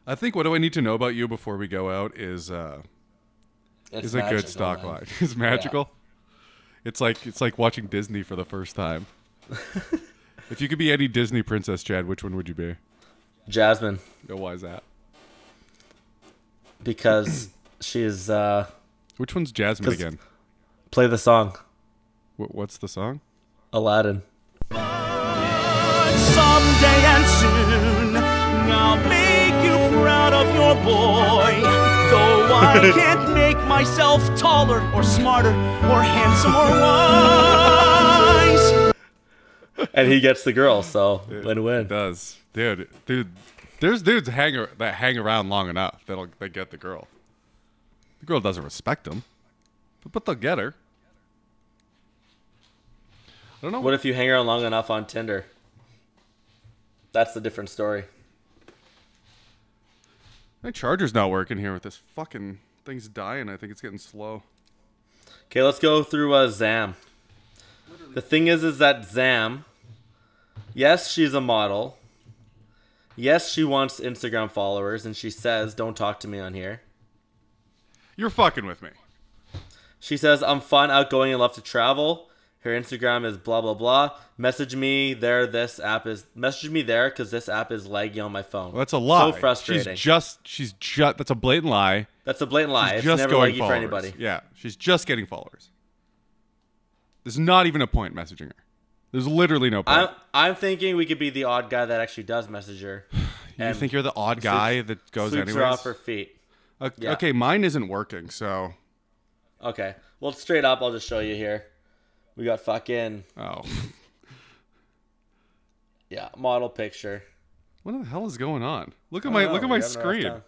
I think what do I need to know about you before we go out is uh,
It's
is a good stock line. It's magical. It's like it's like watching Disney for the first time. if you could be any Disney princess, Chad, which one would you be?
Jasmine,
Oh, why is that?
because she's uh,
Which one's Jasmine
'Cause-
again?
play the song
Wh- what's the song?
Aladdin.
someday and soon I'll make you proud of your boy Though I can't make make myself taller or smarter or handsome or wise.
and he gets the girl, so win win.
does dude dude there's dudes hang ar- that hang around long enough that'll they get the girl the girl doesn't respect them but, but they'll get her i don't know
What if you hang around long enough on Tinder? That's the different story.
my charger's not working here with this fucking thing's dying i think it's getting slow
Okay, let's go through uh, Zam. The thing is, is that Zam, yes, she's a model. Yes, she wants Instagram followers, and she says, "Don't talk to me on here."
you're fucking with me
She says, I'm fun, outgoing, and love to travel. Her Instagram is blah, blah, blah. Message me there. This app is. Message me there because this app is laggy on my phone.
well, that's a lie
So frustrating.
she's just she's just that's a blatant lie
that's a blatant lie. It's
just
never
going
laggy
followers.
for anybody.
Yeah, she's just getting followers. There's not even a point messaging her. There's literally no point.
I'm, I'm thinking we could be the odd guy that actually does message her.
you think you're the odd guy that goes
Sweeps her
anyways?
off her feet.
O-
yeah.
Okay, mine isn't working, so
Okay. Well, straight up, I'll just show you here. We got fucking.
oh,
Yeah, model picture.
what the hell is going on? Look at my
Oh,
look at
you're
my
having a rough
screen. I'm,
time.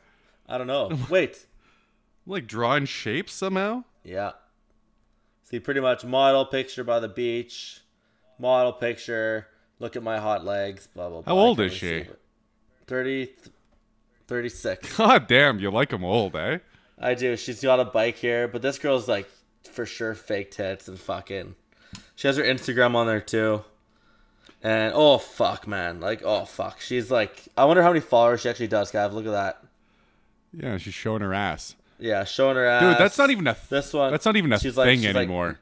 I don't know. Wait.
like drawing shapes somehow.
Yeah. See, pretty much model picture by the beach, model picture, look at my hot legs, blah, blah, blah.
How old
I can't
is
really
she?
see it. 30, 36.
God Ah, damn, you like 'em old, eh?
I do. She's got a bike here, but this girl's like for sure fake tits and fucking. She has her Instagram on there too. And oh fuck, man. Like, oh fuck. She's like, I wonder how many followers she actually does, Gav. Look at that.
Yeah, she's showing her ass,
Yeah, showing her ass.
dude. That's not even a th-
This one.
That's not even a
she's
thing
like- she's like-
anymore.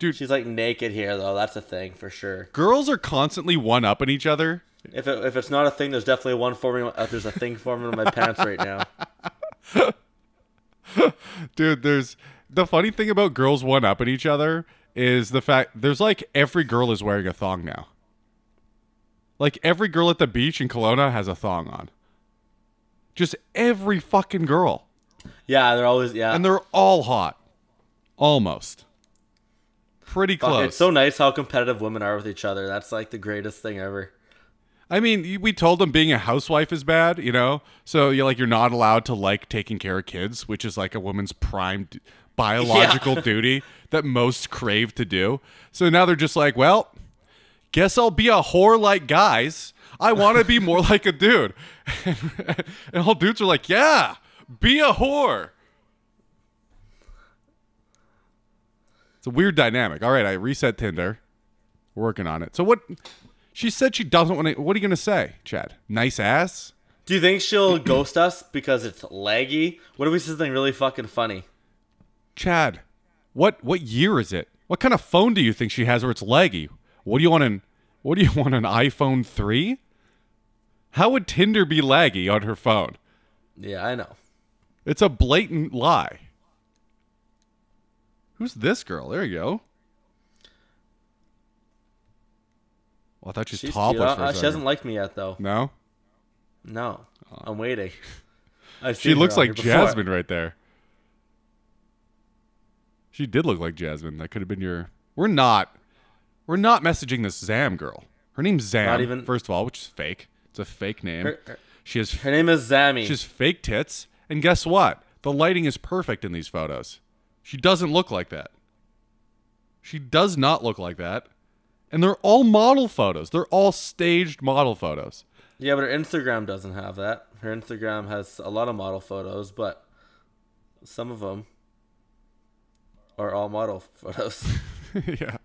dude,
She's like naked here, though. That's a thing for sure.
girls are constantly one upping each other.
If, it, if it's not a thing, there's definitely one forming. Uh, there's a thing forming in my pants right now.
dude there's the funny thing about girls one up at each other is the fact there's like every girl is wearing a thong now like every girl at the beach in Kelowna has a thong on just every fucking girl
Yeah, they're always yeah.
and they're all hot almost pretty
Fuck,
close
It's so nice how competitive women are with each other. That's like the greatest thing ever.
I mean, you- we told them being a housewife is bad, you know. So you are like you're not allowed to like taking care of kids, which is like a woman's prime d- biological duty that most crave to do. So now they're just like, well, guess I'll be a whore like guys. I want to be more like a dude. and all dudes are like, yeah, be a whore. It's a weird dynamic. All right, I reset Tinder. Working on it. So what? She said she doesn't want to. What are you going to say, Chad? Nice ass?
Do you think she'll ghost us because it's laggy? What if we say something really fucking funny?
Chad, what what year is it? What kind of phone do you think she has where it's laggy? What do you want an What do you want an iPhone 3? How would Tinder be laggy on her phone?
Yeah, I know.
It's a blatant lie. Who's this girl? There you go. Well, I thought she was
She's
topless
cute.
for a
Uh, she
second.
hasn't liked me yet, though.
no? Oh.
No, I'm waiting. I've
She
seen her
looks
on
like
here before.
Jasmine right there. She did look like Jasmine. That could have been your. We're not. We're not messaging this Zam girl. Her name's Zam.
Not even-
First of all, which is fake. It's a fake name.
Her- her-
she has.
Her name is Zami.
She has fake tits. And guess what? The lighting is perfect in these photos. She doesn't look like that. She does not look like that. And they're all model photos. They're all staged model photos.
Yeah, but her Instagram doesn't have that. Her Instagram has a lot of model photos, but some of them are all model photos.
yeah.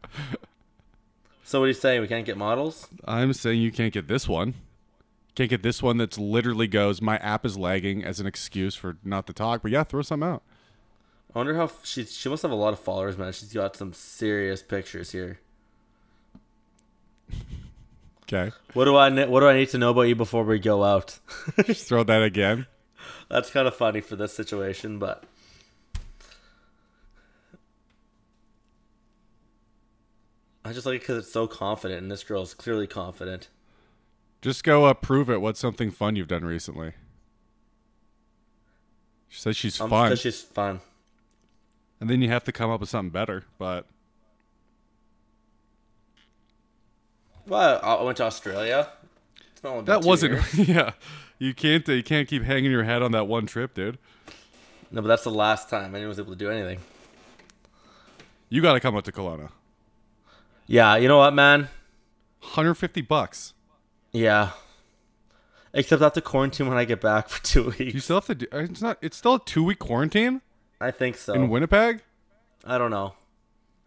so what are you saying? We can't get models?
I'm saying you can't get this one. Can't get this one that's literally goes, my app is lagging as an excuse for not to talk. But yeah, throw something out.
I wonder how f- she she must have a lot of followers, man. She's got some serious pictures here.
Okay.
What do I ne- what do I need to know about you before we go out?
Just throw that again.
That's kind of funny for this situation, but I just like it because it's so confident, and this girl is clearly confident.
Just go uh, prove it. What's something fun you've done recently? She says she's
Um,
fun.
Because she's fun.
And then you have to come up with something better. But
Well, I I went to Australia. It's not only been
that
two
wasn't.
years.
yeah, you can't. uh, You can't keep hanging your head on that one trip, dude.
No, but that's the last time anyone was able to do anything.
You got to come up to Kelowna.
Yeah, you know what, man?
150 bucks.
Yeah. Except I have to quarantine when I get back for two
You
weeks.
still have to do. uh, It's not. It's still a two week quarantine
I think so.
in Winnipeg.
I don't know.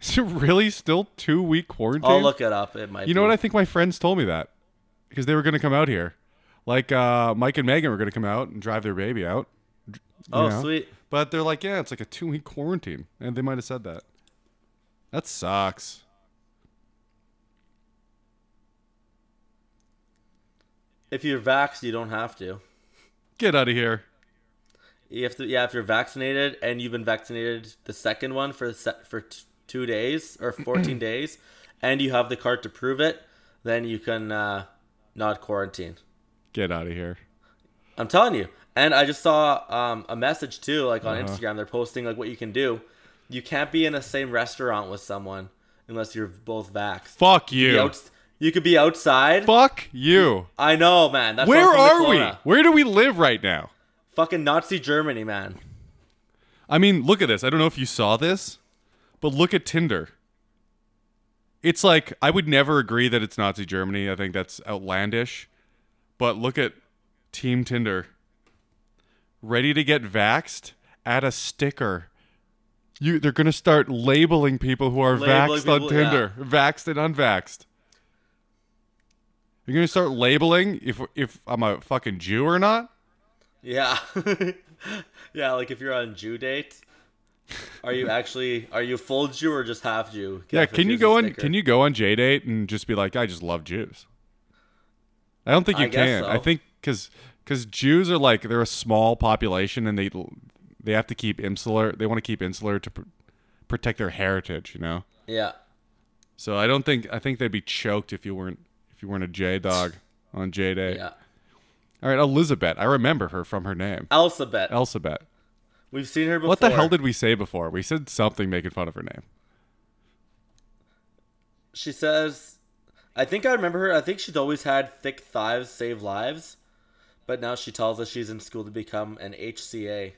Is it really still two week quarantine?
I'll Oh, look it up. It might.
You know what?
be.
I think my friends told me that because they were going to come out here. Like uh, Mike and Megan were going to come out and drive their baby out.
Oh,
know?
sweet.
But they're like, yeah, it's like a two week quarantine. And they might have said that. That sucks.
If you're vaxxed, you don't have to.
Get out of here.
You have to. Yeah, if you're vaccinated and you've been vaccinated the second one for set for t- two days or 14 days, and you have the card to prove it, then you can uh, not quarantine.
Get out of here.
I'm telling you. And I just saw um, a message too, like
Uh-huh.
on Instagram. They're posting like what you can do. You can't be in the same restaurant with someone unless you're both vaxxed.
Fuck
Be
you.
outs- you could be outside.
Fuck you.
I know, man. That's
Where
why I'm from
are we?
Kelowna.
Where do we live right now?
Fucking Nazi Germany, man.
I mean, look at this. I don't know if you saw this, but look at Tinder. It's like I would never agree that it's Nazi Germany. I think that's outlandish. But look at Team Tinder. Ready to get vaxxed? Add a sticker. You they're gonna start labeling people who are
Labeling
vaxxed on
people, yeah.
Tinder. Vaxxed and unvaxxed. You're gonna start labeling if if I'm a fucking Jew or not?
Yeah. yeah, like if you're on Jew date, are you actually are you full Jew or just half Jew?
Yeah,
Catholic
can you
Jew's a
go on
sticker.
can you go on J date and just be like, I just love Jews? I don't think you
I guess
can.
so.
I think because because Jews are like they're a small population and they they have to keep insular. They want to keep insular to pr- protect their heritage, you know.
Yeah.
So I don't think I think they'd be choked if you weren't if you weren't a J dog on J date.
Yeah.
All right, Elizabeth. I remember her from her name,
Elsabet.
Elsabet.
We've seen her Uh, before.
What the hell did we say before? We said something making fun of her name.
she says I think I remember her. I think she's always had thick thighs save lives. But now she tells us she's in school to become an HCA.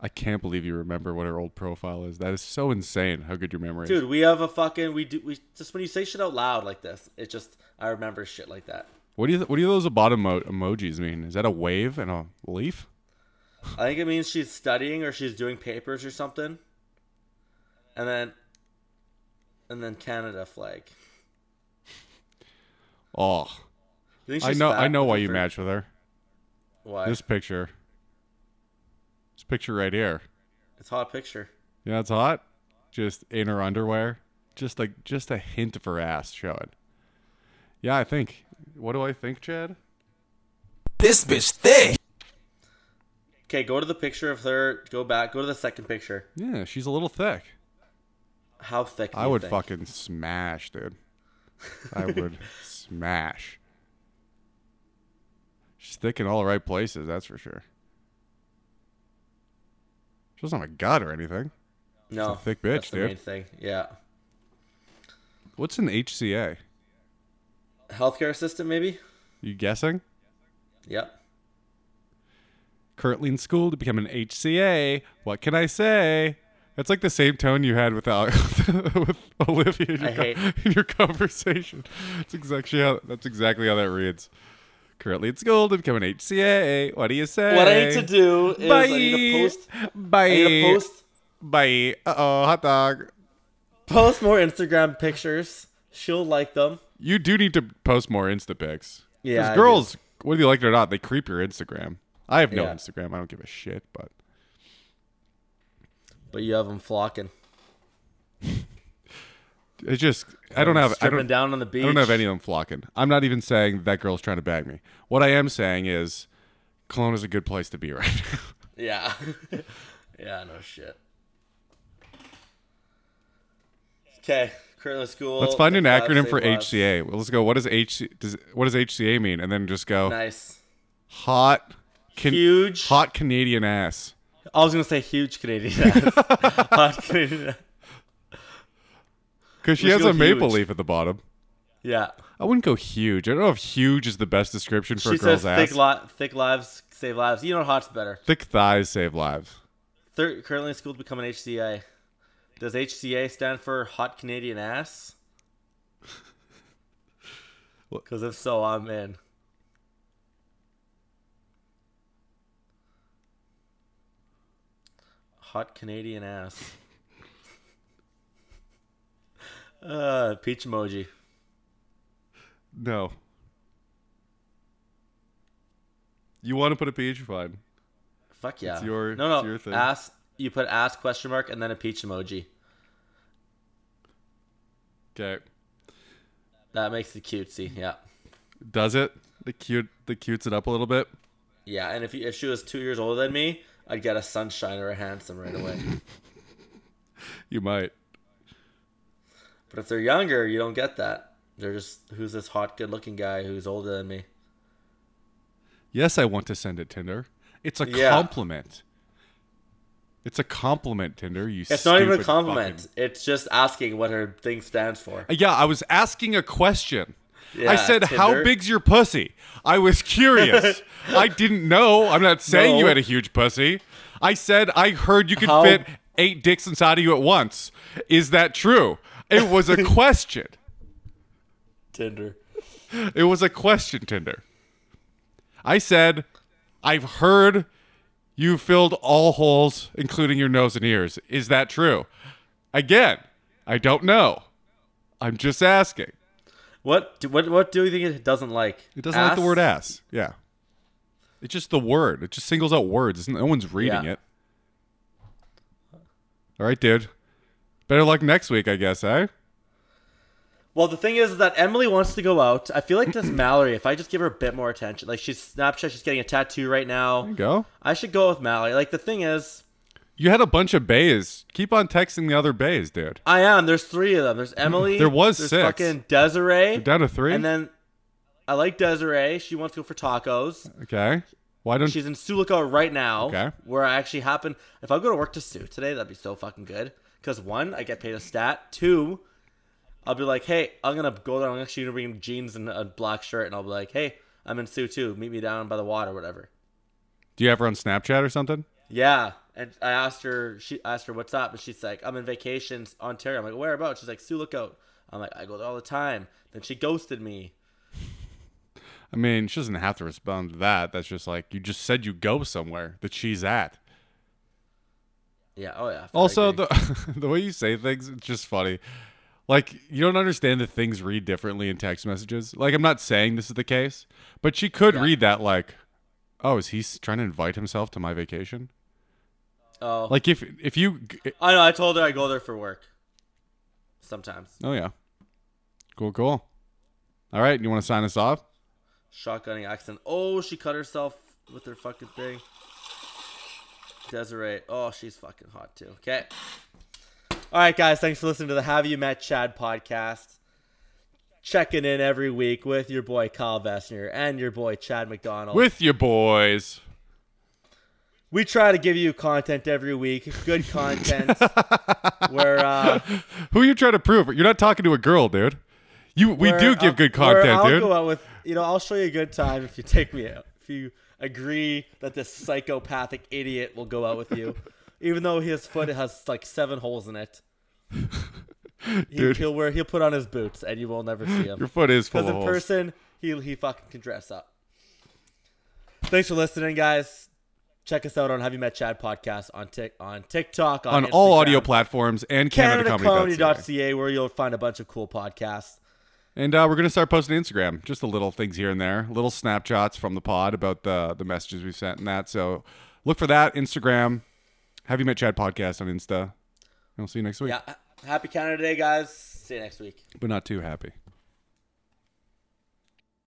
I can't believe you remember what her old profile is. That is so insane. How good your memory is.
Dude, we have a fucking we do we just when you say shit out loud like this, it just I remember shit like that.
What do you what do those bottom mo- emojis mean? Is that a wave and a leaf?
I think it means she's studying or she's doing papers or something. And then and then Canada flag.
Oh,
You think
I
she's
know
fat
I know why
looking
you
for-
match with her.
Why?
This picture, this picture right here.
It's a hot picture.
Yeah, it's hot. Just in her underwear, just like just a hint of her ass showing. Yeah, I think. What do I think, Chad?
This bitch thick.
Okay, go to the picture of her. Go back. Go to the second picture.
Yeah, she's a little thick.
How thick? do
I
you
would
think?
fucking smash, dude. I would smash. She's thick in all the right places, that's for sure. She doesn't have a gut or anything.
No,
a thick bitch,
that's the
dude.
main thing. Yeah,
What's an HCA?
healthcare assistant maybe.
You guessing?
Yep.
Currently in school to become an HCA. What can I say? That's like the same tone you had with, Al- with Olivia in your,
I hate-
in your conversation. That's exactly how that's exactly how that reads. Currently in school to become an HCA. What do you say?
What I need to do is
Bye.
I need to post.
Bye.
I need to post
Bye. Uh oh, hot dog.
post more Instagram pictures. She'll like them.
You do need to post more Insta pics. 'Cause
Yeah, I do.
girls, whether you like it or not, they creep your Instagram. I have no
Yeah.
Instagram. I don't give a shit. But
But you have them flocking.
it's just I don't have I
Stripping
don't,
down on the beach.
I don't have any of them flocking. I'm not even saying that girl's trying to bag me. What I am saying is, Cologne is a good place to be right now.
Yeah. yeah, no shit. Okay, currently in school.
Let's find an
the five
acronym
save
for
lives.
HCA. Well, let's go. What does H does what does HCA mean? And then just go
Nice.
hot, can,
Huge.
hot Canadian ass.
I was gonna say huge Canadian ass. Hot Canadian ass.
Because she
We should
has a
go
maple
huge.
leaf at the bottom.
Yeah.
I wouldn't go huge. I don't know if huge is the best description for
she
a girl's
says
ass.
thick li- thick lives save lives. You know hot's better.
thick thighs save lives.
Thir- currently in school to become an HCA. Does HCA stand for hot Canadian ass? Because if so, I'm in. Hot Canadian ass. Uh, peach emoji.
No. You want to put a peach? Fine.
Fuck yeah.
your-
no, no.
it's your thing.
Ass. You put ass question mark and then a peach emoji.
Okay.
That makes it cutesy. Yeah.
Does it? The cute. The cutes it up a little bit.
Yeah, and if you, if she was two years older than me, I'd get a sunshine or a handsome right away.
You might.
but if they're younger, you don't get that. They're just who's this hot, good-looking guy who's older than me?
Yes, I want to send it Tinder. It's a
Yeah.
compliment. It's a compliment, Tinder. You.
It's not even a
stupid
compliment.
fucking-
It's just asking what her thing stands for.
Uh, Yeah, I was asking a question. I
Yeah,
said, "How
Tinder.
big's your pussy?" I was curious. I didn't know. I'm not saying you
No.
had a huge pussy. I said I heard you could
How-
fit eight dicks inside of you at once. Is that true? It was a question.
Tinder.
It was a question, Tinder. I said, I've heard you filled all holes, including your nose and ears. Is that true? Again, I don't know. I'm just asking.
What do, what what do you think it doesn't like?
It doesn't like the word ass. Yeah. It's just the word. It just singles out words. It's- No one's reading
Yeah.
it. All right, dude. Better luck next week, I guess, eh?
Well, the thing is that Emily wants to go out. I feel like this Mallory. If I just give her a bit more attention, like she's Snapchat, she's getting a tattoo right now.
Go.
I should go with Mallory. Like the thing is,
You had a bunch of bays. Keep on texting the other bays, dude.
I am. There's three of them. There's Emily.
There was
there's
six.
Fucking Desiree.
Down to three?
And then I like Desiree. She wants to go for tacos.
okay. Why don't
She's in Sulico right now.
Mm-hmm. Okay.
Where I actually happen. If I go to work to Sue today, that'd be so fucking good. Because one, I get paid a stat. Two, I'll be like, hey, I'm gonna go there. I'm actually gonna bring jeans and a black shirt, and I'll be like, hey, I'm in Sue too. Meet me down by the water, whatever.
Do you have her on Snapchat or something?
Yeah. And I asked her, she I asked her what's up, and she's like, I'm in vacations, Ontario. I'm like, whereabouts? She's like, Sioux Lookout. I'm like, I go there all the time. Then she ghosted me.
I mean, she doesn't have to respond to that. That's just like you just said you go somewhere that she's at.
Yeah. Oh yeah. I
Also,
agree.
the the way you say things, it's just funny. Like you don't understand that things read differently in text messages. Like I'm not saying this is the case, but she could read that like, "Oh, is he s- trying to invite himself to my vacation?"
oh.
Like if if you, g-
I know. I told her I go there for work. Sometimes
oh yeah, cool, cool. All right, you want to sign us off?
shotgunning accident. Oh, she cut herself with her fucking thing. Desiree. Oh, she's fucking hot too. Okay. All right, guys. Thanks for listening to the Have You Met Chad podcast. Checking in every week with your boy Kyle Vessner and your boy Chad McDonald.
With you boys.
we try to give you content every week, good content. where uh,
Who are you trying to prove? You're not talking to a girl, dude. You we
where
do give
I'll-
good
where
content,
I'll
dude.
go out with you know, I'll show you a good time if you take me out. If you agree that this psychopathic idiot will go out with you, even though his foot has like seven holes in it. He,
Dude.
he'll wear he'll put on his boots and you will never see
Your
him
foot is full
because
of
in
holes.
person he he fucking can dress up. Thanks for listening, guys. Check us out on Have You Met Chad podcast on tick on TikTok on,
on all
Instagram,
audio platforms and CanadaComedy.ca.
CanadaComedy.ca where you'll find a bunch of cool podcasts.
And uh, we're gonna start posting Instagram, just the little things here and there, little snapshots from the pod about the the messages we sent and that. So look for that Instagram. Have you met Chad podcast on Insta? And we'll see you next week.
Yeah. Happy Canada Day, guys. See you next week.
But not too happy.